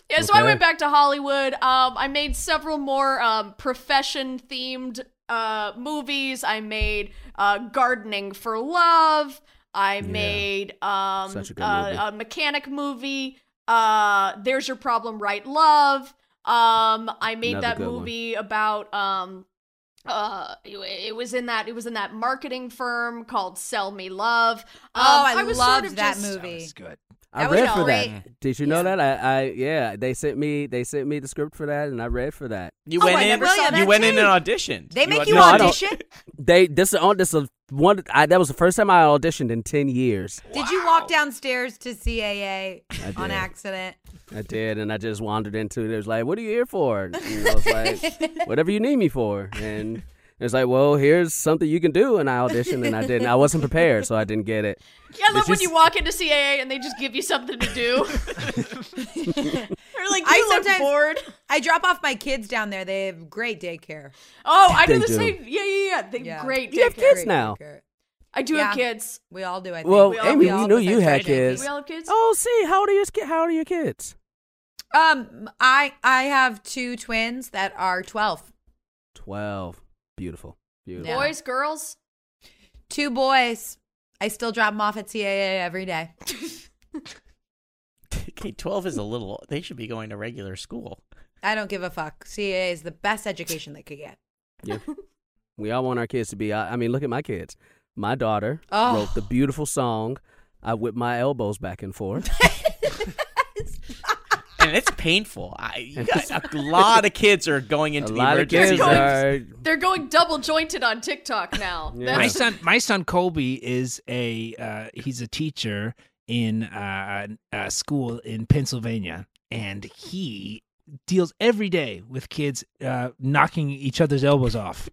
Speaker 1: Yeah, so I
Speaker 6: Okay.
Speaker 1: went back to Hollywood. Um, I made several more um, profession themed uh, movies. I made uh, Gardening for Love. I made um,
Speaker 6: Such a good movie.
Speaker 1: uh, a mechanic movie. Uh, There's Your Problem, Right Love. Um, I made
Speaker 6: Another
Speaker 1: that
Speaker 6: good one.
Speaker 1: movie about um, uh, it, it was in that it was in that marketing firm called Sell Me Love.
Speaker 4: Oh,
Speaker 1: Um,
Speaker 4: I,
Speaker 1: was sort
Speaker 4: loved
Speaker 1: of
Speaker 4: that
Speaker 1: just-
Speaker 4: movie.
Speaker 2: It's good.
Speaker 6: I
Speaker 4: That was
Speaker 6: read for
Speaker 4: great.
Speaker 6: that. Did you know that? I, I, yeah, they sent me, they sent me the script for that, and I read for that.
Speaker 3: You
Speaker 4: Oh,
Speaker 3: went
Speaker 4: I
Speaker 3: in.
Speaker 4: never saw
Speaker 3: you
Speaker 4: that
Speaker 3: went in
Speaker 4: too.
Speaker 3: and auditioned.
Speaker 4: They make you
Speaker 6: No, I don't-
Speaker 4: audition?
Speaker 6: They, this is on, this is one. I, that was the first time I auditioned in ten years.
Speaker 4: Did you walk downstairs to CAA
Speaker 6: I
Speaker 4: on
Speaker 6: did.
Speaker 4: accident?
Speaker 6: I did, and I just wandered into it. It was like, "What are you here for?" And I
Speaker 4: (laughs)
Speaker 6: was like, "Whatever you need me for." And it was like, "Well, here's something you can do." And I auditioned, and I didn't. I wasn't prepared, so I didn't
Speaker 4: (laughs)
Speaker 6: get it.
Speaker 1: Yeah, I love
Speaker 6: you
Speaker 1: when
Speaker 6: s-
Speaker 1: you walk into CAA and they just give you something to do. They're like, you
Speaker 4: I
Speaker 1: look
Speaker 4: sometimes-
Speaker 1: bored.
Speaker 4: I drop off my kids down there. They have great daycare.
Speaker 1: Oh, I do
Speaker 6: They
Speaker 1: the
Speaker 6: do.
Speaker 1: same. Yeah, yeah, yeah. They,
Speaker 4: Yeah.
Speaker 1: Great.
Speaker 6: You have
Speaker 1: daycare.
Speaker 6: kids
Speaker 4: Great
Speaker 6: now.
Speaker 4: daycare.
Speaker 1: I do have
Speaker 4: Yeah.
Speaker 1: kids.
Speaker 4: We all do. I think.
Speaker 6: Well,
Speaker 1: We all-
Speaker 6: Amy,
Speaker 1: we
Speaker 6: we
Speaker 1: all
Speaker 6: knew
Speaker 4: with
Speaker 6: you
Speaker 4: our
Speaker 6: had
Speaker 4: Friday
Speaker 6: kids.
Speaker 1: We all have kids.
Speaker 6: Oh, see, how old are your ki- how old are your kids?
Speaker 4: Um, I I have two twins that are twelve.
Speaker 6: Twelve. Beautiful. Beautiful.
Speaker 4: Yeah.
Speaker 1: Boys, girls.
Speaker 4: Two boys. I still drop them off at CAA every day.
Speaker 3: (laughs) Okay, twelve is a little. They should be going to regular school.
Speaker 4: I don't give a fuck. CAA is the best education they could get.
Speaker 6: Yeah. we all want our kids to be. I, I mean, look at my kids. My daughter
Speaker 4: Oh.
Speaker 6: wrote the beautiful song I whip my elbows back and
Speaker 5: (laughs)
Speaker 6: forth.
Speaker 3: and it's painful. I, you guys- a lot of kids are going
Speaker 6: a
Speaker 3: into the
Speaker 6: lot of
Speaker 3: emergency
Speaker 6: kids
Speaker 3: room.
Speaker 5: (laughs)
Speaker 6: are.
Speaker 1: They're going double jointed on TikTok now.
Speaker 6: Yeah.
Speaker 5: my
Speaker 1: That's-
Speaker 5: son my son colby is a uh, he's a teacher in uh, a school in pennsylvania and he deals every day with kids uh, knocking each other's elbows off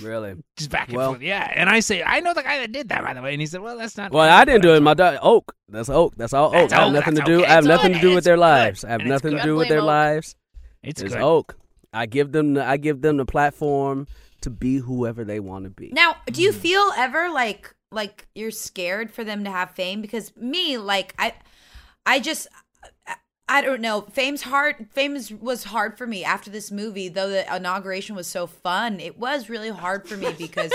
Speaker 6: Really?
Speaker 5: just back and
Speaker 6: Well-
Speaker 5: forth yeah and i say i know the guy that did that by the way and he said well that's not
Speaker 6: Well, I didn't do it. My daughter, Oak. That's Oak. That's all Oak.
Speaker 5: That's
Speaker 6: I have
Speaker 5: Oak.
Speaker 6: nothing to
Speaker 5: That's
Speaker 6: do.
Speaker 5: okay.
Speaker 6: I have
Speaker 5: It's
Speaker 6: nothing to
Speaker 5: good.
Speaker 6: do with their
Speaker 5: It's
Speaker 6: lives. I have
Speaker 5: And it's
Speaker 6: nothing to
Speaker 5: good.
Speaker 6: do with
Speaker 1: Blame
Speaker 6: their
Speaker 1: Oak.
Speaker 6: lives.
Speaker 5: it's
Speaker 6: It's oh
Speaker 5: good.
Speaker 6: Oak. I give them. The, I give them the platform to be whoever they want to be.
Speaker 4: Now, do you feel ever like like you're scared for them to have fame? Because me, like I, I just. I- I don't know. Fame's hard. Fame is, was hard for me after this movie, though the inauguration was so fun. It was really hard for me because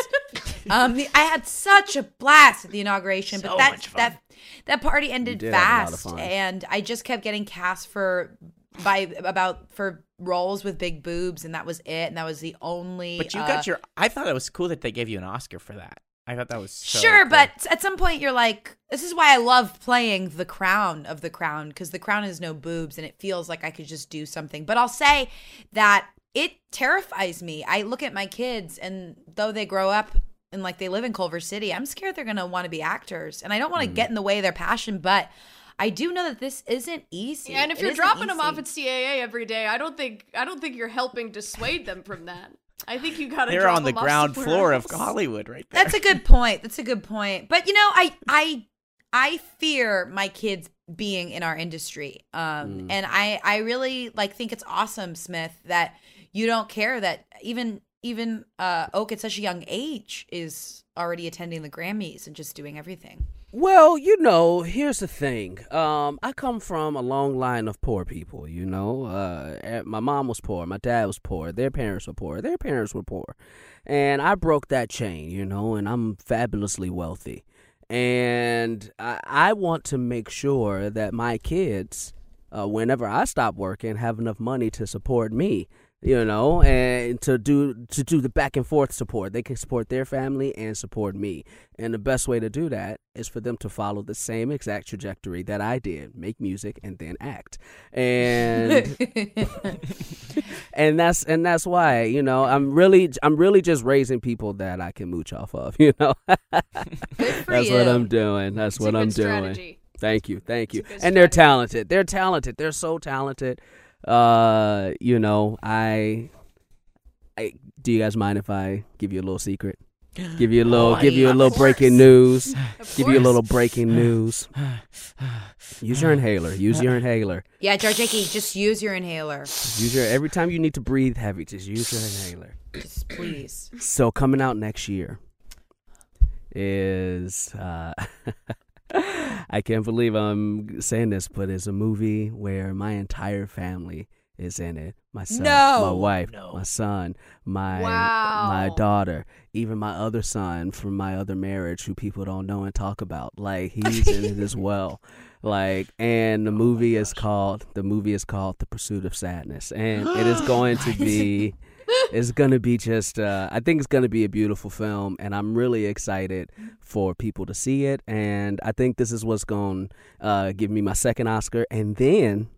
Speaker 4: um, I had such a blast at the inauguration,
Speaker 5: So
Speaker 4: but that
Speaker 5: much fun.
Speaker 4: that that party ended
Speaker 6: did have a lot of
Speaker 4: fast,
Speaker 6: fun.
Speaker 4: and I just kept getting cast for by about for roles with big boobs, and that was it. And that was the only.
Speaker 3: But you
Speaker 4: uh,
Speaker 3: got your. I thought it was cool that they gave you an Oscar for that. I thought that was so
Speaker 4: sure,
Speaker 3: cool.
Speaker 4: but at some point you're like, this is why I love playing the crown of the crown because the crown has no boobs and it feels like I could just do something. But I'll say that it terrifies me. I look at my kids and though they grow up and like they live in Culver City, I'm scared they're going to want to be actors and I don't want to get in the way of their passion, but I do know that this isn't easy.
Speaker 1: and if
Speaker 4: It
Speaker 1: you're
Speaker 4: isn't
Speaker 1: dropping them off
Speaker 4: easy.
Speaker 1: at CAA every day, I don't think I don't think you're helping dissuade them from that. I think you got to.
Speaker 3: they're on the ground floor of Hollywood right there.
Speaker 4: That's a good point. That's a good point. But you know, I I I fear my kids being in our industry. Um and I I really like think it's awesome, Smith, that you don't care that even even uh Oak at such a young age is already attending the Grammys and just doing everything.
Speaker 6: Well, you know, here's the thing. Um, I come from a long line of poor people. You know, uh, eh, my mom was poor, my dad was poor, their parents were poor, their parents were poor, and I broke that chain. You know, and I'm fabulously wealthy, and I, I want to make sure that my kids, uh, whenever I stop working, have enough money to support me. You know, and to do to do the back and forth support. They can support their family and support me. And the best way to do that is for them to follow the same exact trajectory that I did: make music and then act. And and that's and that's why you know I'm really I'm really just raising people that I can mooch off of. (laughs) You know,
Speaker 4: Good for
Speaker 6: that's
Speaker 4: you.
Speaker 6: what I'm doing. That's
Speaker 1: It's a
Speaker 6: what
Speaker 1: good
Speaker 6: I'm doing.
Speaker 1: strategy.
Speaker 6: Thank you, thank you.
Speaker 1: It's a good
Speaker 6: And they're
Speaker 1: strategy.
Speaker 6: talented. They're talented. They're so talented. Uh, you know, I, I. Do you guys mind if I give you a little secret? Give you
Speaker 1: (gasps)
Speaker 6: a little. give you a little breaking news.
Speaker 1: Of
Speaker 6: Give you a
Speaker 1: course.
Speaker 6: little breaking news. Use your inhaler. Use your inhaler.
Speaker 4: (laughs) Yeah, Jarjeki, just use your inhaler.
Speaker 6: Use your every time you need to breathe heavy. Just use your inhaler.
Speaker 4: Just please.
Speaker 6: So coming out next year is uh, (laughs) I can't believe I'm saying this, but it's a movie where my entire family is in it. Myself, my
Speaker 4: No.
Speaker 6: wife,
Speaker 5: No.
Speaker 6: my son, my my
Speaker 1: Wow.
Speaker 6: daughter, even my other son from my other marriage who people don't know and talk about. Like he's in it as well. Like and
Speaker 1: Oh
Speaker 6: the movie is called the movie is called The Pursuit of Sadness. And it
Speaker 1: (gasps)
Speaker 6: is going to be it's gonna be just uh, i think it's gonna be a beautiful film and i'm really excited for people to see it and i think this is what's gonna uh, give me my second oscar and then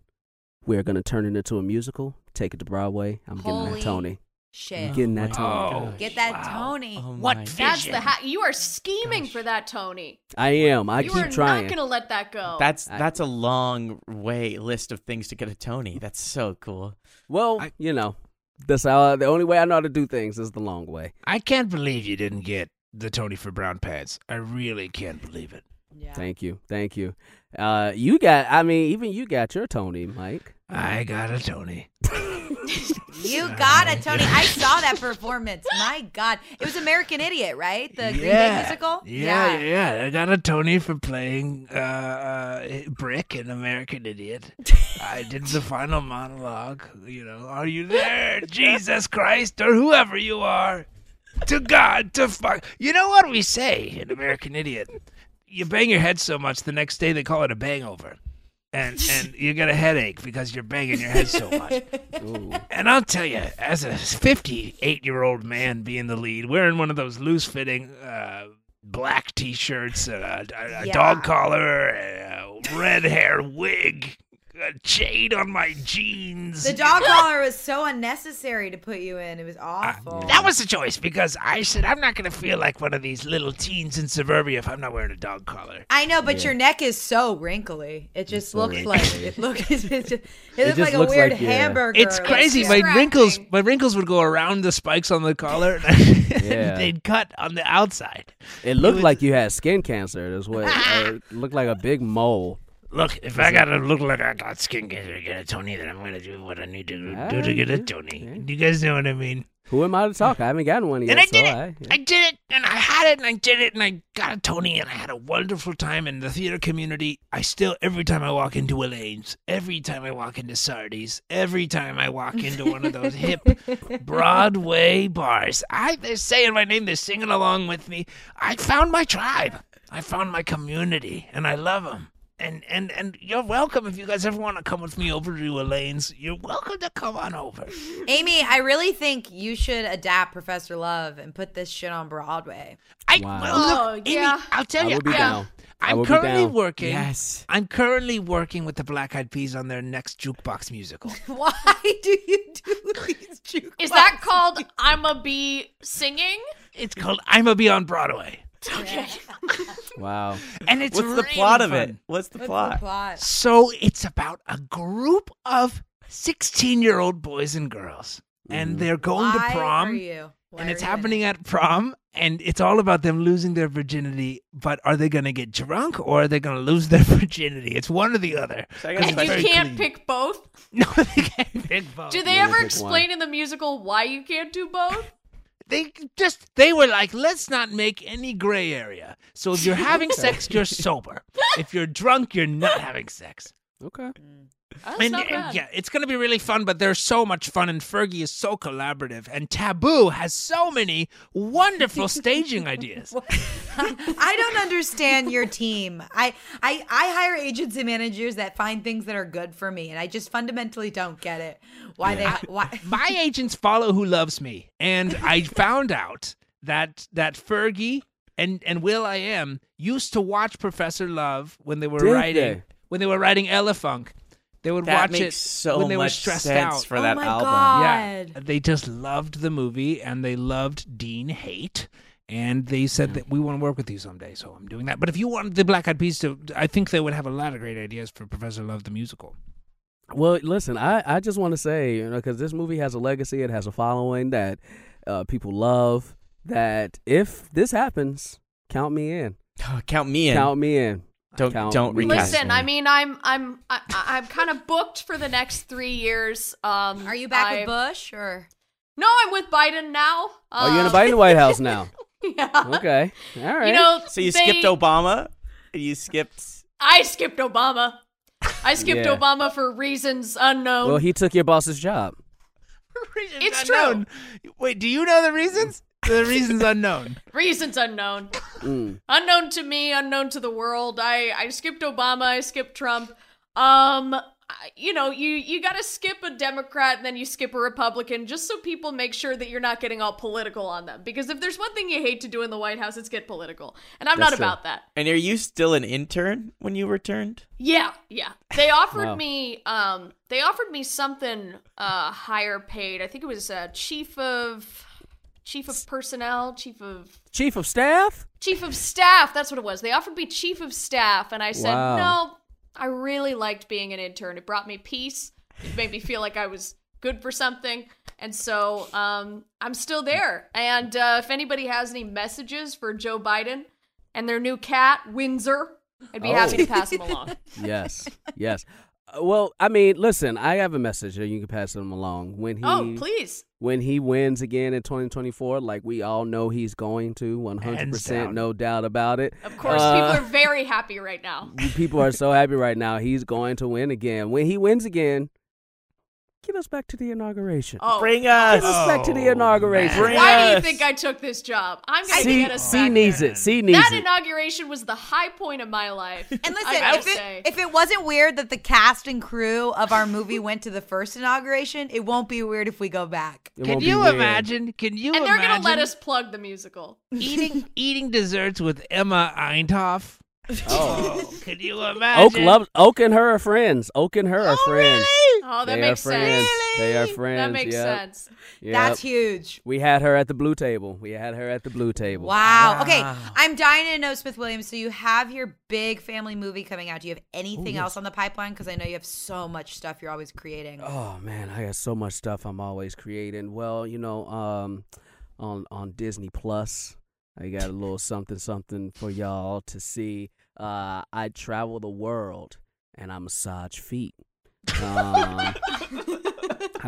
Speaker 6: we're gonna turn it into a musical take it to broadway i'm getting
Speaker 4: Holy
Speaker 6: that tony
Speaker 4: Shit.
Speaker 6: getting that
Speaker 5: God.
Speaker 6: tony
Speaker 5: Oh.
Speaker 4: Get that
Speaker 5: Wow. Oh
Speaker 4: Tony.
Speaker 8: What
Speaker 3: my-
Speaker 8: fi-
Speaker 1: Oh That's
Speaker 8: vision.
Speaker 1: the ha- you are scheming for that, Tony.
Speaker 6: i am i
Speaker 1: you are
Speaker 6: keep trying
Speaker 1: not going to let that go.
Speaker 3: That's
Speaker 6: I-
Speaker 3: that's a long way list of things to get a Tony. That's so cool.
Speaker 6: well
Speaker 5: I-
Speaker 6: you know that's how the only way i know how to do things is the long way
Speaker 5: i can't believe you didn't get the tony for brown pants i really can't believe it
Speaker 4: Yeah.
Speaker 6: thank you thank you uh, you got i mean even you got your tony mike
Speaker 5: i got a tony
Speaker 4: You got it, Tony. I saw that performance. My God. It was American Idiot, right? The Green Day musical?
Speaker 5: Yeah, yeah, yeah. I got a Tony for playing uh, uh, Brick in American Idiot. I did the final monologue. You know, are you
Speaker 4: (laughs)
Speaker 5: there, Jesus Christ, or whoever you are? To God, to fuck. You know what we say in American Idiot? You bang your head so much, the next day they call it a bangover. And, and you get a headache because you're banging your head
Speaker 4: (laughs)
Speaker 5: so much. (laughs)
Speaker 6: Ooh.
Speaker 5: And I'll tell you, as a 58 year old man being the lead, wearing one of those loose fitting uh, black t-shirts and a, a, a
Speaker 4: Yeah.
Speaker 5: dog collar and a red hair wig, a chain on my jeans.
Speaker 4: The dog collar was so unnecessary to put you in. It was awful.
Speaker 5: that was a choice because I said I'm not gonna feel like one of these little teens in suburbia if I'm not wearing a dog collar.
Speaker 4: I know, but your neck is so wrinkly. It just
Speaker 6: so
Speaker 4: looks like it looks. (laughs) It's just, it, looks
Speaker 6: just
Speaker 4: like
Speaker 6: looks
Speaker 4: a weird
Speaker 6: like, yeah.
Speaker 4: hamburger.
Speaker 5: It's crazy. My
Speaker 1: distracting.
Speaker 5: wrinkles, my wrinkles would go around the spikes on the collar, and (laughs)
Speaker 6: Yeah.
Speaker 5: they'd cut on the outside.
Speaker 6: It looked like you had skin cancer.
Speaker 5: (laughs)
Speaker 6: That's what uh, it looked like a big mole.
Speaker 5: Look, if I gotta look like I got skin cancer to get a Tony, then I'm gonna do what I need to do to get a
Speaker 6: Alright,
Speaker 5: Tony.
Speaker 6: yeah.
Speaker 5: You guys know what I mean?
Speaker 6: Who am I to talk? I haven't gotten one yet.
Speaker 5: And I did
Speaker 6: so
Speaker 5: it.
Speaker 6: I, yeah.
Speaker 5: I did it, and I had it, and I did it, and I got a Tony, and I had a wonderful time in the theater community. I still, every time I walk into Elaine's, every time I walk into Sardi's, every time I walk into one of those hip Broadway bars, I they're saying my name, they're singing along with me. I found my tribe, I found my community, and I love them. And, and and you're welcome if you guys ever want to come with me over to Elaine's. You're welcome to come on over.
Speaker 4: Amy, I really think you should adapt Professor Love and put this shit on Broadway. (laughs)
Speaker 5: I
Speaker 6: Wow.
Speaker 5: well, look,
Speaker 1: Oh,
Speaker 5: Amy,
Speaker 1: yeah.
Speaker 5: I'll tell
Speaker 6: I
Speaker 5: you,
Speaker 6: will be
Speaker 5: I-
Speaker 6: down. I
Speaker 5: I'm
Speaker 6: will be
Speaker 5: currently
Speaker 6: down.
Speaker 5: working.
Speaker 6: Yes.
Speaker 5: I'm currently working with the Black Eyed Peas on their next jukebox musical.
Speaker 4: Why do you do these jukebox?
Speaker 1: Is that called I'ma be singing?
Speaker 5: It's called "I'm a Be on Broadway,"
Speaker 1: Okay.
Speaker 6: (laughs) Wow.
Speaker 5: and it's
Speaker 3: What's the
Speaker 5: really
Speaker 3: plot of
Speaker 5: fun.
Speaker 3: it? What's the
Speaker 4: What's
Speaker 3: plot?
Speaker 4: the plot?
Speaker 5: So it's about a group of 16-year-old boys and girls, and they're going
Speaker 4: Why
Speaker 5: to
Speaker 4: Are
Speaker 5: prom,
Speaker 4: you? Why
Speaker 5: and
Speaker 4: are
Speaker 5: it's
Speaker 4: you in
Speaker 5: happening
Speaker 4: it?
Speaker 5: at prom, and it's all about them losing their virginity. But are they going to get drunk, or are they going to lose their (laughs) virginity? It's one or the other.
Speaker 3: So I got a
Speaker 6: (laughs)
Speaker 1: And you (laughs)
Speaker 3: question.
Speaker 1: can't pick both?
Speaker 5: No, they can't pick both.
Speaker 1: Do they
Speaker 6: Oh, You only
Speaker 1: ever
Speaker 6: pick
Speaker 1: explain in the musical why you can't do both?
Speaker 5: they just they were like let's not make any gray area so if you're having sex
Speaker 1: (laughs)
Speaker 5: you're sober if you're drunk you're not having sex
Speaker 6: Okay.
Speaker 1: That's
Speaker 5: and,
Speaker 1: not
Speaker 5: and
Speaker 1: bad.
Speaker 5: yeah it's gonna be really fun but there's so much fun and fergie is so collaborative and taboo has so many wonderful staging
Speaker 1: (laughs)
Speaker 5: ideas
Speaker 4: I don't understand your team. I, I I hire agents and managers that find things that are good for me, and I just fundamentally don't get it. Why they why?
Speaker 5: my agents follow who loves me and i found out that that fergie and and will i am used to watch professor love when they were
Speaker 6: Did
Speaker 5: writing
Speaker 6: they?
Speaker 5: when they were writing ella funk they would
Speaker 3: That
Speaker 5: watch it
Speaker 3: makes so
Speaker 5: when they
Speaker 3: much
Speaker 5: were stressed
Speaker 3: sense
Speaker 5: out
Speaker 3: for that
Speaker 4: my
Speaker 3: album.
Speaker 4: God.
Speaker 5: yeah
Speaker 4: God.
Speaker 5: they just loved the movie and they loved dean haight and they said that we want to work with you someday so i'm doing that but if you want the black eyed peas to i think they would have a lot of great ideas for professor love the musical
Speaker 6: Well, listen, I, I just want to say, you know, because this movie has a legacy, it has a following that uh, people love. That if this happens, count me in.
Speaker 3: (sighs) Count me in.
Speaker 6: Count me in.
Speaker 3: don't
Speaker 6: count
Speaker 3: don't
Speaker 6: me in.
Speaker 3: recast.
Speaker 1: Listen,
Speaker 3: me.
Speaker 1: I mean, I'm I'm I, I- I'm kind of booked for the next three years. Um,
Speaker 4: Are you back
Speaker 1: I,
Speaker 4: with Bush or?
Speaker 1: No, I'm with Biden now.
Speaker 6: Are you in
Speaker 5: Oh.
Speaker 6: a
Speaker 1: Um,
Speaker 6: Biden White
Speaker 5: (laughs)
Speaker 6: House now?
Speaker 1: (laughs) Yeah.
Speaker 6: Okay. All right.
Speaker 1: You know,
Speaker 3: so you
Speaker 1: they-
Speaker 3: skipped Obama. You skipped.
Speaker 1: I skipped Obama. I skipped
Speaker 6: Yeah.
Speaker 1: Obama for reasons unknown.
Speaker 6: well, he took your boss's job.
Speaker 5: Reasons
Speaker 1: It's
Speaker 5: unknown. wait do you know the reasons the reasons unknown
Speaker 3: (laughs)
Speaker 1: reasons unknown,
Speaker 6: Mm.
Speaker 1: unknown to me, unknown to the world. I I skipped Obama. I skipped Trump. Um, I- you know, you you got to skip a Democrat and then you skip a Republican just so people make sure that you're not getting all political on them. Because if there's one thing you hate to do in the White House, it's get political, and I'm
Speaker 6: That's
Speaker 1: not
Speaker 6: true.
Speaker 1: about that.
Speaker 3: And are you still an intern when you returned?
Speaker 1: Yeah, yeah. They offered
Speaker 6: Wow.
Speaker 1: me um they offered me something uh higher paid. I think it was uh chief of chief of personnel, chief of
Speaker 6: Chief of staff?
Speaker 1: chief of staff. That's what it was. They offered me chief of staff and I said,
Speaker 6: Wow.
Speaker 1: "No, I really liked being an intern. It brought me peace. It made me feel like I was good for something." And so um I'm still there. And uh if anybody has any messages for Joe Biden and their new cat, Windsor, I'd be
Speaker 6: Oh.
Speaker 1: happy to pass them
Speaker 6: (laughs)
Speaker 1: along.
Speaker 6: Yes. yes. Uh, well, I mean, listen, I have a message that you can pass him along. When he
Speaker 1: Oh, please.
Speaker 6: when he wins again in 2024, like we all know he's going to, 100%,
Speaker 5: down.
Speaker 6: no doubt about it.
Speaker 1: Of course,
Speaker 6: Uh,
Speaker 1: people are very happy right
Speaker 6: (laughs)
Speaker 1: now.
Speaker 6: people are so happy right now. He's going to win again. When he wins again, Get us back to the inauguration.
Speaker 1: Oh,
Speaker 3: Bring us.
Speaker 6: Get us back to the
Speaker 2: Oh,
Speaker 6: inauguration.
Speaker 2: man.
Speaker 1: why do you
Speaker 3: us.
Speaker 1: think I took this job? I'm gonna
Speaker 6: C,
Speaker 1: get us
Speaker 6: C
Speaker 1: back
Speaker 6: needs
Speaker 1: there.
Speaker 6: it. C needs
Speaker 1: That
Speaker 6: it.
Speaker 1: inauguration was the high point of my life.
Speaker 4: And listen,
Speaker 1: I gotta
Speaker 4: if it,
Speaker 1: say.
Speaker 4: if it wasn't weird that the cast and crew of our movie went to the first inauguration, it won't be weird if we go back.
Speaker 6: It
Speaker 5: Can
Speaker 6: won't be
Speaker 5: you
Speaker 6: weird.
Speaker 5: imagine? Can you
Speaker 1: and they're gonna
Speaker 5: imagine
Speaker 1: let us plug the musical. Oh,
Speaker 5: eating eating desserts with Emma Eindhoff?
Speaker 1: (laughs)
Speaker 6: Oh.
Speaker 5: Can you imagine?
Speaker 6: Oak loves Oak and her are friends. Oak and her are friends.
Speaker 1: Oh, that
Speaker 6: they
Speaker 1: makes
Speaker 6: are friends.
Speaker 1: sense.
Speaker 6: They are friends.
Speaker 1: That makes
Speaker 6: yep.
Speaker 1: sense.
Speaker 6: Yep.
Speaker 4: That's huge.
Speaker 6: We had her at the blue table. We had her at the blue table.
Speaker 4: Wow. Okay, I'm dying to know Smith Williams. So you have your big family movie coming out. Do you have anything else on the pipeline? Because I know you have so much stuff you're always creating.
Speaker 6: Oh man, I got so much stuff I'm always creating. Well, you know, um, on on Disney Plus, I got a little something something for y'all to see. Uh, I travel the world and I
Speaker 1: (laughs)
Speaker 6: massage feet. Um, I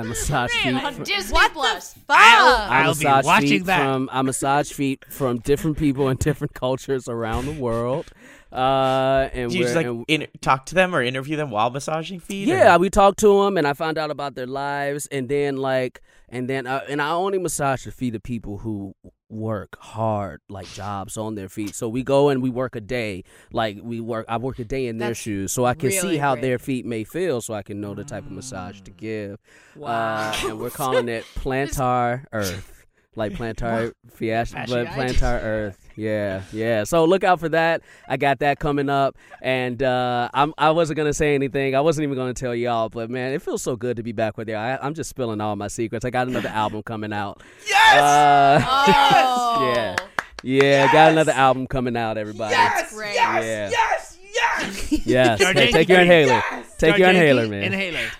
Speaker 6: massage feet.
Speaker 1: On
Speaker 6: from-
Speaker 1: Disney
Speaker 4: What
Speaker 1: Plus.
Speaker 4: the fuck?
Speaker 5: I'll-
Speaker 6: I
Speaker 5: I'll be
Speaker 6: massage
Speaker 5: watching
Speaker 6: feet
Speaker 5: that.
Speaker 6: from I massage feet from different people in (laughs) different cultures around the world. Uh, and
Speaker 3: Do you just
Speaker 6: we're-
Speaker 3: like
Speaker 6: and-
Speaker 3: inter- talk to them or interview them while massaging feet? or-
Speaker 6: yeah, we talked to them, and I found out about their lives, and then like, and then uh, and I only massage the feet of people who work hard, like jobs on their feet. So we go and we work a day, like we work. I work a day in their
Speaker 4: That's
Speaker 6: shoes, so I can see
Speaker 4: really
Speaker 6: how
Speaker 4: great.
Speaker 6: their feet may feel, so I can know the type of massage to give. Uh,
Speaker 4: (laughs)
Speaker 6: and we're calling it plantar earth. Like plantar fiasco, but
Speaker 5: Fasciitis.
Speaker 6: plantar earth. Yeah, yeah. So look out for that. I got that coming up, and uh, I'm I wasn't gonna say anything. I wasn't even gonna tell y'all, but man, it feels so good to be back with y'all. I, I'm just spilling all my secrets. I got another album coming out. Yes. (laughs)
Speaker 1: Oh,
Speaker 6: yeah, yeah. Got another album coming out, everybody.
Speaker 1: that's great.
Speaker 6: yeah. yes,
Speaker 4: (laughs)
Speaker 6: yes, yes. Hey, take your inhaler. Take your
Speaker 5: Jarjanki,
Speaker 6: inhaler, man.
Speaker 5: Inhaler.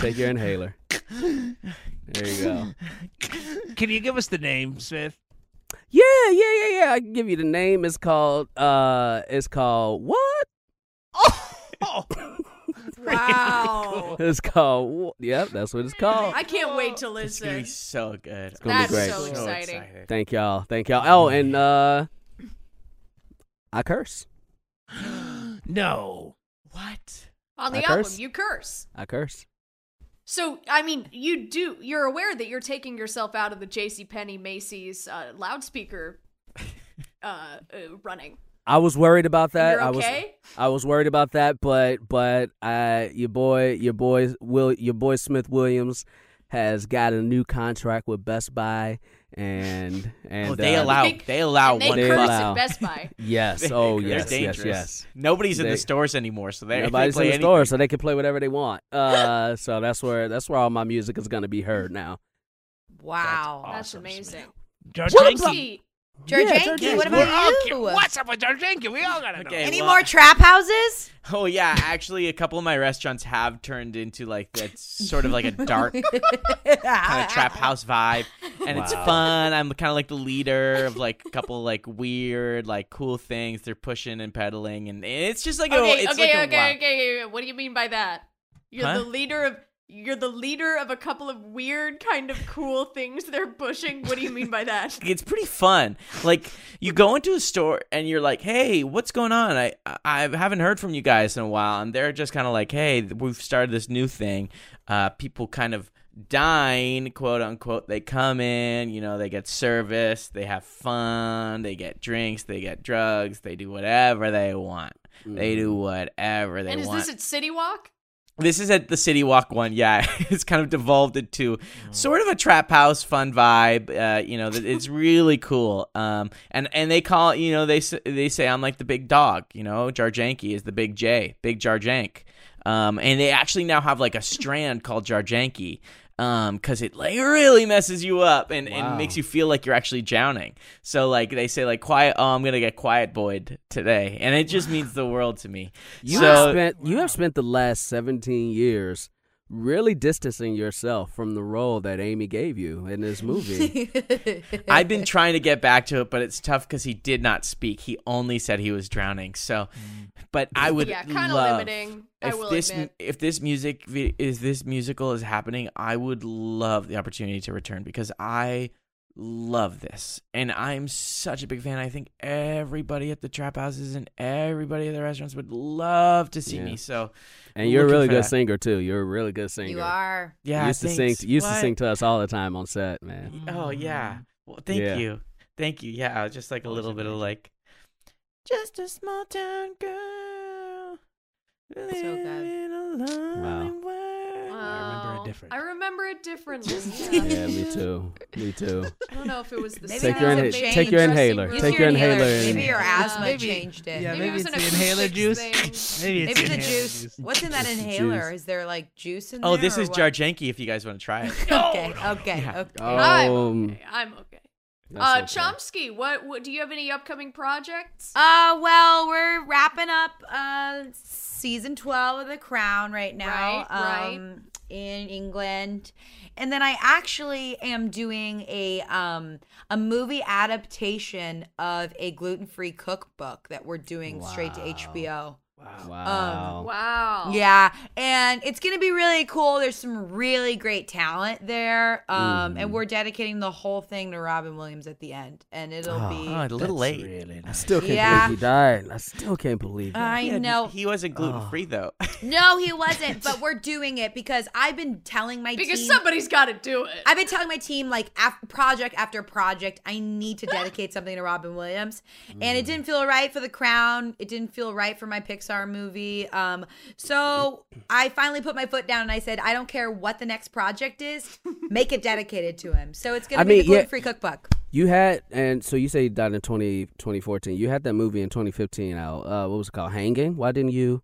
Speaker 6: Take your inhaler. There you go. (laughs)
Speaker 5: Can you give us the name, Smith?
Speaker 6: Yeah, yeah, yeah, yeah. I can give you the name. It's called uh it's called what?
Speaker 5: Oh,
Speaker 1: Wow.
Speaker 6: It's called Wha- Yep, that's what it's called.
Speaker 1: (laughs) I can't wait to
Speaker 3: It's gonna
Speaker 1: listen.
Speaker 3: be so good.
Speaker 6: gonna be
Speaker 1: That's
Speaker 6: great.
Speaker 1: so exciting.
Speaker 3: excited.
Speaker 6: Thank y'all. Thank y'all.
Speaker 3: (laughs)
Speaker 6: Oh, and uh I curse.
Speaker 5: no.
Speaker 3: What?
Speaker 1: On
Speaker 6: I
Speaker 1: the album,
Speaker 6: curse?
Speaker 1: you curse.
Speaker 6: I curse.
Speaker 1: So, I mean, you do. You're aware that you're taking yourself out of the J.C. Penney Macy's uh, loudspeaker uh, uh, running.
Speaker 6: I was worried about that.
Speaker 1: You're
Speaker 6: I was
Speaker 1: okay?
Speaker 6: I was worried about that, but but uh your boy your boy Will your boy Smith Williams has got a new contract with Best Buy and
Speaker 3: (laughs)
Speaker 6: and
Speaker 3: oh, they
Speaker 6: uh,
Speaker 3: allow.
Speaker 1: They-
Speaker 3: They allow
Speaker 1: and they
Speaker 3: one.
Speaker 6: they
Speaker 1: curse
Speaker 6: allow-
Speaker 1: at Best Buy.
Speaker 3: (laughs)
Speaker 6: Yes. (laughs) Oh
Speaker 3: They're
Speaker 6: yes, yes,
Speaker 3: dangerous.
Speaker 6: yes.
Speaker 3: Nobody's in
Speaker 6: They-
Speaker 3: the stores anymore, so they
Speaker 6: Nobody's
Speaker 3: they play
Speaker 6: in the
Speaker 3: anything.
Speaker 6: store, so they can play whatever they want. Uh, so that's where that's where all my music is gonna be heard now.
Speaker 4: Wow.
Speaker 1: That's
Speaker 5: Awesome,
Speaker 1: amazing.
Speaker 5: Jarjanki.
Speaker 1: Gee,
Speaker 4: George
Speaker 6: Yeah,
Speaker 4: Yankee,
Speaker 6: George
Speaker 4: what
Speaker 6: Yankee.
Speaker 4: about
Speaker 5: Okay,
Speaker 4: you?
Speaker 5: what's up with Jarjanki? We all gotta know.
Speaker 3: Okay.
Speaker 4: Any
Speaker 3: Well,
Speaker 4: more trap houses?
Speaker 3: (laughs) Oh yeah, actually, a couple of my restaurants have turned into like that sort of
Speaker 1: (laughs)
Speaker 3: like a
Speaker 4: (laughs)
Speaker 3: dark kind of trap house vibe, and it's fun. I'm kind of like the leader of like a couple like weird like cool things they're pushing and peddling, and it's just like a,
Speaker 1: okay,
Speaker 3: it's
Speaker 1: okay,
Speaker 3: like a
Speaker 1: okay,
Speaker 3: wild-
Speaker 1: okay, okay. What do you mean by that? You're
Speaker 3: Huh?
Speaker 1: the leader of. You're the leader of a couple of weird, kind of cool things they're pushing. What do you mean by that?
Speaker 3: it's pretty fun. Like you go into a store and you're like, "Hey, what's going on? I I haven't heard from you guys in a while." And they're just kind of like, "Hey, we've started this new thing. Uh, people kind of dine, quote unquote. They come in, you know, they get service, they have fun, they get drinks, they get drugs, they do whatever they want. They do whatever (laughs)
Speaker 1: Mm.
Speaker 3: they
Speaker 1: and is
Speaker 3: want."
Speaker 1: this at City Walk?
Speaker 3: This is at the City Walk one, yeah. (laughs) It's kind of devolved into sort of a trap house fun vibe. Uh, you know, that- it's really cool. Um, and and they call you know they s- they say I'm like the big dog. You know, Jarjanki is the big J, big Jarjank. Um, and they actually now have like a strand called Jarjanki. Um, cause it like really messes you up and,
Speaker 6: Wow.
Speaker 3: and makes you feel like you're actually drowning. So like they say like quiet. Oh, I'm gonna get quiet boyed today, and it just means the world to me.
Speaker 6: You
Speaker 3: So-
Speaker 6: have spent you have spent the last seventeen years really distancing yourself from the role that Amy gave you
Speaker 3: (laughs)
Speaker 6: in this movie.
Speaker 4: (laughs)
Speaker 3: I've been trying to get back to it, but it's tough because he did not speak. He only said he was drowning. So, but I would
Speaker 1: Yeah,
Speaker 3: kind
Speaker 1: kinda
Speaker 3: of
Speaker 1: limiting, I
Speaker 3: If
Speaker 1: will
Speaker 3: this
Speaker 1: admit.
Speaker 3: if this music vi- is this musical is happening, I would love the opportunity to return because I love this. And I'm such a big fan. I think everybody at the trap houses and everybody at the restaurants would love to see
Speaker 6: Yeah.
Speaker 3: me. So
Speaker 6: And you're a
Speaker 3: Looking
Speaker 6: really
Speaker 3: for
Speaker 6: good
Speaker 3: that.
Speaker 6: singer too. You're a really good singer.
Speaker 4: You are.
Speaker 3: yeah,
Speaker 6: You used to sing.
Speaker 3: thanks.
Speaker 6: you used to
Speaker 3: What?
Speaker 6: sing to us all the time on
Speaker 3: (laughs)
Speaker 6: set, man.
Speaker 3: Oh yeah. Well, thank
Speaker 6: Mm. Yeah.
Speaker 3: you. Thank you. Yeah, just like a
Speaker 6: Oh,
Speaker 3: little
Speaker 6: it's
Speaker 3: bit of like just a small town girl living alone
Speaker 6: Wow.
Speaker 3: in world.
Speaker 5: remember it
Speaker 1: Wow.
Speaker 5: different.
Speaker 1: I remember it differently.
Speaker 6: Yeah,
Speaker 1: Yeah.
Speaker 6: me too.
Speaker 3: (laughs)
Speaker 6: Me too.
Speaker 1: I don't know if it was the
Speaker 4: Maybe
Speaker 1: same.
Speaker 6: take your
Speaker 4: that
Speaker 6: inha-
Speaker 4: was a
Speaker 6: take your
Speaker 4: change.
Speaker 6: inhaler.
Speaker 1: Use
Speaker 4: Use
Speaker 6: Take
Speaker 1: your
Speaker 6: your
Speaker 1: inhaler.
Speaker 6: inhaler. and-
Speaker 4: Maybe your asthma
Speaker 1: Uh, Maybe-
Speaker 4: changed it.
Speaker 5: Yeah,
Speaker 1: Maybe
Speaker 5: maybe
Speaker 1: it was
Speaker 5: it's
Speaker 1: an
Speaker 5: the inhaler juice.
Speaker 2: (laughs)
Speaker 1: acoustics
Speaker 5: Maybe it's
Speaker 4: Maybe the
Speaker 5: inhaler
Speaker 4: juice. What's in that
Speaker 6: Juice.
Speaker 4: inhaler? Is there like juice in
Speaker 3: Oh,
Speaker 4: there?
Speaker 3: this
Speaker 4: or
Speaker 3: is
Speaker 4: what?
Speaker 3: Jarjanki if you guys want to try it.
Speaker 4: Okay, okay,
Speaker 3: Yeah.
Speaker 4: okay.
Speaker 1: I'm
Speaker 6: Um,
Speaker 1: okay. I'm okay.
Speaker 6: that's
Speaker 1: Uh,
Speaker 6: okay.
Speaker 1: Chomsky, what, what do you have any upcoming projects?
Speaker 4: Uh, well, we're wrapping up uh season twelve of The Crown right now,
Speaker 1: Right, right.
Speaker 4: um, in England, and then I actually am doing a um a movie adaptation of a gluten free cookbook that we're doing straight to
Speaker 6: Wow.
Speaker 4: HBO.
Speaker 3: Um,
Speaker 6: Wow.
Speaker 1: Wow.
Speaker 4: Yeah, and it's gonna be really cool. There's some really great talent there, um,
Speaker 6: Mhm.
Speaker 3: Mm-hmm.
Speaker 4: and we're dedicating the whole thing to Robin Williams at the end, and it'll
Speaker 3: Oh,
Speaker 4: be.
Speaker 3: a little late.
Speaker 6: I still can't
Speaker 4: Yeah.
Speaker 6: believe he died. I still can't believe
Speaker 4: (laughs)
Speaker 6: it.
Speaker 4: I
Speaker 3: Yeah, n-
Speaker 4: know.
Speaker 3: He wasn't gluten free though. (laughs)
Speaker 4: No, he wasn't. But we're doing it because I've been telling my
Speaker 1: Because
Speaker 4: team.
Speaker 1: somebody's got to do it.
Speaker 4: I've been telling my team like af- project after project, I need to dedicate something to Robin Williams,
Speaker 6: Mm.
Speaker 4: and it didn't feel right for The Crown. It didn't feel right for my Pixar movie. Um, so I finally put my foot down and I said, I don't care what the next project is, make it dedicated to him. So it's gonna
Speaker 6: I
Speaker 4: be
Speaker 6: mean,
Speaker 4: the
Speaker 6: yeah.
Speaker 4: gluten free cookbook.
Speaker 6: You had, and so you say you died in 20, 2014. You had that movie in 2015 out. Uh, what was it called? Hanging? Why didn't you?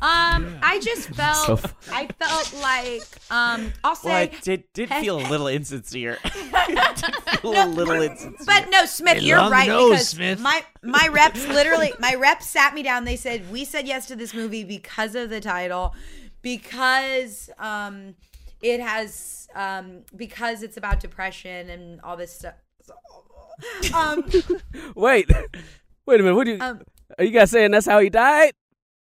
Speaker 4: Um, I just
Speaker 6: (laughs) So
Speaker 4: felt,
Speaker 6: fu-
Speaker 4: I felt like, um, I'll say.
Speaker 3: well, it did, did feel a little
Speaker 4: (laughs)
Speaker 3: insincere. (laughs) It did feel a little insincere.
Speaker 4: But no, Smith,
Speaker 5: Hey,
Speaker 4: you're
Speaker 5: long
Speaker 4: right
Speaker 5: nose,
Speaker 4: because
Speaker 5: Smith.
Speaker 4: my my reps literally my reps sat me down. They said we said yes to this movie because of the title, because um it has um because it's about depression and all this stuff. (laughs) Um,
Speaker 3: (laughs)
Speaker 6: Wait. Wait a minute. What do you,
Speaker 4: um
Speaker 6: are you guys saying that's how he died?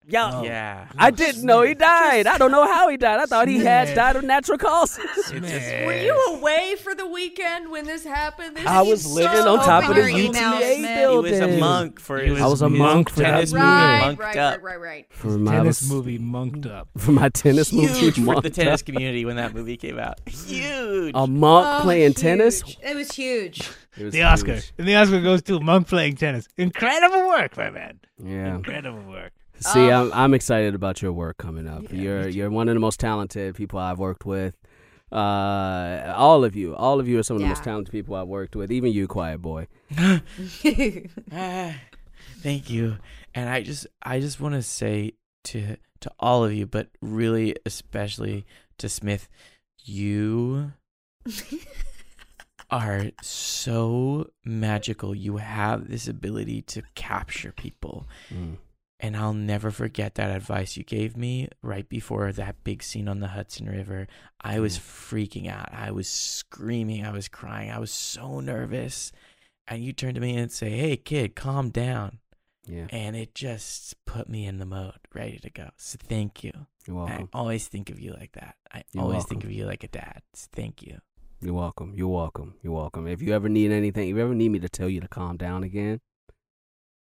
Speaker 6: Y'all,
Speaker 3: yeah.
Speaker 6: I didn't know he died. I don't know how he died. I thought he had
Speaker 5: Smith.
Speaker 6: died of natural causes.
Speaker 3: It's just-
Speaker 1: Were you away for the weekend when this happened? This
Speaker 6: I
Speaker 1: is
Speaker 6: was living
Speaker 1: so
Speaker 6: on top of the
Speaker 4: over
Speaker 1: embarrassing.
Speaker 4: your emails,
Speaker 6: UTA
Speaker 4: man.
Speaker 3: he
Speaker 6: building.
Speaker 3: was a monk for
Speaker 5: He
Speaker 3: his
Speaker 6: I was a
Speaker 3: his
Speaker 6: monk for that
Speaker 3: tennis
Speaker 6: movie.
Speaker 1: Right,
Speaker 3: monked
Speaker 1: right,
Speaker 3: up.
Speaker 1: right, right, right.
Speaker 6: For my,
Speaker 5: Tennis movie monked up.
Speaker 6: (laughs) For my tennis movie.
Speaker 3: Huge for the
Speaker 6: monked
Speaker 3: tennis
Speaker 6: up.
Speaker 3: community when that movie came out. Huge.
Speaker 6: A monk
Speaker 4: oh,
Speaker 6: playing tennis?
Speaker 4: huge. It was huge. (laughs)
Speaker 6: It was
Speaker 5: The Oscar.
Speaker 6: huge.
Speaker 5: And the Oscar goes to Monk playing tennis. Incredible work, my man.
Speaker 6: Yeah.
Speaker 5: Incredible work.
Speaker 6: See,
Speaker 4: Um,
Speaker 6: I'm I'm excited about your work coming up. you're you're one of the most talented people I've worked with. Uh, all of you, all of you are some of the most
Speaker 4: Yeah.
Speaker 6: talented people I've worked with. Even you, Quiet Boy.
Speaker 3: Ah, (laughs) thank you. And I just I just want to say to to all of you, but really especially to Smith, you are so magical. You have this ability to capture people.
Speaker 6: Mm.
Speaker 3: And I'll never forget that advice you gave me right before that big scene on the Hudson River. I
Speaker 6: Mm.
Speaker 3: was freaking out. I was screaming. I was crying. I was so nervous. And you turned to me and say, Hey, kid, calm down.
Speaker 6: Yeah,
Speaker 3: And it just put me in the mode, ready to go. So thank you.
Speaker 6: you're
Speaker 3: I
Speaker 6: welcome.
Speaker 3: always think of you like that. I
Speaker 6: You're
Speaker 3: always
Speaker 6: welcome.
Speaker 3: think of you like a dad. So thank you.
Speaker 6: You're welcome. You're welcome. You're welcome. If you ever need anything, if you ever need me to tell you to calm down again,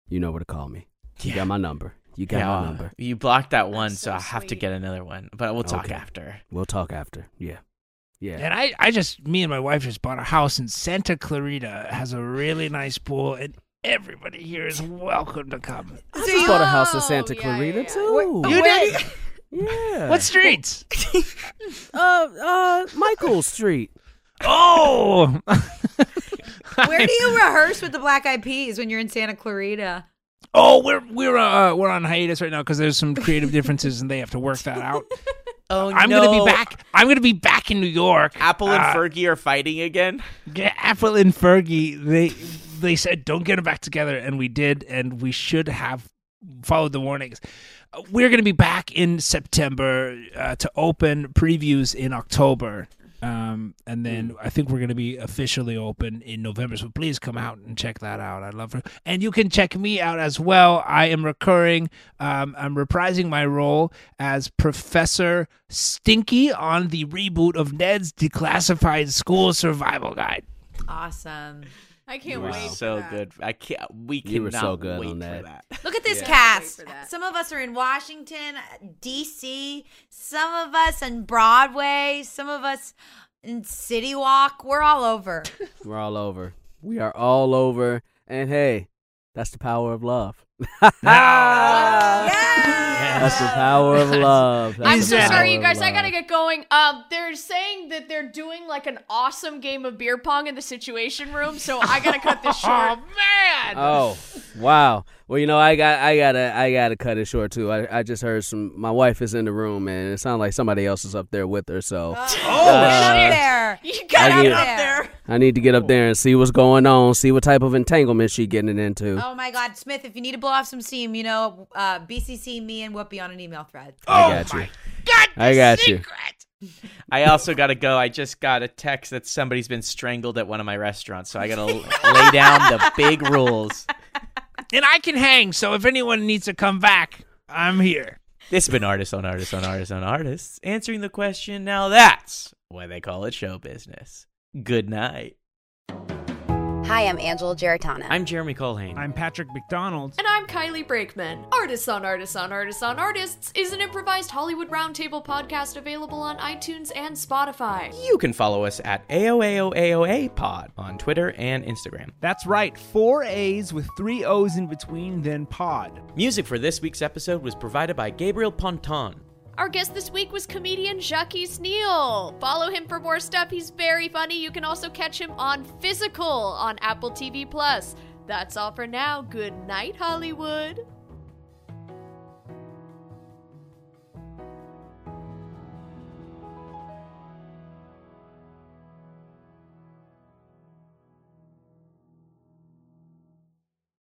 Speaker 6: you know where to call me. You
Speaker 3: (laughs)
Speaker 6: got my number. You got my
Speaker 3: Yeah,
Speaker 6: number.
Speaker 3: You blocked that one,
Speaker 1: That's
Speaker 3: so,
Speaker 1: so
Speaker 3: I have to
Speaker 1: sweet.
Speaker 3: get another one. But we'll talk
Speaker 6: Okay.
Speaker 3: after.
Speaker 6: We'll talk after. Yeah, yeah.
Speaker 5: And I, I just, me and my wife just bought a house in Santa Clarita. It has a really nice pool, and everybody here is welcome to come.
Speaker 6: I just bought a house in
Speaker 1: Oh,
Speaker 6: Santa
Speaker 1: yeah,
Speaker 6: Clarita
Speaker 1: yeah, yeah.
Speaker 6: too.
Speaker 5: You did?
Speaker 6: Yeah.
Speaker 5: What streets?
Speaker 6: uh uh Michael Street?
Speaker 5: Oh! (laughs)
Speaker 4: Where do
Speaker 1: (laughs)
Speaker 4: you rehearse with the Black Eyed Peas when you're in Santa Clarita?
Speaker 5: Oh, we're we're uh, we're on hiatus right now because there's some creative differences and they have to work that out.
Speaker 3: Oh,
Speaker 5: I'm gonna be back. I'm gonna be back in New York.
Speaker 6: Ah.
Speaker 3: Apple and
Speaker 5: Uh,
Speaker 3: Fergie are fighting again.
Speaker 5: Yeah, Apple and Fergie, they they said don't get them back together, and we did, and we should have followed the warnings. Uh, We're going to be back in September uh, to open previews in October, um, and then I think we're going to be officially open in November. So please come out and check that out. I love it, and you can check me out as well. I am recurring. Um, I'm reprising my role as Professor Stinky on the reboot of Ned's Declassified School Survival Guide.
Speaker 4: Awesome.
Speaker 1: I
Speaker 3: You
Speaker 1: can't
Speaker 3: were
Speaker 1: wait.
Speaker 3: so
Speaker 1: for that.
Speaker 3: good. I can't. We cannot
Speaker 6: You were so good
Speaker 3: wait
Speaker 6: on
Speaker 3: for
Speaker 6: that.
Speaker 3: that.
Speaker 4: Look at this
Speaker 1: Yeah.
Speaker 4: cast.
Speaker 1: Can't wait for that.
Speaker 4: Some of us are in Washington, D.C., some of us in Broadway, some of us in City Walk. We're
Speaker 1: (laughs)
Speaker 4: all over.
Speaker 6: We're all over. We are all over. And hey, that's the power of love.
Speaker 4: Ah.
Speaker 6: That's the power of love. That's
Speaker 1: I'm
Speaker 6: the
Speaker 1: so
Speaker 6: power
Speaker 1: sorry, you
Speaker 6: of
Speaker 1: guys. I
Speaker 6: love.
Speaker 1: gotta get going. Um, they're saying that they're doing like an awesome game of beer pong in the Situation Room, so I gotta cut (laughs) this short. Uh,
Speaker 9: man!
Speaker 6: (laughs) Oh wow! Well, you know, I got, I gotta, I gotta cut it short too. I, I just heard some. My wife is in the room, and it sounds like somebody else is up there with her. So
Speaker 4: Get
Speaker 1: Oh,
Speaker 6: uh,
Speaker 4: up there.
Speaker 1: You gotta
Speaker 6: I
Speaker 1: have it
Speaker 6: get-
Speaker 1: up there.
Speaker 6: I need to get up there and see what's going on. See what type of entanglement she getting into.
Speaker 4: Oh my God, Smith! If you need to blow off some steam, you know, uh, BCC me and Whoopi on an email thread.
Speaker 6: I got you.
Speaker 9: God,
Speaker 6: I got you.
Speaker 3: I also gotta go. I just got a text that somebody's been strangled at one of my restaurants, so
Speaker 1: (laughs)
Speaker 3: I gotta l- lay down the big rules.
Speaker 5: And I can hang, so if anyone needs to come back, I'm here.
Speaker 3: This has been artists on artists on artists on artists answering the question. Now that's why they call it show business. Good night.
Speaker 10: Hi, I'm Angela Geritana.
Speaker 3: I'm Jeremy Colhane.
Speaker 5: I'm Patrick McDonald.
Speaker 1: And I'm Kylie Brakeman. Artists on Artists on Artists on Artists is an improvised Hollywood roundtable podcast available on iTunes and Spotify.
Speaker 3: you can follow us at AOAOAOA Pod on Twitter and Instagram.
Speaker 5: That's right, four A's with three O's in between, then pod.
Speaker 3: Music for this week's episode was provided by Gabriel Ponton.
Speaker 1: Our guest this week was comedian Jacques Neal. Follow him for more stuff. He's very funny. You can also catch him on Physical on Apple TV Plus. That's all for now. Good night, Hollywood.